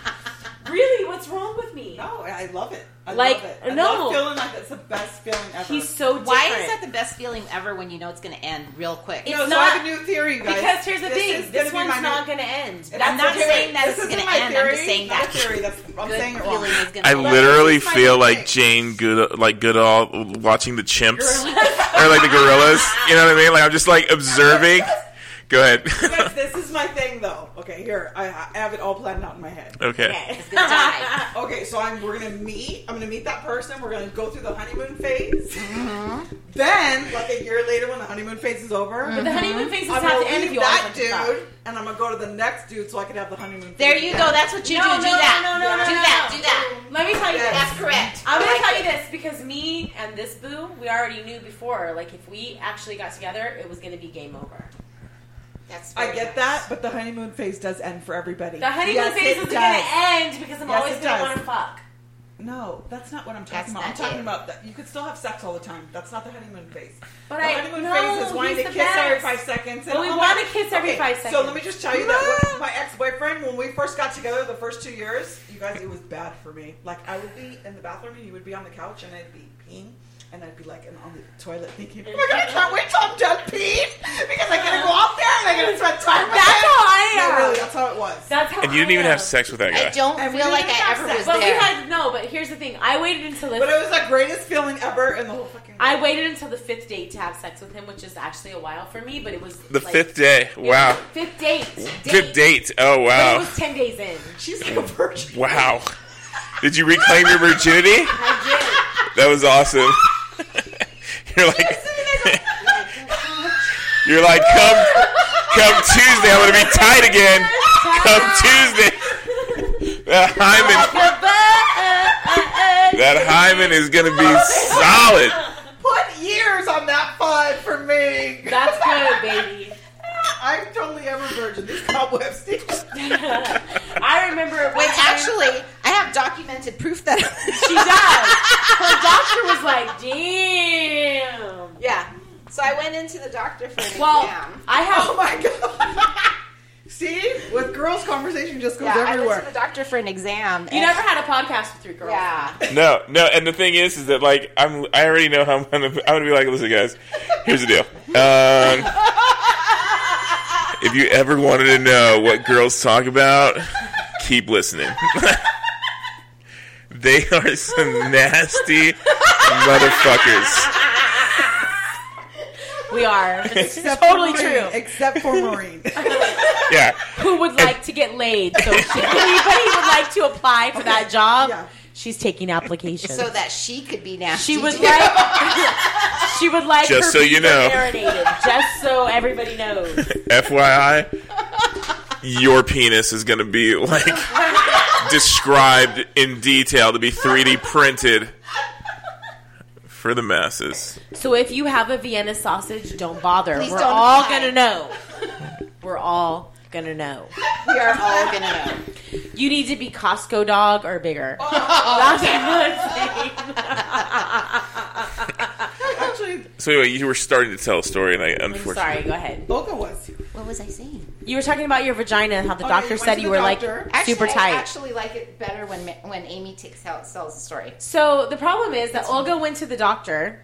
Really, what's wrong with me?
No, I love it. I
Like,
love it. I
no.
love feeling like that's the best feeling ever.
He's so different.
Why is that the best feeling ever when you know it's going to end real quick?
no,
It's
so I
not-
have a new theory, you guys.
because here's the
This is
thing:
gonna
this
be
one's
my
not
new-
going to end.
And
That's
I'm not
the thing.
saying that
This
it's
isn't
going to
my
end. I'm
theory.
just saying
Not a
that
theory. That's, I'm
good
saying it wrong.
feeling is going to
I
end.
literally
find
feel
a
like
thing.
Jane Good, like Goodall, watching the chimps or like the gorillas. You know what I mean? Like I'm just like observing. Go ahead.
Guys, this is my thing, though. Okay, here I, I have it all planned out in my head.
okay.
Okay.
It's going to die.
Okay, so I'm we're gonna meet. I'm gonna meet that person. We're gonna go through the honeymoon phase.
Mm-hmm.
Then, like a year later, when the honeymoon phase is over,
The honeymoon phases
I'm
have
gonna
to end if Mm-hmm. you
leave that
want to fuck.
dude, and I'm gonna go to the next dude so I can have the honeymoon.
There
phase
you
again.
go. That's what you
No,
do.
no,
do that.
no, no, no,
do
no,
that.
no.
Do that.
Let me tell you
Yes.
this.
That's correct.
I'm
I
gonna
like
tell you
it.
this because me and this boo, we already knew before. Like if we actually got together, it was gonna be game over.
That's
I
very
get
nice.
that, but the honeymoon phase does end for everybody.
The honeymoon
Yes,
phase
it
is
does.
gonna end because I'm
Yes,
always
it
gonna
does.
want to fuck.
No, that's not what I'm
That's
talking about. I'm
not
talking
it.
about that you could still have sex all the time. That's not the honeymoon phase.
But
the
I-
honeymoon
no,
phase is wanting
he's
to
the
kiss every
best.
five seconds.
But we
oh my-
wanna kiss every five
So
seconds.
let me just tell you that when- my ex-boyfriend, when we first got together, the first two years, you guys, it was bad for me. Like I would be in the bathroom and he would be on the couch and I'd be peeing. And I'd be like, and on the toilet thinking, oh my god, I can't wait till I'm done peeing because I'm gonna go out there and I'm gonna spend time with
That's
him.
how I
No,
am.
really, that's how it was.
That's how.
And you didn't
I
even
am.
have sex with that guy.
I don't
And we
feel like
didn't
I
have
ever
sex.
was
But we
there.
had no. But here's the thing: I waited until the
But it was the greatest feeling ever in the whole fucking. world.
I waited until the fifth date to have sex with him, which is actually a while for me. But it was
The
like-
fifth day.
it was
Wow.
the Fifth date.
Fifth date. Oh
But it
wow.
was ten days in.
She's like a virgin.
Wow. Did you reclaim your virginity?
I
That was awesome. You're like, you're like, come, come Tuesday, I'm gonna be tight again. Come Tuesday, that hymen,
did.
that hymen is gonna be solid.
Put years on that five for me.
That's good, baby.
I'm totally ever virgin. These cobweb sticks.
I remember when
Wait, actually, I have documented proof that.
she died. Her doctor was like, "Damn."
yeah. So I went into the doctor for an
Well,
exam.
I have.
Oh my god. See, with girls, conversation just goes
Yeah, I went to
everywhere.
the doctor for an exam.
You
and-
never had a podcast with three girls.
Yeah.
No, no, and the thing is, is that like I'm, I already know how I'm gonna, I'm gonna be like, listen, guys, here's the deal. Um, if you ever wanted to know what girls talk about, keep listening. they are some nasty motherfuckers.
We are. It's
Except
totally
for Marine,
true.
Except for Maureen.
Yeah.
Who would like to get laid? So if anybody would like to apply for that job,
yeah.
she's taking applications.
so that she could be nasty.
she would
too.
like. she would like.
Just so
her
you
beaver
know.
marinated, just so everybody knows.
FYI, your penis is going to be like described in detail to be 3D printed for the masses.
So if you have a Vienna sausage, don't bother.
Please
We're
don't
all
apply.
gonna know. We're all gonna know.
We are all gonna know.
You need to be Costco dog or bigger.
Oh.
That's what I'm saying.
Actually,
So anyway, you were starting to tell a story, and I
I'm
unfortunately,
sorry. Go ahead.
Boca was.
What was I saying?
You were talking about your vagina. How the
Oh,
Okay,
doctor
you went
said
to
you
the
were
doctor.
like super
Actually,
tight.
I actually like it better when ma- when Amy takes out sells the story.
So the problem is that Olga went to the doctor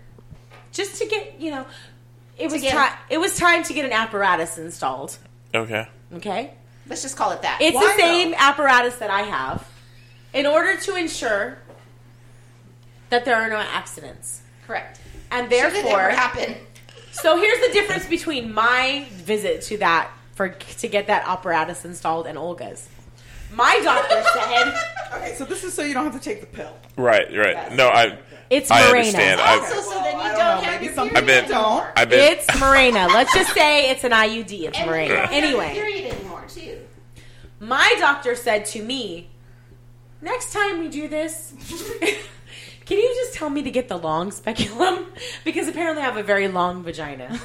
just to get, you know, it was
get-
ti- it was time to get an apparatus installed.
okay,
Okay,
Let's just call it that.
it's
Why,
the same
though?
apparatus that I have. In order to ensure that there are no accidents,
correct.
and
Should it ever
therefore,
happen?
so here's the difference between my visit to that for to get that apparatus installed and Olga's. My doctor said
Okay, so this is so you don't have to take the pill.
right, right. No, I,
it's
I
Morena.
understand. I,
also, so then you
I
don't,
don't know,
have
maybe
your
some
period
people
don't.
anymore.
I've been,
It's Morena. Let's just say it's an IUD. It's
And you
Morena.
don't have your
Anyway.
period anymore too.
my doctor said to me, next time we do this, can you just tell me to get the long speculum? Because apparently I have a very long vagina.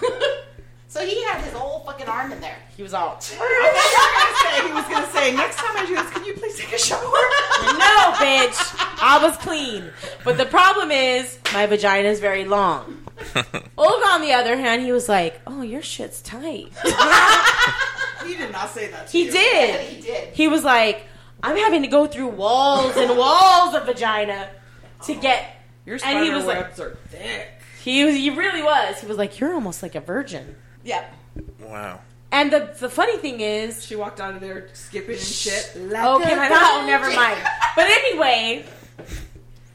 So he had his whole fucking arm in there.
he was all,
I thought you were gonna say he was gonna say next time I do this, can you please take a shower?
no, bitch, I was clean. But the problem is, my vagina is very long. Olga, on the other hand, he was like, oh, your shit's tight.
He did not say that. To
He
you.
did.
He did.
He was like, I'm having to go through walls and walls of vagina to get.
Your
And
spider
he was like-
webs are thick.
He, was, he really was. He was like, you're almost like a virgin.
Yep.
wow.
And the, the funny thing is,
She walked out of there skipping and shit.
oh, can I not? Oh, never mind. But anyway,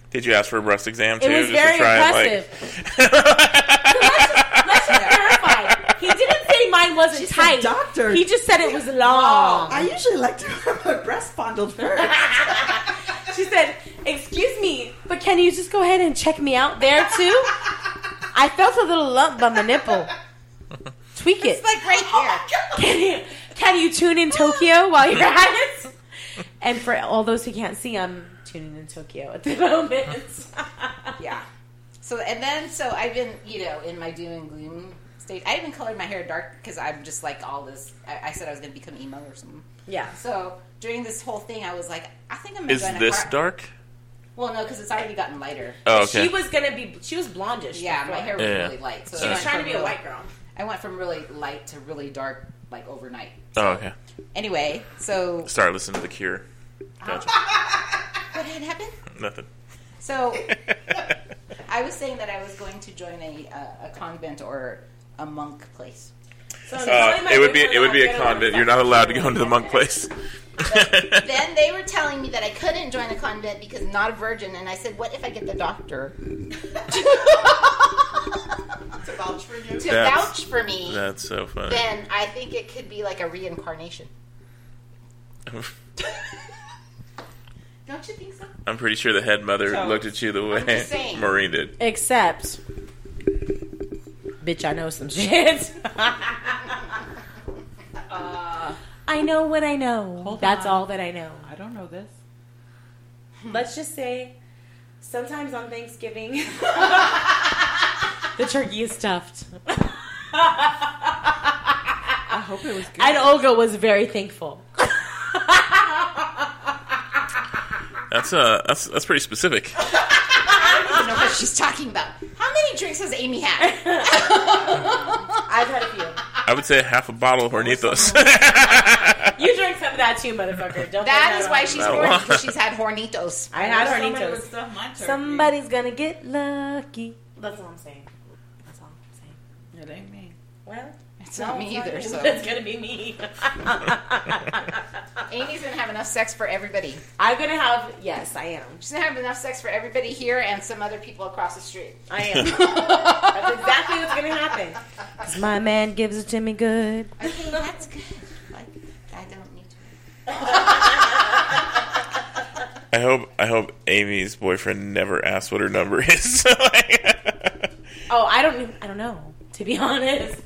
Did you ask for a breast exam too?
it was
just
very
to try and,
impressive. Let's just clarify. He didn't say mine wasn't
She's a
tight.
doctor. Oh.
He just said it was long.
I usually like to have my breast fondled first.
She said, "Excuse me, but can you just go ahead and check me out there too? I felt a little lump by my nipple. Tweak it.
Like right here.
Can you can you tune in Tokyo while you're at it? And for all those who can't see, I'm tuning in Tokyo at the moment.
yeah. So and then so I've been you know in my doom and gloom stage. I even colored my hair dark because I'm just like all this. I, I said I was gonna become emo or something.
Yeah.
So during this whole thing, I was like, I think I'm.
like,
gonna
is
go in a
this
har-
dark?
Well, no, because it's already gotten lighter.
Oh, okay.
She was gonna be. She was blondish.
Yeah, my
before.
hair was
Yeah.
really light. So
She
I
was
went
trying to
from
be a
really-
white girl.
I went from really light to really dark, like overnight.
oh, okay.
Anyway, so
Start listening to The Cure. Gotcha.
Ah.
what had happened?
Nothing.
So I was saying that I was going to join a uh, a convent or a monk place.
So I'm
Uh,
telling my
it would be
boyfriend
it would be
I'm
a
gonna
convent.
fuck
You're not
you.
allowed to go into the monk place.
then they were telling me that I couldn't join a convent because I'm not a virgin, and I said, "What if I get the doctor
to vouch for you.
to
That's-
vouch for me?"
That's so funny.
Then I think it could be like a reincarnation. Don't you think so?
I'm pretty sure the head mother
So-
looked at you the
just
way
saying.
Maureen did.
Except, bitch, I know some shit. I know what I know.
Hold
That's
on.
all that I know.
I don't know this.
Let's just say, sometimes on Thanksgiving, the turkey is stuffed.
I hope it was good.
And Olga was very thankful.
That's uh that's that's pretty specific.
I don't even know what she's talking about. How many drinks has Amy had?
I've had a few.
I would say half a bottle of Hornitos.
You drank some of that too, motherfucker. Don't
That is why she's
Not a
horny
lot.
because she's had hornitos.
I had
Somebody
Hornitos.
would stuff my turkey.
Somebody's gonna get lucky. That's all I'm saying. That's all I'm saying.
It ain't me.
Well,
It's not me either. So
it's gonna be me.
Amy's gonna have enough sex for everybody.
I'm gonna have yes, I am.
She's gonna have enough sex for everybody here and some other people across the street.
I am. That's exactly what's gonna happen. Cause my man gives it to me good.
Okay, that's good. Like, I don't need to.
I hope I hope Amy's boyfriend never asks what her number is. Like,
Oh, I don't. even- I don't know. To be honest,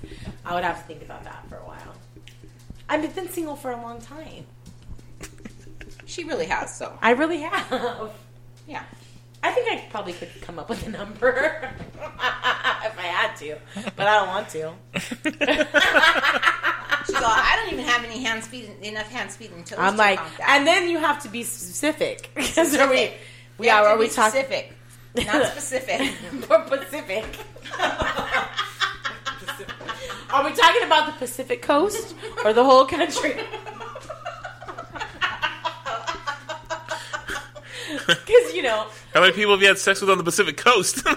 I would have to think about that for a while. I've been single for a long time.
She really has, so
I really have.
yeah.
I think I probably could come up with a number if I had to, but I don't want to.
She's all, I don't even have any hand speed, enough hand speed and toes.
I'm
to
like,
count that."
and then you have to be specific. Because are we?
Specific.
We are.
to
Are
be
we talking?
specific? Not specific.
Or Pacific. Are we talking about the Pacific coast or the whole country? Because you know,
How many people have you had sex with on the Pacific Coast? oh, see,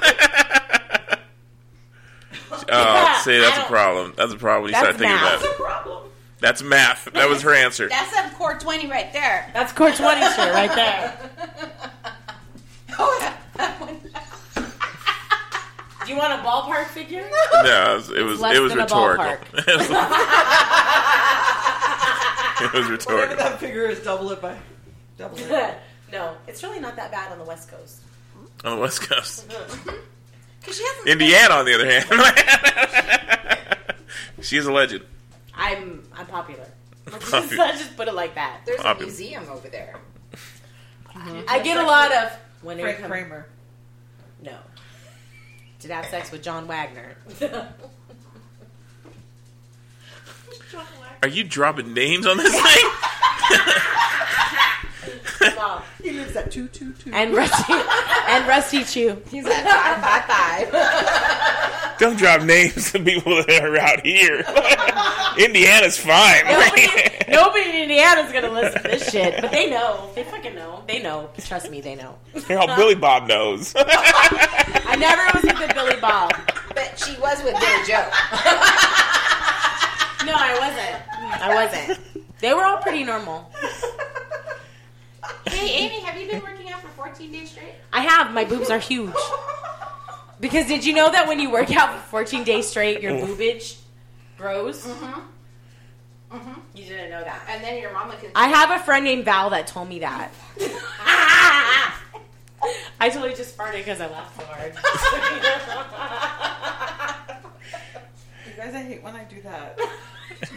that's a
don't-
problem. That's a problem when you
That's
start thinking
math.
about it.
No problem.
That's math. That was her answer.
That's a core twenty right there.
that's core twenty shirt right there.
Oh, that one.
Do you want a ballpark figure?
No, it was it was,
less
it was
than a
rhetorical.
ballpark.
it was
Whatever
rhetorical.
that figure is, double it by double it.
no, it's really not that bad on the West Coast.
On the West Coast,
'Cause she hasn't.
Indiana, on the other hand, she's a legend.
I'm I'm popular. Let's just,
Popular.
let's just put it like that.
There's a
Obvious.
museum over there.
I get a lot of when it
Frank
comes-
Kramer.
No. Did I have sex with John Wagner?
Are you dropping names on this thing?
Mom.
He lives at two two two.
and Rusty and Rusty Chew.
He's at five five five.
Don't drop names of people that are out here. Indiana's fine.
Nobody, nobody in Indiana's gonna listen to this shit, but they know. They fucking know. They know. Trust me, they know.
Hell, Billy Bob knows.
I never was with the Billy Bob.
But she was with Billy Joe.
No, I wasn't. I wasn't. They were all pretty normal.
Hey, Amy, have you been working out for 14 days straight?
I have. My boobs are huge. Because did you know that when you work out for 14 days straight, your boobage grows? Mm-hmm. Mm-hmm.
Mm-hmm.
You didn't know that.
And then your mama can.
I have a friend named Val that told me that. I totally just farted because I laughed so hard.
You guys, I hate when I do that. No, it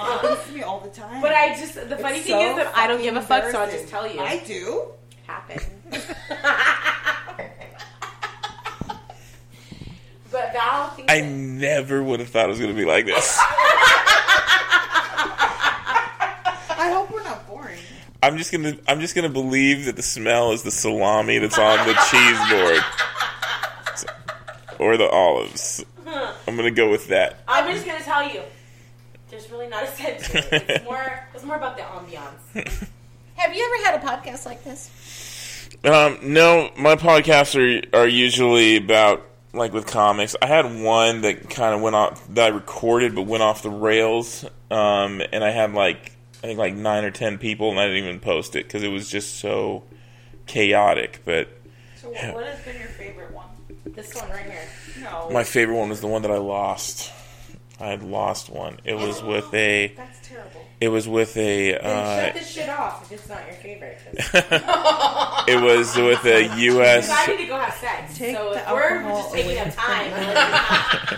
happens to me all the time.
But I just the funny
It's
thing
so
is that I don't give a fuck, so I'll just tell
embarrassing.
you.
I do.
happen. but Val thinks
I never would have thought it was going to be like this.
I hope we're not boring.
I'm just gonna I'm just gonna believe that the smell is the salami that's on the cheese board, or the olives. I'm gonna go with that.
I'm just gonna tell you. There's really not a sense to it. It's more it's more about the ambiance.
Have you ever had a podcast like this?
Um, no, my podcasts are are usually about like with comics. I had one that kind of went off that I recorded, but went off the rails. Um, and I had like I think like nine or ten people, and I didn't even post it because it was just so chaotic. But
So, what, what has been your favorite one?
This one right here.
No,
my favorite one was the one that I lost. I had lost one. It was with a.
That's terrible.
It was with a. Uh,
Shut this shit off if it's not your favorite.
it was with a
Because I
U.S.
need to go have sex.
Take
so
the
if we're
alcohol
just taking
away.
up time, I'm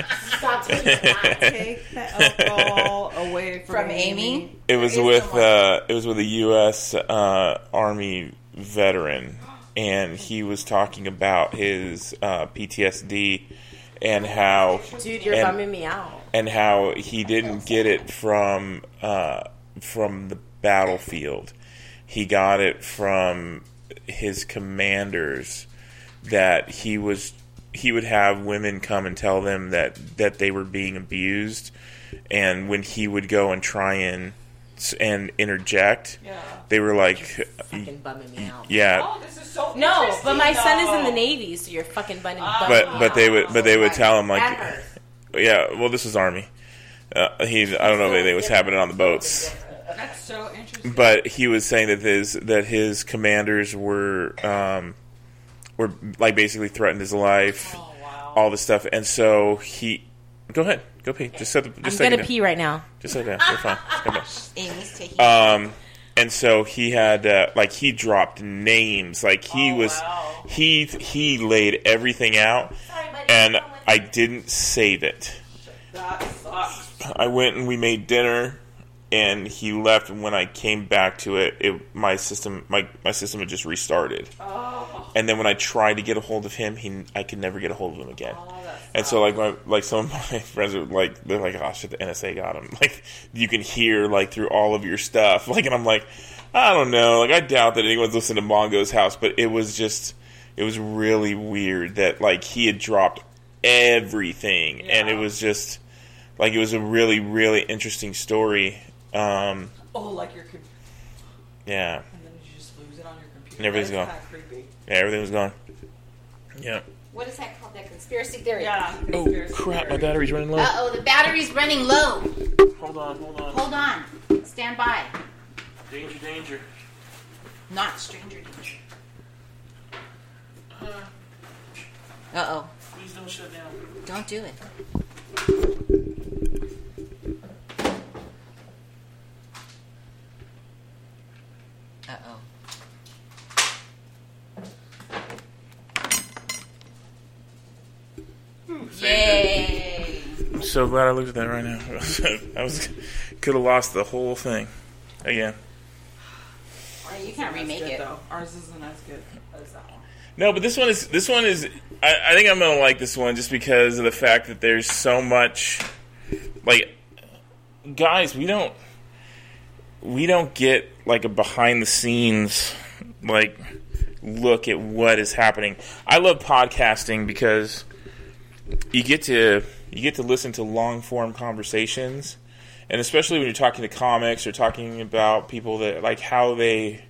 like, stop taking up time.
take the alcohol away from,
From Amy?
It was
There is
with
someone.
uh, it was with a U.S. Uh, Army veteran, and he was talking about his uh, PTSD and how
Dude, you're
And-
bumming me out.
and how he didn't get it from uh, from the battlefield. He got it from his commanders that he was he would have women come and tell them that that they were being abused, and when he would go and try and and interject,
Yeah.
they were like,
Fucking bumming me out.
yeah.
Oh, this is so
No,
interesting,
but my son is in the
though.
Navy, so you're fucking bumming.
But but they would but they would tell him
That
like,
hurts.
yeah. Well, this is army. Uh, he I don't know if anything was happening on the boats.
That's so interesting.
but he was saying that his that his commanders were um, were like basically threatened his life,
Oh, wow.
all this stuff, and so he go ahead, go pee. Just set the,
I'm
just set it
gonna
down.
pee right now.
Just set it down. You're fine. Just come back.
Amy's taking.
Um, and so he had uh, like he dropped names, like he
Oh,
was
wow.
he he laid everything out,
Sorry, buddy,
and
I'm with
I
you.
didn't save it.
that sucks.
I went and we made dinner, and he left. And when I came back to it, it my system my my system had just restarted. And then when I tried to get a hold of him, he I could never get a hold of him again.
Oh,
and so like my like some of my friends are like they're like oh shit the NSA got him like you can hear like through all of your stuff like and I'm like I don't know like I doubt that anyone's listened to Mongo's house but it was just it was really weird that like he had dropped everything and it
Yeah.
was just like it was a really really interesting story um
Oh, like your com-
yeah
and then you just lose it on your computer.
And everything's
That's
gone.
kinda creepy.
yeah everything was gone yeah
what is that called? That conspiracy theory.
Yeah.
oh
conspiracy
crap my
theory.
battery's running low
Uh oh, the battery's running low.
hold on hold on
Hold on. Stand by.
danger danger
Not stranger danger. Uh oh.
please don't shut down
Don't do it. Uh oh. Yay!
So glad I looked at that right now. I was could have lost the whole thing again.
You can't remake
Good,
it.
though. Ours isn't as good as that one.
No, but this one is this one is. I, I think I'm gonna like this one just because of the fact that there's so much. Like, guys, we don't we don't get like a behind the scenes like look at what is happening. I love podcasting because you get to you get to listen to long form conversations and especially when you're talking to comics or talking about people that like how they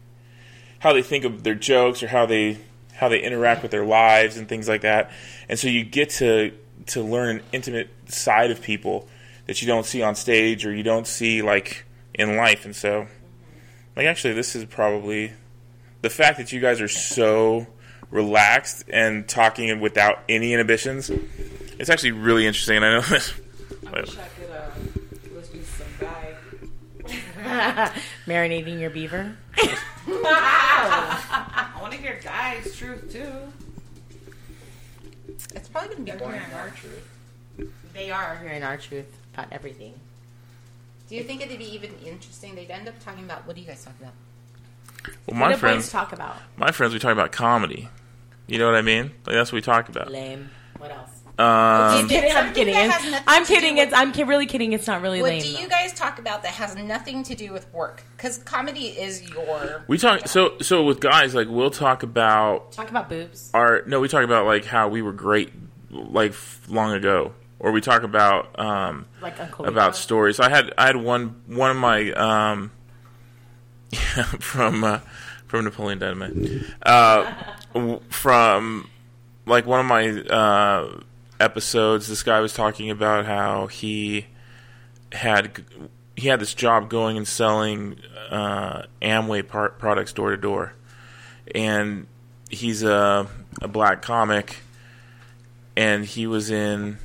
how they think of their jokes or how they how they interact with their lives and things like that. And so you get to to learn an intimate side of people that you don't see on stage or you don't see like in life. And so like actually this is probably the fact that you guys are so relaxed and talking without any inhibitions. It's actually really interesting. And I know this.
I wish I could uh, listen to some guy.
Marinating your beaver.
I want to hear guys' truth too.
It's probably gonna be boring.
our truth.
They are hearing our truth about everything.
Do you think it'd be even interesting? They'd end up talking about what do you guys talk about?
Well,
what
my
do boys
friends,
talk about?
my friends, we talk about comedy. You know what I mean? Like that's what we talk about.
Lame. What else?
Um,
I'm kidding. I'm
something
kidding.
that has nothing
I'm
to do
kidding.
with-
It's I'm ki- really kidding. It's not really
What
lame.
do you
though.
guys talk about that has nothing to do with work? Because comedy is
Mm,
your.
We talk so so with guys like we'll talk about
talk about boobs?
our no we talk about like how we were great like f- long ago or we talk about um
Like Uncle
about
Rico?
stories. I had I had one one of my um from uh, from Napoleon Dynamite uh w- from like one of my uh episodes this guy was talking about how he had he had this job going and selling uh, Amway par- products door to door, and he's a a black comic, and he was in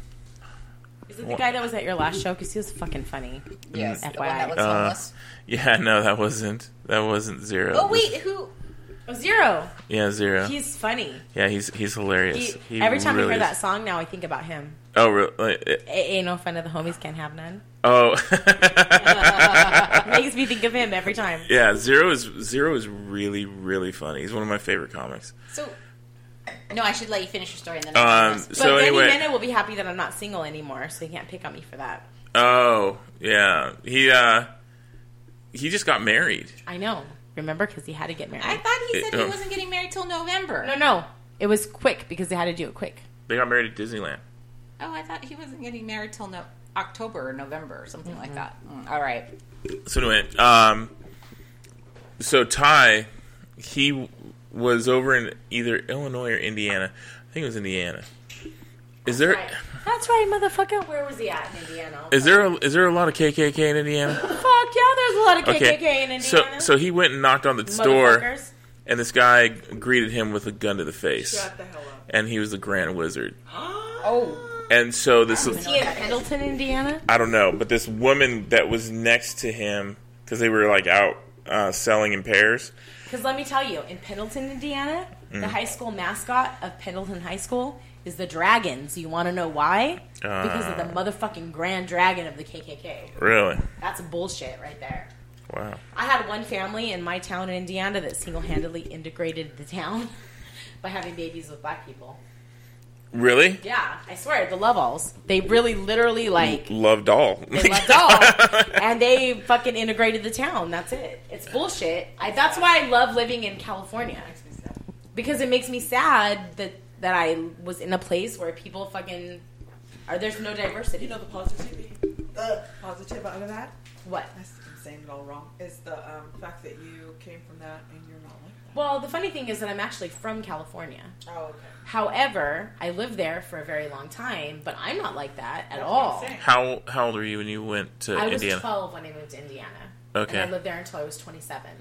Is it the guy that was at your last show? Because he was fucking funny.
Yes. The one
FYI.
that was
Uh,
homeless.
yeah no that wasn't that wasn't zero
oh, wait, who?
Oh, Zero.
yeah zero
He's funny.
yeah he's he's hilarious
He- every time I
really
hear that
is.
song now, I think about him.
oh really
A- ain't no fun of the homies can't have none.
oh
Makes me think of him every time.
yeah zero is zero is really really funny he's one of my favorite comics
So. No, I should let you finish your story and then. I'll
um
ask.
but
so
then
anyway
Nana will be happy that I'm not single anymore, so he can't pick on me for that.
Oh yeah, he uh, he just got married.
I know. Remember, because he had to get married.
I thought he said
Uh,
he wasn't getting married till November.
no, no, it was quick because they had to do it quick.
They got married at Disneyland.
Oh, I thought he wasn't getting married till no- October or November or something
Mm-hmm.
like that. Mm, all right.
So anyway, um, so Ty, he was over in either Illinois or Indiana. I think it was Indiana. Is there
That's right, motherfucker. Where was he at in Indiana?
is there a, is there a lot of KKK in Indiana?
Fuck yeah, there's a lot of KKK
Okay.
in Indiana.
So so he went and knocked on the door,
Motherfuckers.
and this guy greeted him with a gun to the face,
Shut the hell up.
and he was the Grand Wizard.
Ah!
Oh,
And so this
Was he in Pendleton, Indiana?
I don't know, but this woman that was next to him because they were like out uh, selling in pairs.
Because let me tell you, in Pendleton, Indiana, the high school mascot of Pendleton High School is the Dragons. You want to know why? because of the motherfucking Grand Dragon of the KKK.
Really?
That's bullshit right there.
Wow.
I had one family in my town in Indiana that single handedly integrated the town by having babies with black people.
Really?
Yeah, I swear, the Love Alls. They really literally like
Loved all.
they left all and they fucking integrated the town. That's it. It's bullshit. I, that's why I love living in California. Because it makes me sad that that I was in a place where people fucking are there's no diversity.
You know the positivity, the positive out of that.
what?
I think I'm saying it all wrong. Is the um, fact that you came from that and you're not like
Well, the funny thing is that I'm actually from California.
that. Oh, okay.
However, I lived there for a very long time, but I'm not like that at
Oh.
all.
How how old were you when you went to
I was
Indiana?
12 when I moved to Indiana.
Okay.
And I lived there until I was 27.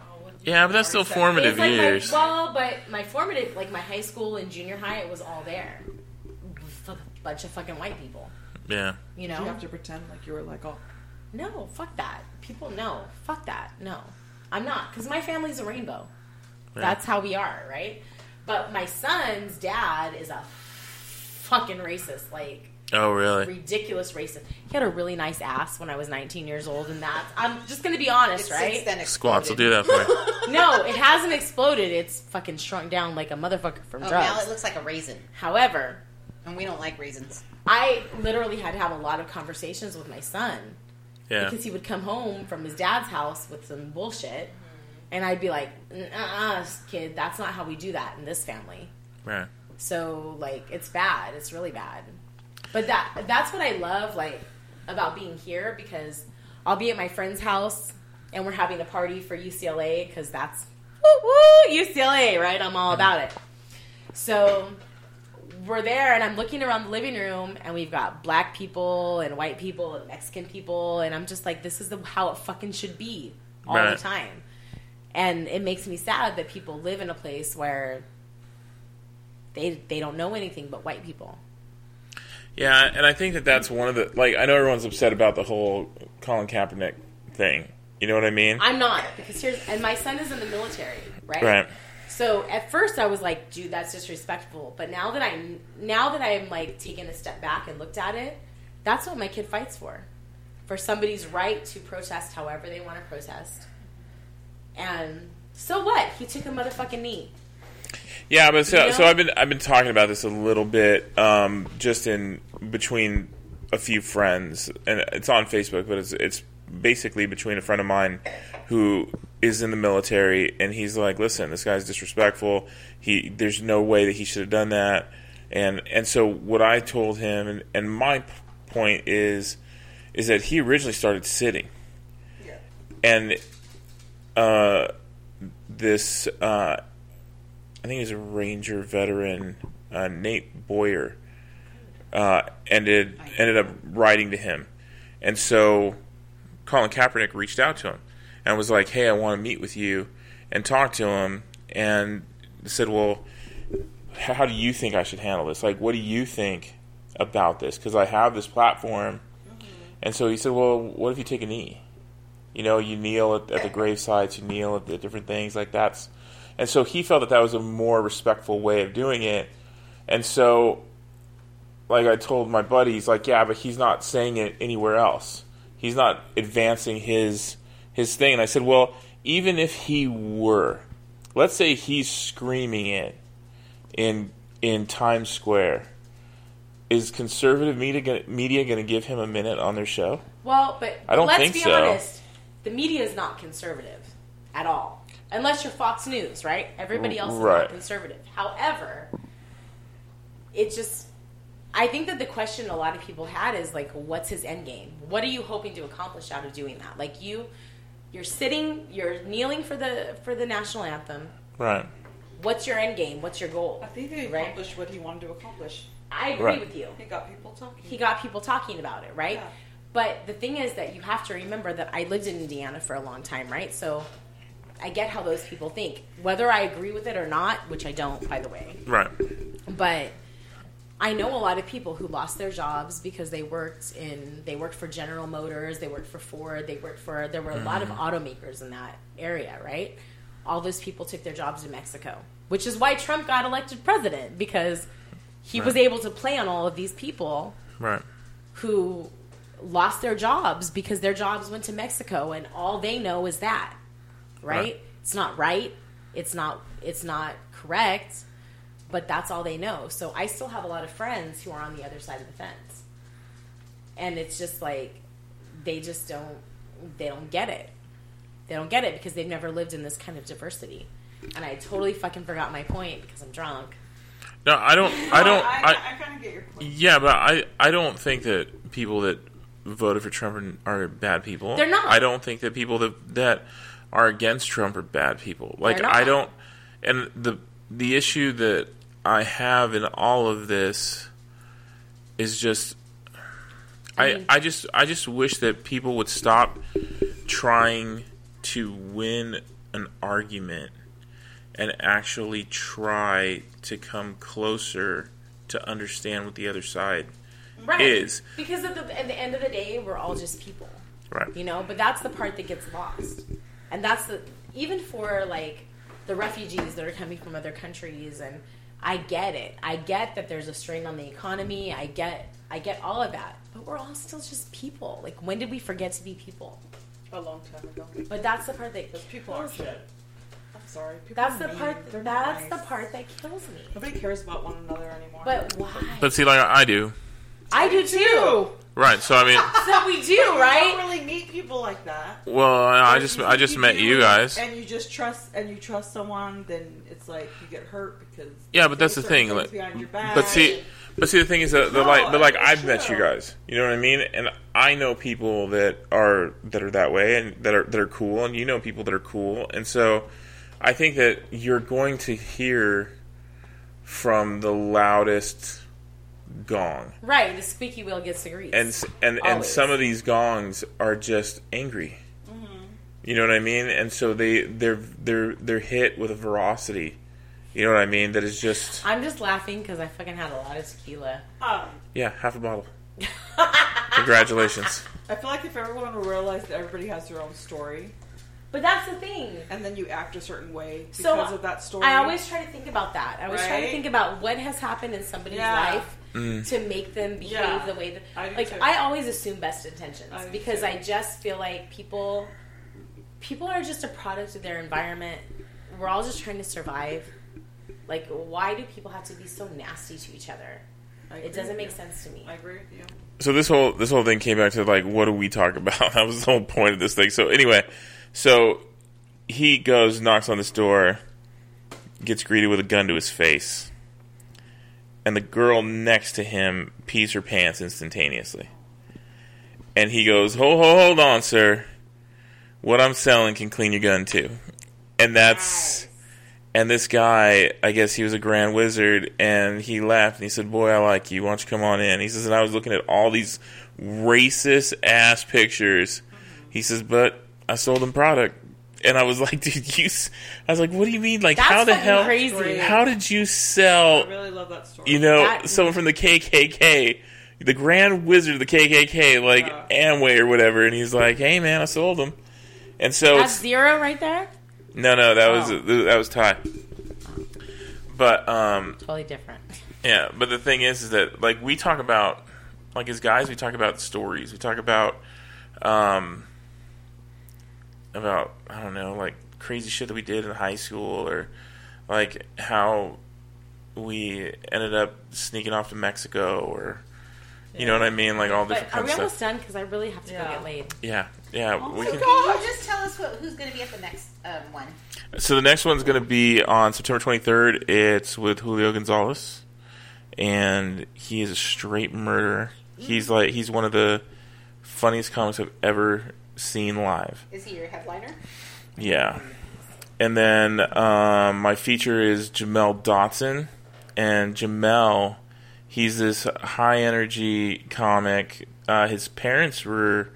Oh,
Yeah, but that's still formative
It's like my-
years.
well, but my formative, like my high school and junior high, it was all there. F- bunch of fucking white people,
yeah.
you
You
know?
have to pretend like you were like, oh,
No, fuck that. People, no, fuck that. No, I'm not, because my family's a rainbow. That's how we are, right? But my son's dad is a fucking racist, like
Oh, really?
ridiculous racist. He had a really nice ass when I was 19 years old, and that's. I'm just gonna be honest,
It's
right?
since then
Squats will do
exploded.
that for you.
No, it hasn't exploded. It's fucking shrunk down like a motherfucker from
Oh,
drugs.
now it looks like a raisin,
However,
and we don't like raisins.
I literally had to have a lot of conversations with my son
Yeah.
because he would come home from his dad's house with some bullshit, and I'd be like, "Uh, kid, that's not how we do that in this family."
Right.
So like, it's bad. It's really bad. But that that's what I love like about being here because I'll be at my friend's house and we're having a party for UCLA because that's woo woo UCLA, right? I'm all about it. So we're there and I'm looking around the living room and we've got black people and white people and Mexican people and I'm just like this is the how it fucking should be all
Right.
the time. And it makes me sad that people live in a place where they they don't know anything but white people.
Yeah, and I think that that's one of the like I know everyone's upset about the whole Colin Kaepernick thing. You know what I mean?
I'm not because here's and my son is in the military, right?
right.
So at first I was like, dude, that's disrespectful. But now that I'm now that I'm like taking a step back and looked at it, that's what my kid fights for. For somebody's right to protest however they want to protest. And so what? He took a motherfucking knee.
Yeah, but so
You know?
so I've been I've been talking about this a little bit, um, just in between a few friends, and it's on Facebook, but it's it's basically between a friend of mine who is in the military, and he's like, "Listen, this guy's disrespectful. He there's no way that he should have done that." And and so what I told him, and, and my p- point is, is that he originally started sitting, and uh, this. Uh, I think he's a Ranger veteran, uh, Nate Boyer, uh, ended ended up writing to him, and so Colin Kaepernick reached out to him and was like, "Hey, I want to meet with you and talk to him," and said, "Well, h- how do you think I should handle this? Like, what do you think about this? Because I have this platform." And so he said, "Well, what if you take a knee?" You know, you kneel at, at the grave sites, you kneel at the different things like that's. And so he felt that that was a more respectful way of doing it. And so, like I told my buddies, like, yeah, but he's not saying it anywhere else. He's not advancing his his thing. And I said, well, even if he were, let's say he's screaming it in in Times Square. Is conservative media gonna, media going to give him a minute on their show?
Well, but
I don't
let's
think
be
so.
honest, the media is not conservative at all. Unless you're Fox News, right? Everybody else is
Right.
not conservative. However, it just I think that the question a lot of people had is like, what's his end game? What are you hoping to accomplish out of doing that? Like you you're sitting, you're kneeling for the for the national anthem.
Right.
What's your end game? What's your goal?
I think he
Right.
accomplished what he wanted to accomplish.
I agree
Right.
with you.
He got people talking.
he got people talking about it, right?
Yeah.
But the thing is that you have to remember that I lived in Indiana for a long time, right? So I get how those people think. Whether I agree with it or not, which I don't, by the way.
Right.
But I know a lot of people who lost their jobs because they worked in they worked for General Motors, they worked for Ford, they worked for there were a lot of automakers in that area, right? All those people took their jobs to Mexico, which is why Trump got elected president because he was
Right.
able to play on all of these people
Right.
who lost their jobs because their jobs went to Mexico and all they know is that. Right?
Right.
It's not right. It's not it's not correct, but that's all they know. So I still have a lot of friends who are on the other side of the fence. And it's just like they just don't they don't get it. They don't get it because they've never lived in this kind of diversity. And I totally fucking forgot my point because I'm drunk.
No, I don't. I
Oh,
don't.
I,
I,
kind of get your point.
yeah, but I I don't think that people that voted for Trump are, are bad people.
They're not.
I don't think that people that that are against Trump are bad people. Like
They're not.
I don't. And the the issue that I have in all of this is just. I,
mean-
I just I just wish that people would stop trying to win an argument and actually try to come closer to understand what the other side
Right.
is.
Because at the, at the end of the day, we're all just people.
Right.
you know but that's the part that gets lost and that's the even for like the refugees that are coming from other countries and i get it i get that there's a strain on the economy i get i get all of that but we're all still just people like when did we forget to be people
A long time ago.
but that's the part that
Those people are
kills me.
shit. I'm sorry. People
that's
are
the
mean.
part
They're not
that's
nice.
the part that kills me
Nobody cares about one another anymore.
but why
But see, like I do.
i do too
Right. So I mean,
so we do
You
right
don't really meet people like that.
well, I I just I just met you guys.
and you just trust and you trust someone, then it's like you get hurt because
Yeah, but that's the
certain
thing.
things
Like,
behind your back.
but see, but see, the thing is that the
No,
like, but like
I-
I've met you
sure.
guys. You know what I mean? And I know people that are that are that way and that are that are cool, and you know people that are cool, and so I think that you're going to hear from the loudest gong.
right the squeaky wheel gets the grease
and s- and and
Always.
some of these gongs are just angry.
Mm-hmm.
You know what I mean? And so they they're they're they're hit with a ferocity. You know what I mean? That is just
i'm just laughing because i fucking had a lot of tequila
Um,
yeah, half a bottle. Congratulations.
I feel like if everyone would realize that everybody has their own story,
but that's the thing
and then you act a certain way because
So,
of that story.
I always try to think about that. I always try to
Right?
think about what has happened in somebody's
Yeah.
life
Mm.
to make them behave
Yeah.
the way that.
I do
like
too.
I always assume best intentions
I do
because
too.
I just feel like people people are just a product of their environment. We're all just trying to survive. Like, why do people have to be so nasty to each other?
I agree
It doesn't
with
make
you.
sense to me.
I agree with you.
So this whole this whole thing came back to like what do we talk about? That was the whole point of this thing. So anyway, so he goes knocks on this door, gets greeted with a gun to his face. And the girl next to him pees her pants instantaneoly. And he goes, "Hold, hold, hold on, sir. What I'm selling can clean your gun too." And that's and this guy, I guess he was a grand wizard, and he laughed and he said, "Boy, I like you. Why don't you come on in?" He says, and I was looking at all these racist ass pictures.
Mm-hmm.
He says, but I sold him product, and I was like, "Dude, you," s-" I was like, "What do you mean? Like,
That's
how the
fucking
hell?
crazy.
How did you
I
sell?"
really love that story.
You know,
That-
someone from the KKK, the Grand Wizard of the KKK, like
Uh.
Amway or whatever, and he's like, "Hey, man, I sold him." And so
That's
it's-
zero right there.
no, no, that was
Oh.
that was Ty. But um,
Totally different.
yeah, but the thing is, is that like we talk about, like as guys, we talk about stories. We talk about, um, about I don't know, like crazy shit that we did in high school, or like how we ended up sneaking off to Mexico, or you know what I mean, like all different
But are
kinds
we
of stuff.
almost done? Because I really have to go
Yeah.
get laid.
yeah, yeah. we
So
can-
can you just tell us what, who's going to be at the next um, one?
So the next one's going to be on September 23rd. It's with Julio Gonzalez, and he is a straight murderer. He's like he's one of the funniest comics I've ever seen live.
Is he your headliner?
Yeah. And then um, my feature is Jamel Dotson, and Jamel He's this high energy comic. Uh, his parents were,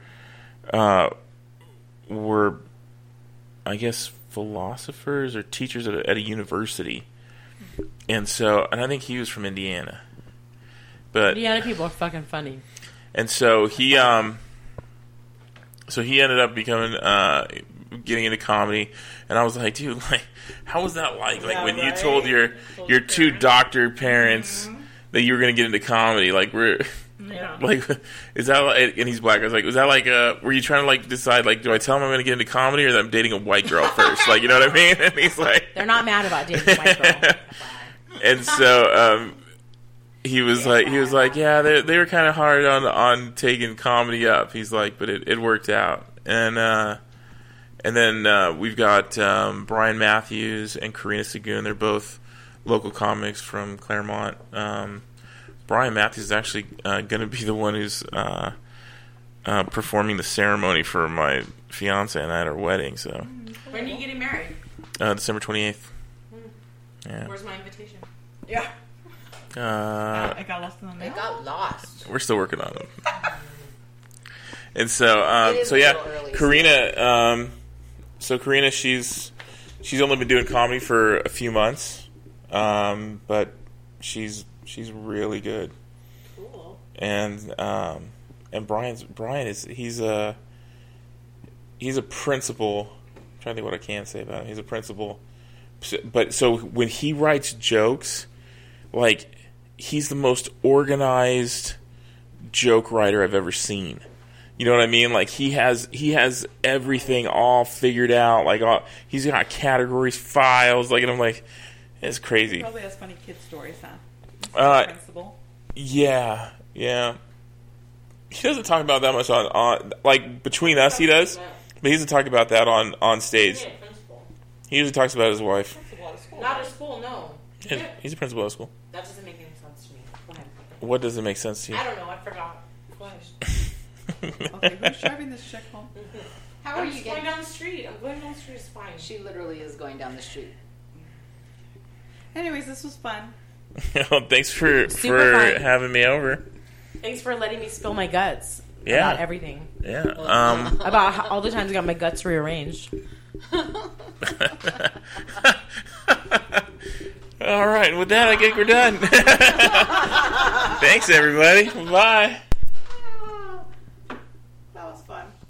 uh, were, I guess, philosophers or teachers at a, at a university, and so and I think he was from Indiana, but
Indiana people are fucking funny.
and so he um so he ended up becoming uh getting into comedy and I was like, dude, like how was that like? Like
Yeah,
when you
right.
told your
Told
your
your
two
parents. Mm-hmm.
doctor parents that you were gonna get into comedy, like we're
Yeah.
like is that like and he's black. I was like, was that like uh were you trying to like decide like do I tell him I'm gonna get into comedy or that I'm dating a white girl first? like you know what I mean? And he's like
They're not mad about dating a white girl.
and so um, he was like, he was like, yeah, they, they were kind of hard on on taking comedy up. He's like, but it, it worked out, and uh, and then uh, we've got um, Brian Matthews and Karina Sagoon. They're both local comics from Claremont. Um, Brian Matthews is actually uh, going to be the one who's uh, uh, performing the ceremony for my fiance and I at our wedding. So
When are you getting married?
uh, December twenty eighth.
Mm.
Yeah.
Where's my invitation?
Yeah.
Uh,
Ah.
I got lost in the
It
mail.
got lost.
We're still working on them. and so, um,
It is
so
a
yeah,
little early, so-
Karina. Um, so Karina, she's she's only been doing comedy for a few months, um, but she's she's really good.
Cool.
And um, and Brian's Brian is he's a he's a principal. I'm trying to think what I can say about him. He's a principal, So- but so when he writes jokes, like he's the most organized joke writer I've ever seen. You know what I mean? Like he has he has everything all figured out. Like all, he's got categories, files. Like and I'm like, it's crazy.
Probably has funny kid stories, huh?
Uh,
Principal.
yeah, yeah. He doesn't talk about that much on, on like between us. He does, but he doesn't talk about that on on stage.
Yeah, principal.
He usually talks about his wife.
Not at school, no.
He's- He's a principal at school.
That doesn't make any sense to me. Go ahead.
What doesn't make sense to you?
I don't know. I forgot. Go ahead.
Okay, who's driving this chick home?
How are
I'm
you
just going
getting?
down the street. I'm going down the street. It's fine.
She literally is going down the street.
Anyways, this was fun.
Well, Thanks for for
Super fun.
having me over.
Thanks for letting me spill my guts
Yeah.
about everything.
Yeah. Um,
About how, all the times I got my guts rearranged.
all right. With that, I think we're done. Thanks, everybody. Bye.